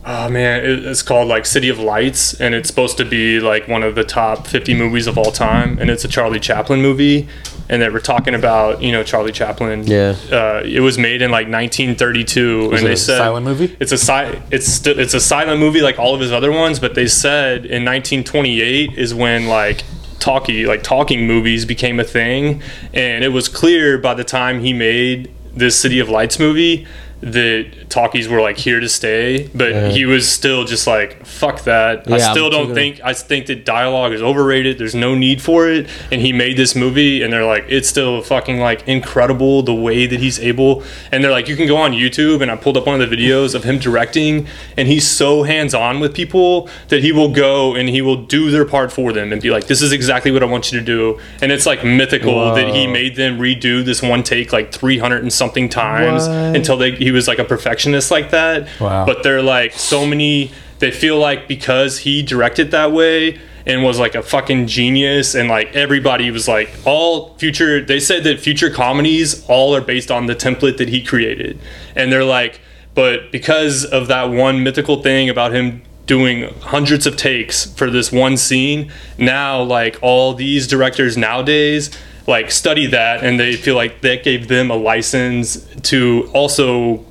Speaker 3: oh man, it, it's called like City of Lights and it's supposed to be like one of the top 50 movies of all time and it's a Charlie Chaplin movie and they were talking about, you know, Charlie Chaplin.
Speaker 1: Yeah.
Speaker 3: Uh, it was made in like 1932
Speaker 2: Was
Speaker 3: and
Speaker 2: it
Speaker 3: they
Speaker 2: a
Speaker 3: said
Speaker 2: silent movie?
Speaker 3: It's a si- it's st- it's a silent movie like all of his other ones, but they said in 1928 is when like talkie like talking movies became a thing, and it was clear by the time he made this City of Lights movie that talkies were like here to stay, but he was still just like fuck that. I
Speaker 1: Yeah,
Speaker 3: still
Speaker 1: I'm
Speaker 3: don't
Speaker 1: too-
Speaker 3: think I think that dialogue is overrated. There's no need for it, and he made this movie, and they're like it's still fucking like incredible the way that he's able, and they're like you can go on YouTube, and I pulled up one of the videos of him directing, and he's so hands on with people that he will go and he will do their part for them and be like this is exactly what I want you to do, and it's like mythical that he made them redo this one take like 300 and something times
Speaker 1: What?
Speaker 3: until they he was like a perfectionist like that,
Speaker 2: Wow.
Speaker 3: but they're like so many they feel like because he directed that way and was like a fucking genius and like everybody was like all future they said that future comedies all are based on the template that he created and they're like but because of that one mythical thing about him doing hundreds of takes for this one scene now like all these directors nowadays like study that and they feel like that gave them a license to also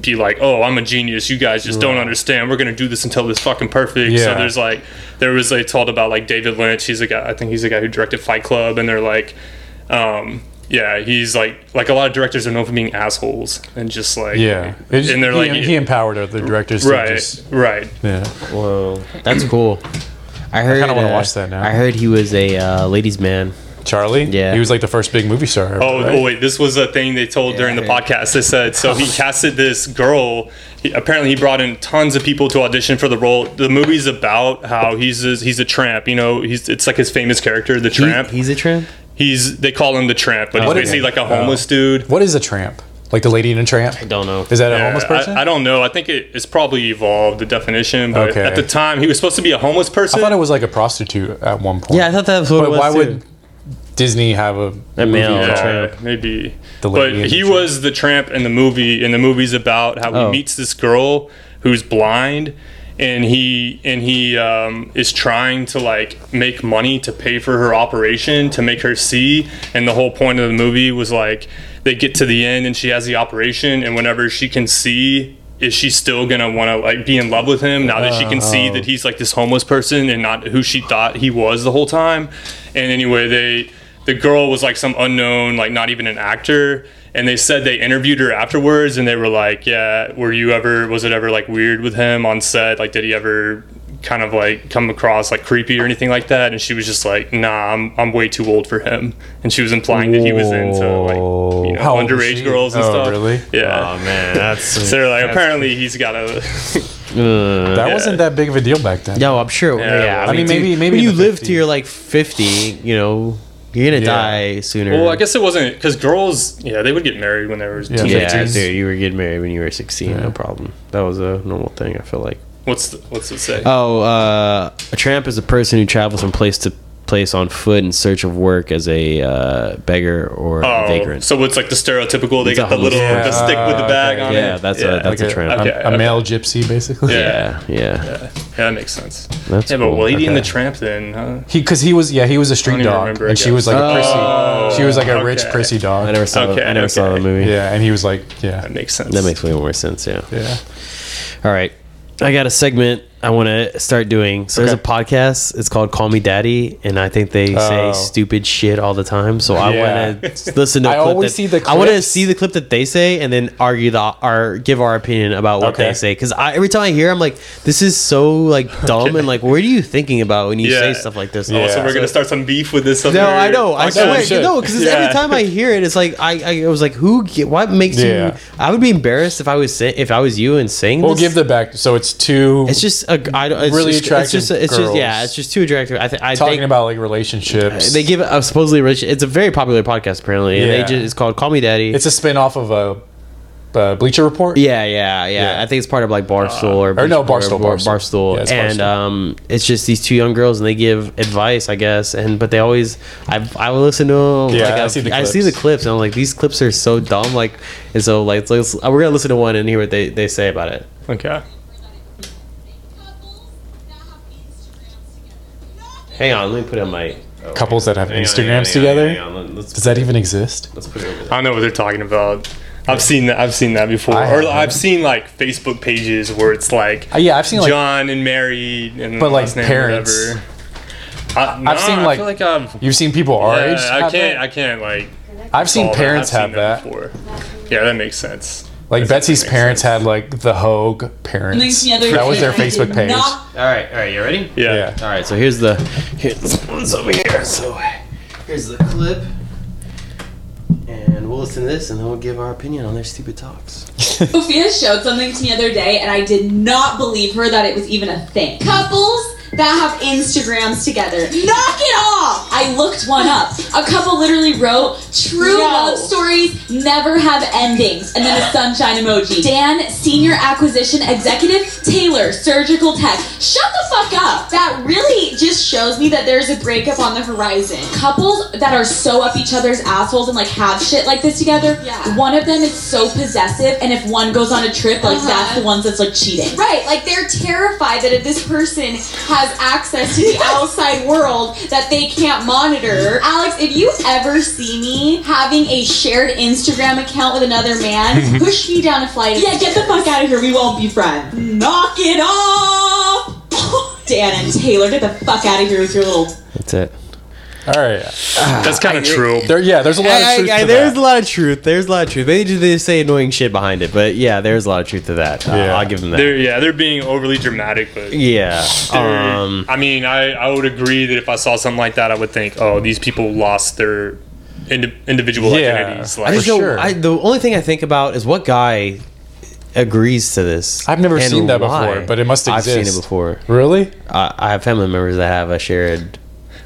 Speaker 3: be like oh i'm a genius you guys just don't understand we're gonna do this until it's fucking perfect so
Speaker 2: Yeah.
Speaker 3: there's like there was they told about like david lynch he's a guy i think he's the guy who directed fight club and they're like um yeah he's like like a lot of directors are known for being assholes and just like
Speaker 2: Yeah, It's-
Speaker 3: and they're
Speaker 2: he,
Speaker 3: like
Speaker 2: he empowered the directors.
Speaker 3: right
Speaker 2: to just,
Speaker 3: right
Speaker 2: yeah.
Speaker 1: Whoa, that's cool.
Speaker 4: I heard.
Speaker 2: kinda wanna
Speaker 4: uh,
Speaker 2: watch that now.
Speaker 4: I heard he was a uh, ladies' man.
Speaker 2: Charlie.
Speaker 4: Yeah.
Speaker 2: he was like the first big movie star.
Speaker 3: Oh,
Speaker 2: right?
Speaker 3: oh wait, this was a thing they told during the
Speaker 4: Yeah.
Speaker 3: podcast. They said so he casted this girl. He, apparently, he brought in tons of people to audition for the role. The movie's about how he's a, he's a tramp. You know, he's it's like his famous character, the
Speaker 1: He-
Speaker 3: tramp.
Speaker 1: he's a tramp.
Speaker 3: he's they call him the tramp, but he's
Speaker 2: What is- Oh.
Speaker 3: basically like a homeless dude.
Speaker 2: What is a tramp? Like the lady in a tramp?
Speaker 1: Don't know.
Speaker 2: Is that a
Speaker 3: Yeah,
Speaker 2: homeless person?
Speaker 3: I, I don't know. I think it, it's probably evolved the definition, but
Speaker 2: Okay.
Speaker 3: at the time he was supposed to be a homeless person.
Speaker 2: I thought it was like a prostitute at one point.
Speaker 1: Yeah, I thought that was what
Speaker 2: But
Speaker 1: it was
Speaker 2: why
Speaker 1: too.
Speaker 2: would Disney have a,
Speaker 1: A
Speaker 2: movie
Speaker 1: male
Speaker 2: called-
Speaker 1: tramp.
Speaker 3: Yeah, maybe.
Speaker 2: The
Speaker 3: but
Speaker 2: lady in the
Speaker 3: he
Speaker 2: tramp.
Speaker 3: was the tramp in the movie, and the movie's about how
Speaker 1: Oh.
Speaker 3: he meets this girl who's blind, and he and he um, is trying to like make money to pay for her operation to make her see. And the whole point of the movie was like they get to the end, and she has the operation, and whenever she can see. Is she still gonna want to like be in love with him now that she can see
Speaker 2: Oh.
Speaker 3: that he's like this homeless person and not who she thought he was the whole time? And anyway, they the girl was like some unknown, like not even an actor. And they said they interviewed her afterwards and they were like, Yeah, were you ever, was it ever like weird with him on set? Like, did he ever kind of like come across like creepy or anything like that? And she was just like, Nah, I'm, I'm way too old for him. And she was implying that he was into like, you know,
Speaker 2: How old was she?
Speaker 3: underage girls and
Speaker 2: Oh,
Speaker 3: stuff.
Speaker 2: really?
Speaker 3: Yeah.
Speaker 1: man, that's
Speaker 3: so they're like, apparently he's got a.
Speaker 2: That wasn't that big of a deal back then.
Speaker 1: no, I'm sure. Yeah,
Speaker 3: Yeah,
Speaker 1: I,
Speaker 3: I
Speaker 1: mean,
Speaker 2: mean, maybe-
Speaker 1: dude,
Speaker 2: maybe
Speaker 1: when
Speaker 2: in
Speaker 1: you
Speaker 2: the
Speaker 1: live to
Speaker 2: 50s.
Speaker 1: you're like 50, you know, you're gonna die sooner.
Speaker 3: Well, I guess it wasn't because girls, yeah, they would get married when they were
Speaker 2: Yeah.
Speaker 3: teenagers.
Speaker 1: Yeah,
Speaker 2: 50s.
Speaker 1: dude, you were getting married when you were 16. No problem. That was a normal thing. I feel like.
Speaker 3: What's the, what's it say?
Speaker 1: Oh, uh, a tramp is a person who travels from place to place on foot in search of work as a uh, beggar or a vagrant.
Speaker 3: Oh. So it's like the stereotypical. They
Speaker 1: It's a
Speaker 3: got the
Speaker 1: homeless
Speaker 3: little
Speaker 2: Yeah. Ah,
Speaker 3: the stick with the bag
Speaker 2: Okay.
Speaker 3: on
Speaker 1: yeah,
Speaker 3: it.
Speaker 1: that's
Speaker 3: yeah.
Speaker 1: a that's
Speaker 2: Like
Speaker 1: a tramp.
Speaker 2: A,
Speaker 3: Okay,
Speaker 2: a
Speaker 3: okay.
Speaker 2: male gypsy, basically.
Speaker 3: Yeah.
Speaker 1: Yeah, yeah.
Speaker 3: yeah, that makes sense.
Speaker 1: That's
Speaker 3: yeah, but
Speaker 1: cool.
Speaker 3: Lady and the
Speaker 1: Okay.
Speaker 3: Tramp then, huh?
Speaker 2: He because he was yeah he was a
Speaker 3: I don't
Speaker 2: street
Speaker 3: even
Speaker 2: dog
Speaker 3: remember, I
Speaker 2: and she
Speaker 3: guess.
Speaker 2: was like a prissy.
Speaker 3: Oh,
Speaker 2: she was like a rich
Speaker 3: okay.
Speaker 2: prissy dog.
Speaker 1: I never saw
Speaker 3: Okay,
Speaker 1: I never saw the
Speaker 3: okay.
Speaker 1: movie.
Speaker 2: yeah, and he was like yeah
Speaker 3: That makes sense.
Speaker 1: That makes way more sense. Yeah.
Speaker 2: yeah.
Speaker 1: All right. I got a segment I want to start doing. So there's a
Speaker 2: Okay.
Speaker 1: podcast. It's called Call Me Daddy, and I think they say
Speaker 2: Oh.
Speaker 1: stupid shit all the time. So I
Speaker 2: Yeah.
Speaker 1: want to listen to. a
Speaker 2: I
Speaker 1: clip
Speaker 2: always
Speaker 1: that-
Speaker 2: see the
Speaker 1: I want to
Speaker 2: clips.
Speaker 1: see the clip that they say, and then argue the or give our opinion about what
Speaker 2: Okay.
Speaker 1: they say. Because every time I hear, I'm like, this is so like dumb, and like, what are you thinking about when you say
Speaker 3: Yeah.
Speaker 1: stuff like this?
Speaker 3: Oh,
Speaker 2: Yeah.
Speaker 3: so we're gonna start some beef with this. Other
Speaker 1: No, I know. I
Speaker 3: podcast.
Speaker 2: know,
Speaker 1: swear.
Speaker 2: should.
Speaker 1: No, because
Speaker 3: Yeah.
Speaker 1: every time I hear it, it's like I, I was like, who? ge- What makes
Speaker 2: Yeah.
Speaker 1: you? I would be embarrassed if I was say, if I was you and saying.
Speaker 2: We'll
Speaker 1: this.
Speaker 2: give the back. So it's two
Speaker 1: It's just a I don't, it's
Speaker 2: Really
Speaker 1: just,
Speaker 2: attractive
Speaker 1: It's just, it's just yeah.
Speaker 2: girls.
Speaker 1: It's just too attractive. I, th- I
Speaker 2: talking
Speaker 1: think
Speaker 2: about like relationships.
Speaker 1: they give it a supposedly rich. It's a very popular podcast apparently. And they
Speaker 2: Yeah.
Speaker 1: just it's called Call Me Daddy.
Speaker 2: it's a spin off of a uh, Bleacher Report.
Speaker 1: yeah, yeah, yeah,
Speaker 2: Yeah. Uh,
Speaker 1: I think it's part of like Barstool or,
Speaker 2: or no,
Speaker 1: Bleacher
Speaker 2: Barstool,
Speaker 1: Report,
Speaker 2: Barstool.
Speaker 1: Barstool.
Speaker 2: Yeah, it's
Speaker 1: and
Speaker 2: Barstool.
Speaker 1: um, it's just these two young girls and they give advice, I guess. And but they always I I will listen to them.
Speaker 2: Yeah,
Speaker 1: like,
Speaker 2: I
Speaker 1: I've-
Speaker 2: see the
Speaker 1: I see the
Speaker 2: clips.
Speaker 1: clips and I'm like these clips are so dumb. Like and so like let's, we're gonna listen to one and hear what they they say about it.
Speaker 3: Okay.
Speaker 1: Hang on, let me put on my. oh,
Speaker 2: Couples that have
Speaker 1: hang on, hang on,
Speaker 2: Instagrams
Speaker 1: hang on,
Speaker 2: together?
Speaker 1: hang on, let- let's-
Speaker 2: Does that even exist?
Speaker 1: let's put it over there.
Speaker 3: I don't know what they're talking about. I've seen that. I've seen that before.
Speaker 2: I
Speaker 3: Or
Speaker 2: haven't.
Speaker 3: I've seen like Facebook pages where it's like
Speaker 2: Uh, yeah, I've seen like
Speaker 3: John and Mary and
Speaker 2: But, like,
Speaker 3: last name,
Speaker 2: parents.
Speaker 3: whatever. I,
Speaker 2: I've seen, like,
Speaker 3: I feel like I've.
Speaker 2: you've seen people our
Speaker 3: yeah,
Speaker 2: age.
Speaker 3: I
Speaker 2: have
Speaker 3: can't.
Speaker 2: that?
Speaker 3: I can't like.
Speaker 2: I've seen
Speaker 3: solve that.
Speaker 2: parents
Speaker 3: I've
Speaker 2: have
Speaker 3: seen
Speaker 2: that.
Speaker 3: before. Yeah, that makes sense.
Speaker 2: Like Betsy's
Speaker 3: makes
Speaker 2: parents had
Speaker 3: sense.
Speaker 2: like the Hogue parents.
Speaker 5: the other
Speaker 2: That was their
Speaker 5: day, I did
Speaker 2: Facebook page.
Speaker 5: not-
Speaker 1: All right, all right, you ready?
Speaker 3: Yeah.
Speaker 2: Yeah.
Speaker 1: All right, so here's the here's this over here. So here's the clip, and we'll listen to this, and then we'll give our opinion on their stupid talks.
Speaker 5: Sophia showed something to me the other day, and I did not believe her that it was even a thing. Couples that have Instagrams together. Knock it off!
Speaker 6: I looked one up. A couple literally wrote, "True
Speaker 5: No.
Speaker 6: love stories never have endings," and then a sunshine emoji. Dan, senior acquisition executive, Taylor, surgical tech. Shut the fuck up.
Speaker 5: That really just shows me that there's a breakup on the horizon.
Speaker 6: Couples that are so up each other's assholes and like have shit like this together.
Speaker 5: Yeah.
Speaker 6: One of them is so possessive, and if one goes on a trip, like
Speaker 5: Uh-huh.
Speaker 6: that's the ones that's like cheating.
Speaker 5: Right, like they're terrified that if this person has access to the outside world that they can't monitor. Alex, if you ever see me having a shared Instagram account with another man, push me down a flight. of
Speaker 6: Yeah, get the fuck out of here. We won't be friends. Knock it off. Dan and Taylor, get the fuck out of here with your little
Speaker 1: That's it.
Speaker 2: All right.
Speaker 3: That's kind of true.
Speaker 2: There, yeah, there's a lot of
Speaker 1: I,
Speaker 2: truth
Speaker 1: I-
Speaker 2: to
Speaker 1: there's
Speaker 2: that.
Speaker 1: a lot of truth. There's a lot of truth. They just they say annoying shit behind it, but yeah, there's a lot of truth to that. Uh,
Speaker 2: Yeah.
Speaker 1: I'll give them that.
Speaker 3: They're yeah, they're being overly dramatic, but
Speaker 1: yeah.
Speaker 3: they're-
Speaker 1: Um,
Speaker 3: I mean, I, I would agree that if I saw something like that, I would think, oh, these people lost their indi- individual
Speaker 2: Yeah.
Speaker 3: identities.
Speaker 1: I
Speaker 3: Like,
Speaker 1: just
Speaker 2: for
Speaker 1: don't.
Speaker 2: sure.
Speaker 1: I, the only thing I think about is what guy agrees to this.
Speaker 2: I've never
Speaker 1: and
Speaker 2: seen that
Speaker 1: why.
Speaker 2: before, but it must exist.
Speaker 1: I've seen it before.
Speaker 2: Really?
Speaker 1: I, I have family members that have a shared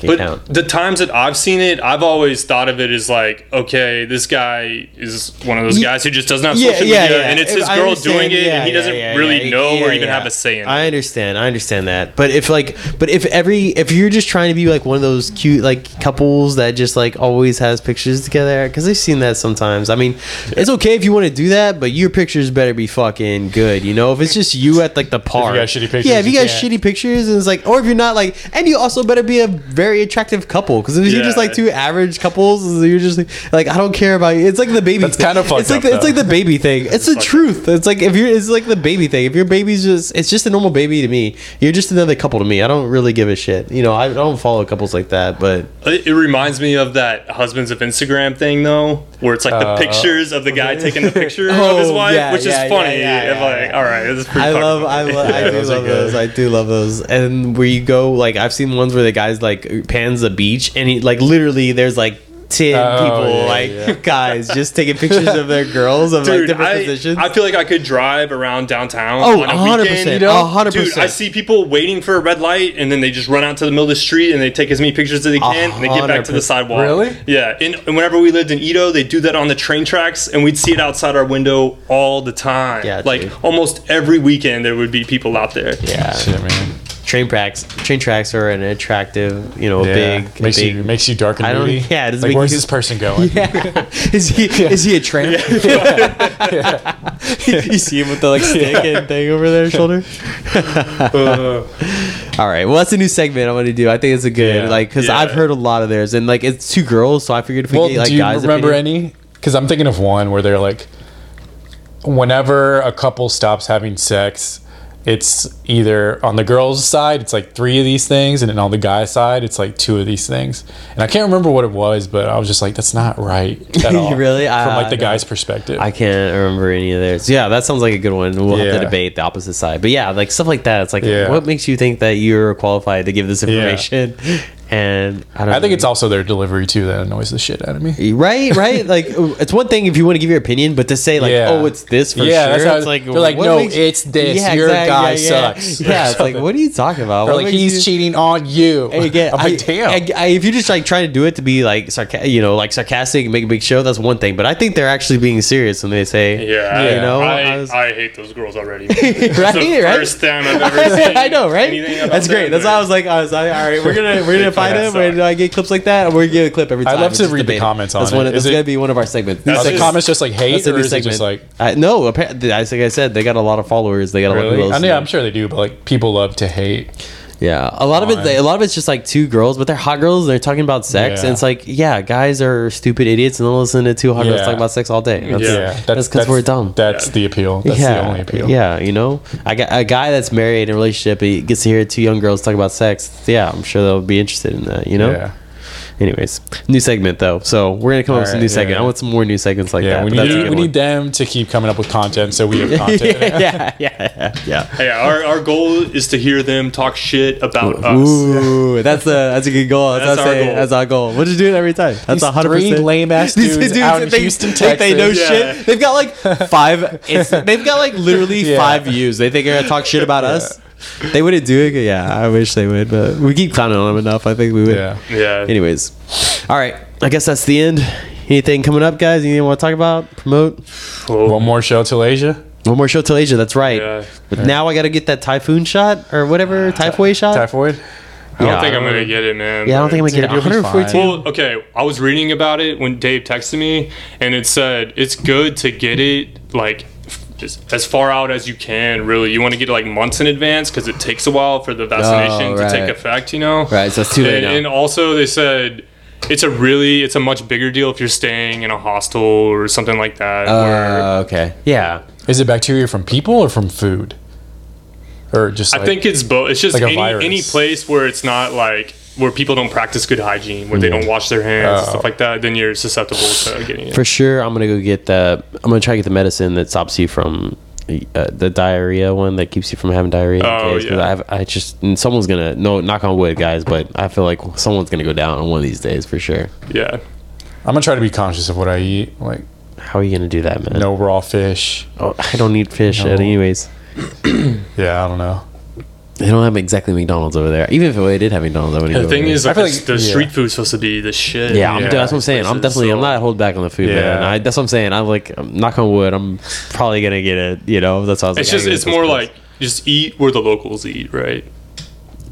Speaker 3: but
Speaker 1: account.
Speaker 3: the times that I've seen it, I've always thought of it as like, okay, this guy is one of those
Speaker 1: Ye-
Speaker 3: guys who just does not have
Speaker 1: Yeah,
Speaker 3: social
Speaker 1: yeah,
Speaker 3: media,
Speaker 1: yeah.
Speaker 3: and it's his
Speaker 1: I
Speaker 3: girl
Speaker 1: understand.
Speaker 3: doing it,
Speaker 1: Yeah,
Speaker 3: and he
Speaker 1: yeah,
Speaker 3: doesn't
Speaker 1: yeah,
Speaker 3: really
Speaker 1: yeah,
Speaker 3: know or
Speaker 1: yeah,
Speaker 3: even
Speaker 1: yeah.
Speaker 3: have a say in it.
Speaker 1: I understand. I understand that. But if like, but if every if you're just trying to be like one of those cute like couples that just like always has pictures together, because I've seen that sometimes. I mean, it's okay if you want to do that, but your pictures better be fucking good. You know, if it's just you at like the park,
Speaker 2: got shitty pictures,
Speaker 1: yeah. If you,
Speaker 2: you
Speaker 1: got
Speaker 2: can't.
Speaker 1: shitty pictures, and it's like, or if you're not like, and you also better be a very attractive couple, because if you're just
Speaker 3: Yeah.
Speaker 1: like two average couples, you're just like, like I don't care about you. It's like the baby.
Speaker 2: That's
Speaker 1: thing.
Speaker 2: kinda fucked
Speaker 1: It's like
Speaker 2: up,
Speaker 1: the, it's
Speaker 2: though.
Speaker 1: like the baby thing. It's the
Speaker 3: fucked up.
Speaker 1: truth. It's like if you're, it's like the baby thing. If your baby's just, it's just a normal baby to me. You're just another couple to me. I don't really give a shit. You know, I don't follow couples like that. But
Speaker 3: It, it reminds me of that husbands of Instagram thing though, where it's like
Speaker 2: Uh,
Speaker 3: the pictures of the guy taking the picture of his
Speaker 1: Oh,
Speaker 3: wife,
Speaker 1: yeah,
Speaker 3: which
Speaker 1: yeah,
Speaker 3: is
Speaker 1: yeah,
Speaker 3: funny.
Speaker 1: yeah, yeah,
Speaker 3: and like, all right, this is pretty
Speaker 1: I
Speaker 3: fucking
Speaker 1: love, I,
Speaker 3: funny.
Speaker 1: lo- I
Speaker 2: Yeah,
Speaker 1: do
Speaker 2: those are
Speaker 1: love
Speaker 2: good.
Speaker 1: those. I do love those. And where you go, like I've seen ones where the guys like pans the beach and he like literally there's like. 10
Speaker 2: Oh,
Speaker 1: people
Speaker 2: yeah,
Speaker 1: like
Speaker 2: yeah.
Speaker 1: guys just taking pictures of their girls of like
Speaker 3: Dude,
Speaker 1: different
Speaker 3: I,
Speaker 1: positions
Speaker 3: I feel like I could drive around downtown.
Speaker 1: Oh,
Speaker 3: on a
Speaker 1: 100%,
Speaker 3: weekend,
Speaker 1: you know? 100%.
Speaker 3: Dude, I see people waiting for a red light, and then they just run out to the middle of the street and they take as many pictures as they can, and they get back to the
Speaker 1: 100%.
Speaker 3: sidewalk.
Speaker 2: Really?
Speaker 3: Yeah. And, and whenever we lived in Edo, they do that on the train tracks, and we'd see it outside our window all the time.
Speaker 1: Yeah,
Speaker 3: like
Speaker 1: dude.
Speaker 3: almost every weekend, there would be people out there.
Speaker 1: yeah
Speaker 2: Shit, man.
Speaker 1: train tracks train tracks are an attractive you know a
Speaker 2: Yeah.
Speaker 1: big
Speaker 2: makes
Speaker 1: a big
Speaker 2: you makes you dark and
Speaker 1: I don't-
Speaker 2: moody.
Speaker 1: yeah, it doesn't
Speaker 2: like,
Speaker 1: make
Speaker 2: where's
Speaker 1: you-
Speaker 2: this person going?
Speaker 1: Yeah. Is he is he a tramp? you see him with the like stick and thing over their shoulder. All right. Well, that's a new segment I'm gonna do. I think it's a good
Speaker 2: Yeah.
Speaker 1: like because
Speaker 3: Yeah.
Speaker 1: I've heard a lot of theirs and like it's two girls, so I figured if we
Speaker 2: Well,
Speaker 1: get like
Speaker 2: do you
Speaker 1: guys.
Speaker 2: remember
Speaker 1: opinion-
Speaker 2: any? Because I'm thinking of one where they're like, whenever a couple stops having sex, it's either on the girls' side, it's like three of these things, and then on the guy's side, it's like two of these things. And I can't remember what it was, but I was just like, that's not right at all.
Speaker 1: Really?
Speaker 2: From
Speaker 1: Ah,
Speaker 2: like the
Speaker 1: no.
Speaker 2: guy's perspective.
Speaker 1: I can't remember any of theirs. Yeah, that sounds like a good one. We'll have
Speaker 2: Yeah.
Speaker 1: to debate the opposite side. But yeah, like stuff like that. It's like,
Speaker 2: Yeah.
Speaker 1: what makes you think that you're qualified to give this
Speaker 2: Yeah.
Speaker 1: information? And I don't.
Speaker 2: I think
Speaker 1: know.
Speaker 2: it's also their delivery too that annoys the shit out of me.
Speaker 1: Right, right. Like it's one thing if you want to give your opinion, but to say like,
Speaker 2: Yeah.
Speaker 1: "Oh, it's this for
Speaker 2: Yeah,
Speaker 1: sure,"
Speaker 2: that's how
Speaker 1: it's
Speaker 2: it- they're like,
Speaker 1: what
Speaker 2: "No, it's this. Your guy
Speaker 1: yeah,
Speaker 2: sucks," or
Speaker 1: Yeah, it's like,
Speaker 2: something.
Speaker 1: what are you talking about?
Speaker 2: Or
Speaker 1: What
Speaker 2: like
Speaker 1: makes
Speaker 2: he's
Speaker 1: you-
Speaker 2: cheating on you.
Speaker 1: And again,
Speaker 2: I'm
Speaker 1: I,
Speaker 2: like, damn.
Speaker 1: I- I- if you're just like trying to do it to be like sarca- you know, like sarcastic and make a big show, that's one thing. But I think they're actually being serious when they say,
Speaker 3: Yeah,
Speaker 2: Yeah.
Speaker 1: you know,
Speaker 3: I,
Speaker 1: I was-
Speaker 3: I hate those girls already. It's
Speaker 1: Right,
Speaker 3: the
Speaker 1: right?
Speaker 3: first time I've ever seen.
Speaker 1: I know, right?
Speaker 3: anything about
Speaker 1: That's great.
Speaker 3: them.
Speaker 1: That's why I was like, I was like, all right, we're gonna we're gonna find him. We're gonna get clips like that, and we're gonna get a clip every
Speaker 2: I'd
Speaker 1: time.
Speaker 2: love
Speaker 1: It's
Speaker 2: to
Speaker 1: just
Speaker 2: read the
Speaker 1: debating.
Speaker 2: comments on
Speaker 1: that's
Speaker 2: it.
Speaker 1: One,
Speaker 2: Is
Speaker 1: that's
Speaker 2: it-
Speaker 1: gonna be one of our segments.
Speaker 2: Are
Speaker 1: That's
Speaker 2: the
Speaker 3: just-
Speaker 2: comments just like
Speaker 1: That's
Speaker 2: hate,
Speaker 1: a
Speaker 2: or
Speaker 1: new
Speaker 2: is it
Speaker 1: segment.
Speaker 2: just like
Speaker 1: uh, no, apparently, like I said, they got a lot of followers. They got a lot of
Speaker 2: really?
Speaker 1: people.
Speaker 2: I mean, I'm
Speaker 1: listening.
Speaker 2: sure they do, but like people love to hate.
Speaker 1: Yeah, a lot of it.
Speaker 2: on.
Speaker 1: They, a lot of it's just like two girls, but they're hot girls. and They're talking about sex,
Speaker 2: Yeah.
Speaker 1: and it's like, yeah, guys are stupid idiots, and they'll listen to two hot girls
Speaker 2: Yeah.
Speaker 1: talking about sex all day. That's,
Speaker 3: Yeah.
Speaker 1: that's because we're dumb.
Speaker 2: That's the appeal. That's
Speaker 1: yeah,
Speaker 2: the only appeal.
Speaker 1: yeah, you know, I got a guy that's married in a relationship. He gets to hear two young girls talk about sex. Yeah, I'm sure they'll be interested in that. You know.
Speaker 2: Yeah.
Speaker 1: Anyways, new segment though. So we're gonna come up with some
Speaker 2: Alright,
Speaker 1: new segment.
Speaker 2: yeah.
Speaker 1: I want some more new segments like
Speaker 2: Yeah,
Speaker 1: that.
Speaker 2: we
Speaker 1: but that's a
Speaker 2: need
Speaker 1: good
Speaker 2: we
Speaker 1: one.
Speaker 2: need them to keep coming up with content so we have content.
Speaker 1: yeah, yeah, yeah, yeah.
Speaker 3: Yeah, our, our goal is to hear them talk shit about us.
Speaker 1: Ooh, that's a that's a good goal. That's,
Speaker 3: That's
Speaker 1: our,
Speaker 3: our
Speaker 1: goal.
Speaker 3: goal.
Speaker 1: that's our goal. We're just doing it every time. That's
Speaker 2: These
Speaker 1: a hundred
Speaker 2: three
Speaker 1: percent.
Speaker 2: lame-ass
Speaker 1: These
Speaker 2: dudes out in
Speaker 1: think-
Speaker 2: Houston,
Speaker 1: think They know
Speaker 2: Texas.
Speaker 3: Yeah.
Speaker 1: shit. They've got like five. It's, they've got like literally
Speaker 2: Yeah.
Speaker 1: five views. They think they're gonna talk shit about us. They wouldn't do it. Yeah, I wish they would, but we keep clowning on them enough. I think we would.
Speaker 2: Yeah.
Speaker 3: Yeah.
Speaker 1: Anyways, all right. I guess that's the end. Anything coming up, guys? Anything you want to talk about? Promote?
Speaker 2: One more show till Asia.
Speaker 1: One more show till Asia. That's right.
Speaker 3: Yeah.
Speaker 1: But now I got to get that typhoon shot or whatever typhoid shot.
Speaker 2: Typhoid.
Speaker 3: I don't
Speaker 1: Yeah,
Speaker 3: think
Speaker 1: I
Speaker 3: I'm gonna get it, man.
Speaker 1: yeah, I don't think I'm gonna get it.
Speaker 2: Dude, you'll be
Speaker 1: 114.
Speaker 2: fine.
Speaker 3: Well, okay. I was reading about it when Dave texted me, and it said it's good to get it like f- just as far out as you can. Really, you want to get it like months in advance because it takes a while for the vaccination
Speaker 4: Oh, right.
Speaker 3: to take effect. You know,
Speaker 4: Right, so it's too late
Speaker 3: And,
Speaker 4: now.
Speaker 3: and also, they said it's a really it's a much bigger deal if you're staying in a hostel or something like that. where
Speaker 4: Uh, okay.
Speaker 1: Yeah.
Speaker 2: Is it bacteria from people or from food? Or just
Speaker 3: I
Speaker 2: like-
Speaker 3: think it's both. It's just
Speaker 2: like a
Speaker 3: any
Speaker 2: virus.
Speaker 3: any place where it's not like. Where people don't practice good hygiene, where they
Speaker 4: Mm.
Speaker 3: don't wash their hands, and
Speaker 2: Oh.
Speaker 3: stuff like that, then you're susceptible to getting it.
Speaker 1: For sure, I'm gonna go get the. I'm gonna try to get the medicine that stops you from uh, the diarrhea one that keeps you from having diarrhea. in
Speaker 3: Oh,
Speaker 1: 'cause
Speaker 3: yeah.
Speaker 1: I've, I just and someone's gonna no knock on wood, guys, but I feel like someone's gonna go down on one of these days for sure.
Speaker 3: yeah.
Speaker 2: I'm gonna try to be conscious of what I eat. Like
Speaker 1: How are you gonna do that, man?
Speaker 2: no raw fish.
Speaker 1: Oh, I don't need fish.
Speaker 2: No.
Speaker 1: Anyways,
Speaker 2: Yeah, I don't know.
Speaker 1: they don't have exactly McDonald's over there. Even if they did have McDonald's, I wouldn't
Speaker 3: The
Speaker 1: go
Speaker 3: thing
Speaker 1: over
Speaker 3: is,
Speaker 2: I
Speaker 3: like,
Speaker 2: feel
Speaker 3: the-
Speaker 2: like-
Speaker 3: the
Speaker 2: yeah.
Speaker 3: street food's supposed to be the shit.
Speaker 1: there. yeah, I'm,
Speaker 2: yeah,
Speaker 1: that's what I'm saying. I'm
Speaker 3: places,
Speaker 1: definitely. I'm
Speaker 3: so-
Speaker 1: not holding back on the food,
Speaker 2: Yeah.
Speaker 1: man. I, that's what I'm saying. I'm like, I'm knock on wood. I'm probably gonna get it. You know, that's how I was
Speaker 3: It's
Speaker 1: like, I
Speaker 3: just,
Speaker 1: gotta get
Speaker 3: it's
Speaker 1: this
Speaker 3: more
Speaker 1: place.
Speaker 3: like just eat where the locals eat, right?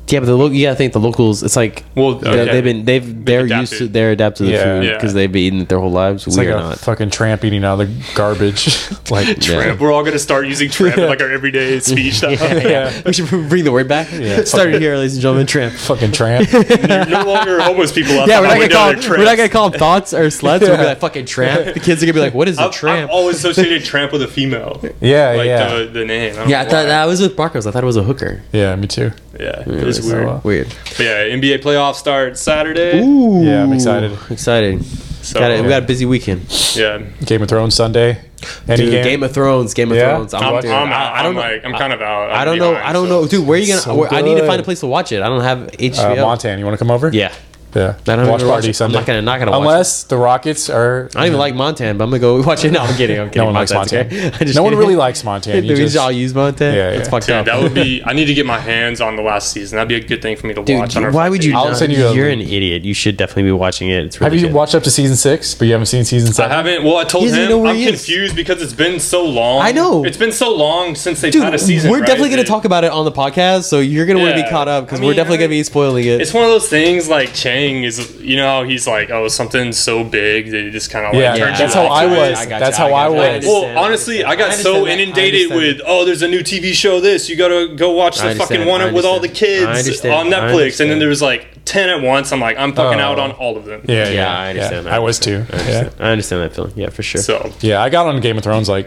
Speaker 1: Yeah, but the lo- you gotta think the locals. It's like
Speaker 3: Well,
Speaker 1: they're-
Speaker 3: okay.
Speaker 1: they've been they've they're used
Speaker 3: adapted.
Speaker 1: to they're adapted to the
Speaker 2: Yeah.
Speaker 1: food
Speaker 3: Yeah.
Speaker 1: because they've been eating it their whole lives.
Speaker 2: It's
Speaker 1: we
Speaker 2: like
Speaker 1: are
Speaker 2: a
Speaker 1: not.
Speaker 2: fucking tramp eating out of the garbage. like
Speaker 1: Yeah.
Speaker 3: We're all gonna start using tramp in, like our everyday speech. now.
Speaker 2: yeah.
Speaker 1: We should bring the word back. It Started here, ladies and gentlemen. Tramp.
Speaker 2: fucking tramp.
Speaker 3: You're no longer homeless people. Out
Speaker 1: Yeah,
Speaker 3: the
Speaker 1: we're not gonna
Speaker 3: window,
Speaker 1: call
Speaker 3: they're
Speaker 1: them, we're not
Speaker 3: tramps.
Speaker 1: gonna call them thoughts or sluts. We'll be like fucking tramp. The kids are gonna be like, what is a
Speaker 3: I've-
Speaker 1: tramp?
Speaker 3: I've always associated tramp with a female.
Speaker 2: Yeah,
Speaker 1: uh,
Speaker 3: like uh,
Speaker 2: yeah.
Speaker 3: The, the name. don't
Speaker 1: yeah, I
Speaker 3: know
Speaker 1: thought
Speaker 3: why.
Speaker 1: that was with Broncos. I thought it was a hooker.
Speaker 2: yeah, me too.
Speaker 3: Yeah, it's
Speaker 2: so,
Speaker 3: weird.
Speaker 2: uh,
Speaker 1: Weird.
Speaker 3: But yeah, NBA playoffs start Saturday.
Speaker 1: Ooh.
Speaker 2: Yeah, I'm excited.
Speaker 1: Excited.
Speaker 3: so,
Speaker 1: Got it. We got a busy weekend.
Speaker 3: yeah.
Speaker 2: Game of Thrones Sunday. Any
Speaker 1: Dude,
Speaker 2: game?
Speaker 1: Game of Thrones. Game of
Speaker 2: Yeah.
Speaker 1: Thrones. I'm,
Speaker 3: I'm,
Speaker 1: dude, I-
Speaker 3: I'm, out.
Speaker 1: I don't
Speaker 3: I'm
Speaker 1: know.
Speaker 3: like, I'm kind of out.
Speaker 1: I
Speaker 3: I'm
Speaker 1: don't know.
Speaker 3: behind,
Speaker 1: I don't
Speaker 3: so-
Speaker 1: know, dude. Where are you gonna?
Speaker 2: So
Speaker 1: where- I need to find a
Speaker 2: good.
Speaker 1: place to watch it. I don't have
Speaker 2: uh,
Speaker 1: HBO.
Speaker 2: Montan, you want to come over?
Speaker 1: Yeah.
Speaker 2: yeah.
Speaker 1: I don't
Speaker 2: Watch
Speaker 1: even watch
Speaker 2: party
Speaker 1: it.
Speaker 2: Sunday.
Speaker 1: I'm not gonna not gonna watch it.
Speaker 2: Unless the Rockets are.
Speaker 1: I don't even like Montan, but I'm gonna go watch it. No, I'm kidding. I'm kidding.
Speaker 2: No one likes
Speaker 1: Montan's okay.
Speaker 2: Montan.
Speaker 1: I just-
Speaker 2: No one really likes Montan.
Speaker 1: Did
Speaker 2: You
Speaker 1: we
Speaker 2: just-
Speaker 1: just all use Montan?
Speaker 2: Yeah,
Speaker 1: That's
Speaker 2: yeah.
Speaker 1: fucked
Speaker 3: Dude,
Speaker 1: up.
Speaker 3: that would be. I need to get my hands on the last season. That'd be a good thing for me to watch. on our
Speaker 1: Dude, why
Speaker 3: front
Speaker 1: would you?
Speaker 3: page.
Speaker 2: I'll
Speaker 1: not?
Speaker 2: send you a
Speaker 1: You're an
Speaker 2: link.
Speaker 1: idiot. You should definitely be watching it. It's really
Speaker 2: Have you
Speaker 1: good.
Speaker 2: watched up to season six, but you haven't seen season
Speaker 3: I
Speaker 2: seven?
Speaker 3: haven't. Well, I told
Speaker 1: He doesn't
Speaker 3: him
Speaker 1: know where
Speaker 3: I'm
Speaker 1: he is.
Speaker 3: confused because it's been so long.
Speaker 1: I know.
Speaker 3: it's been so long since they've
Speaker 1: Dude,
Speaker 3: had a season.
Speaker 1: we're
Speaker 3: right?
Speaker 1: definitely gonna
Speaker 3: They-
Speaker 1: talk about it on the podcast, so you're gonna want to be
Speaker 3: Yeah.
Speaker 1: caught up because
Speaker 3: I
Speaker 1: we're
Speaker 3: mean,
Speaker 1: definitely
Speaker 3: I-
Speaker 1: gonna be spoiling it.
Speaker 3: It's one of those things like Chang is, you know, how he's like, oh, something's so big that it just kind of like
Speaker 2: Yeah,
Speaker 3: turns
Speaker 2: that's
Speaker 3: you
Speaker 2: how
Speaker 3: off
Speaker 2: I
Speaker 3: to it.
Speaker 2: was. That's how I was.
Speaker 3: Well, honestly, I got so inundated with, oh, there's a new TV show. This you gotta go watch
Speaker 1: I
Speaker 3: the
Speaker 1: understand.
Speaker 3: fucking one
Speaker 1: I
Speaker 3: with all the
Speaker 1: understand. I
Speaker 3: kids
Speaker 1: understand.
Speaker 3: on
Speaker 1: I
Speaker 3: Netflix, and then
Speaker 1: understand.
Speaker 3: there was like ten at once. I'm like, I'm fucking
Speaker 2: Oh.
Speaker 3: out on all of them.
Speaker 2: Yeah, yeah,
Speaker 1: Yeah, I understand that.
Speaker 2: I was too.
Speaker 1: I
Speaker 2: Yeah.
Speaker 1: understand. I understand that feeling. Yeah, for sure.
Speaker 3: So,
Speaker 2: yeah, I got on Game of Thrones like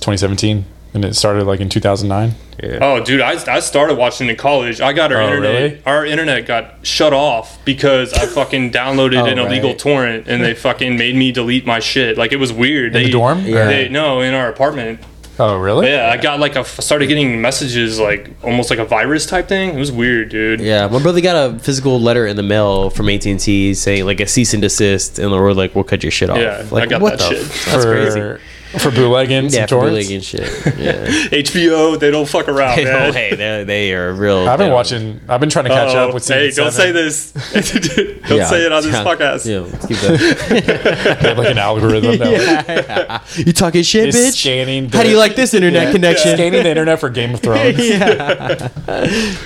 Speaker 2: 2017, and it started like in 2009.
Speaker 3: oh, dude, I, I started watching in college. I got our
Speaker 2: Oh,
Speaker 3: internet.
Speaker 2: really?
Speaker 3: Our internet got shut off because I fucking downloaded
Speaker 2: Oh,
Speaker 3: an illegal
Speaker 2: right.
Speaker 3: torrent, and they fucking made me delete my shit. Like it was weird.
Speaker 2: the
Speaker 3: they
Speaker 2: dorm? Yeah.
Speaker 3: They, no, in our apartment.
Speaker 2: Oh, really?
Speaker 3: Yeah, I got like a started getting messages like almost like a virus type thing. It was weird, dude.
Speaker 1: Yeah, my brother got a physical letter in the mail from AT and T saying like a cease and desist, and we're like, "We'll cut your shit off."
Speaker 3: Yeah, I
Speaker 1: like,
Speaker 3: got
Speaker 1: what
Speaker 3: that
Speaker 1: the
Speaker 3: shit.
Speaker 1: f-
Speaker 2: for,
Speaker 1: That's crazy.
Speaker 2: For
Speaker 1: Yeah,
Speaker 2: bootlegging some torrents.
Speaker 1: bootlegging shit. Yeah.
Speaker 3: HBO, they don't fuck around,
Speaker 1: Hey,
Speaker 3: man.
Speaker 1: oh, hey, they they are real.
Speaker 2: I've
Speaker 1: they
Speaker 2: been
Speaker 1: don't-
Speaker 2: watching. I've been trying to catch
Speaker 3: Oh,
Speaker 2: up with season
Speaker 3: hey, don't say
Speaker 2: seven.
Speaker 3: this. don't
Speaker 1: Yeah,
Speaker 3: say it on this
Speaker 1: yeah,
Speaker 3: podcast.
Speaker 1: Yeah, let's keep that.
Speaker 2: They have like an algorithm that
Speaker 1: you talking shit,
Speaker 2: is
Speaker 1: bitch?
Speaker 2: scanning. The,
Speaker 1: How do you like this internet
Speaker 2: yeah,
Speaker 1: connection?
Speaker 2: Scanning the internet for Game of Thrones.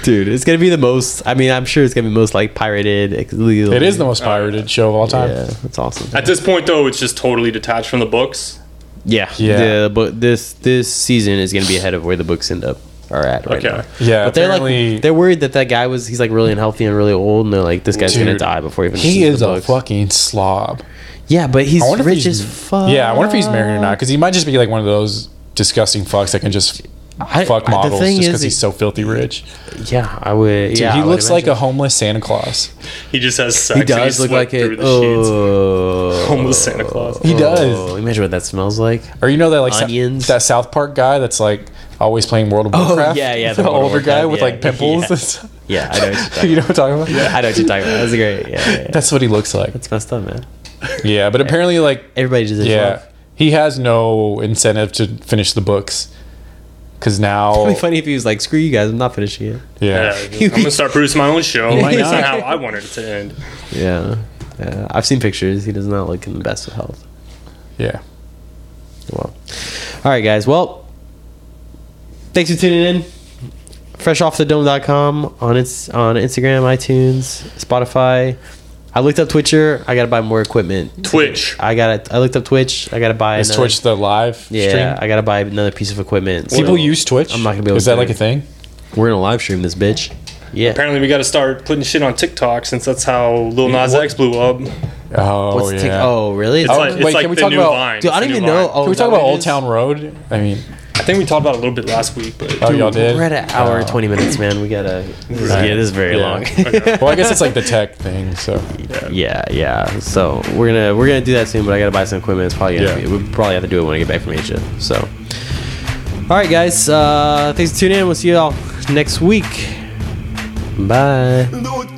Speaker 1: Dude, it's gonna be the most. I mean, I'm sure it's gonna be most like pirated. Illegal.
Speaker 2: It is the most pirated show of all time.
Speaker 1: Yeah, that's awesome.
Speaker 3: At this point, though, it's just totally detached from the books.
Speaker 1: yeah,
Speaker 2: Yeah.
Speaker 1: The, but this this season is gonna be ahead of where the books end up are at right
Speaker 3: Okay.
Speaker 1: now.
Speaker 2: Yeah,
Speaker 1: But they're
Speaker 2: apparently-
Speaker 1: like they're worried that that guy was he's like really unhealthy and really old, and they're like this guy's gonna
Speaker 2: Dude,
Speaker 1: die before he even.
Speaker 2: He
Speaker 1: sees
Speaker 2: is
Speaker 1: the
Speaker 2: a
Speaker 1: books.
Speaker 2: fucking slob.
Speaker 1: Yeah, but he's
Speaker 2: I wonder
Speaker 1: rich
Speaker 2: if he's,
Speaker 1: as fuck.
Speaker 2: Yeah, I wonder if he's married or not because he might just be like one of those disgusting fucks that can just
Speaker 1: I-
Speaker 2: fuck
Speaker 1: I-
Speaker 2: models
Speaker 1: The thing
Speaker 2: just
Speaker 1: is,
Speaker 2: because he's so filthy rich.
Speaker 1: yeah, I would.
Speaker 2: Dude,
Speaker 1: yeah,
Speaker 2: he looks like a homeless Santa Claus.
Speaker 3: He just has sex.
Speaker 1: He does
Speaker 3: and
Speaker 1: look like
Speaker 3: through
Speaker 1: it.
Speaker 3: the sheets.
Speaker 1: Oh,
Speaker 3: Homeless Santa Claus.
Speaker 2: He does.
Speaker 1: oh, imagine what that smells like.
Speaker 2: Or you know that like Sa-
Speaker 1: Onions. Oh,
Speaker 2: that South Park guy that's like always playing World of Warcraft.
Speaker 1: yeah, yeah,
Speaker 2: the,
Speaker 1: the World of
Speaker 2: older guy
Speaker 1: Warcraft,
Speaker 2: with
Speaker 1: yeah,
Speaker 2: like pimples.
Speaker 1: yeah. Yeah, I know. What you're talking
Speaker 2: you know what I'm talking about?
Speaker 1: about. I know what you're talking about. That's great. Yeah, yeah, yeah.
Speaker 2: That's what he looks like.
Speaker 1: It's messed up, man.
Speaker 2: Yeah, but apparently like
Speaker 1: Everybody does this.
Speaker 2: yeah,
Speaker 1: life.
Speaker 2: he has no incentive to finish the books because now
Speaker 1: It'd be funny if he was like, "Screw you guys, I'm not finishing it."
Speaker 2: yeah.
Speaker 3: Yeah, I'm gonna start producing my own show.
Speaker 1: Why
Speaker 3: That's
Speaker 1: not?
Speaker 3: not how I wanted it to end.
Speaker 1: Yeah. Yeah. I've seen pictures. He does not look in the best of health.
Speaker 2: yeah
Speaker 1: Well, all right, guys. Well, thanks for tuning in. FreshOffTheDome.com on its on Instagram, iTunes, Spotify. I looked up Twitcher. I gotta buy more equipment.
Speaker 3: Twitch.
Speaker 1: I got. I looked up Twitch. I gotta buy.
Speaker 2: Is
Speaker 1: another-
Speaker 2: Twitch the live
Speaker 1: Yeah,
Speaker 2: stream?
Speaker 1: I gotta buy another piece of equipment.
Speaker 2: People
Speaker 1: So,
Speaker 2: use Twitch.
Speaker 1: I'm not gonna be able
Speaker 2: Is
Speaker 1: to
Speaker 2: that
Speaker 1: do
Speaker 2: like
Speaker 1: it.
Speaker 2: a thing?
Speaker 1: We're gonna live stream this bitch. Yeah.
Speaker 3: Apparently, we got to start putting shit on TikTok since that's how Lil Nas X blew up. It's
Speaker 2: Oh
Speaker 1: What's
Speaker 2: yeah.
Speaker 1: Tik- oh really? It's
Speaker 3: like, it's
Speaker 2: wait,
Speaker 3: like
Speaker 2: can we
Speaker 3: the
Speaker 2: talk
Speaker 3: new
Speaker 2: about-
Speaker 3: Vine.
Speaker 1: Dude, I
Speaker 3: It's
Speaker 1: don't
Speaker 3: the
Speaker 1: even
Speaker 3: new
Speaker 1: know.
Speaker 3: Vine.
Speaker 1: Oh,
Speaker 2: Can we
Speaker 1: is that
Speaker 2: talk
Speaker 1: what
Speaker 2: about
Speaker 1: it
Speaker 2: Old
Speaker 1: is?
Speaker 2: Town Road? I mean,
Speaker 3: I think we talked about it a little bit last week, but
Speaker 2: oh y'all did.
Speaker 1: We're at an hour
Speaker 2: Oh.
Speaker 1: and twenty minutes, man. We gotta. Yeah, this is very
Speaker 2: Yeah.
Speaker 1: long.
Speaker 2: well, I guess it's like the tech thing. So
Speaker 1: yeah, yeah. So we're gonna we're gonna do that soon, but I gotta buy some equipment. It's probably gonna
Speaker 2: Yeah.
Speaker 1: be, we probably have to do it when I get back from Asia. So, all right, guys. Uh, thanks for tuning in. We'll see y'all next week. Bye.
Speaker 7: No, it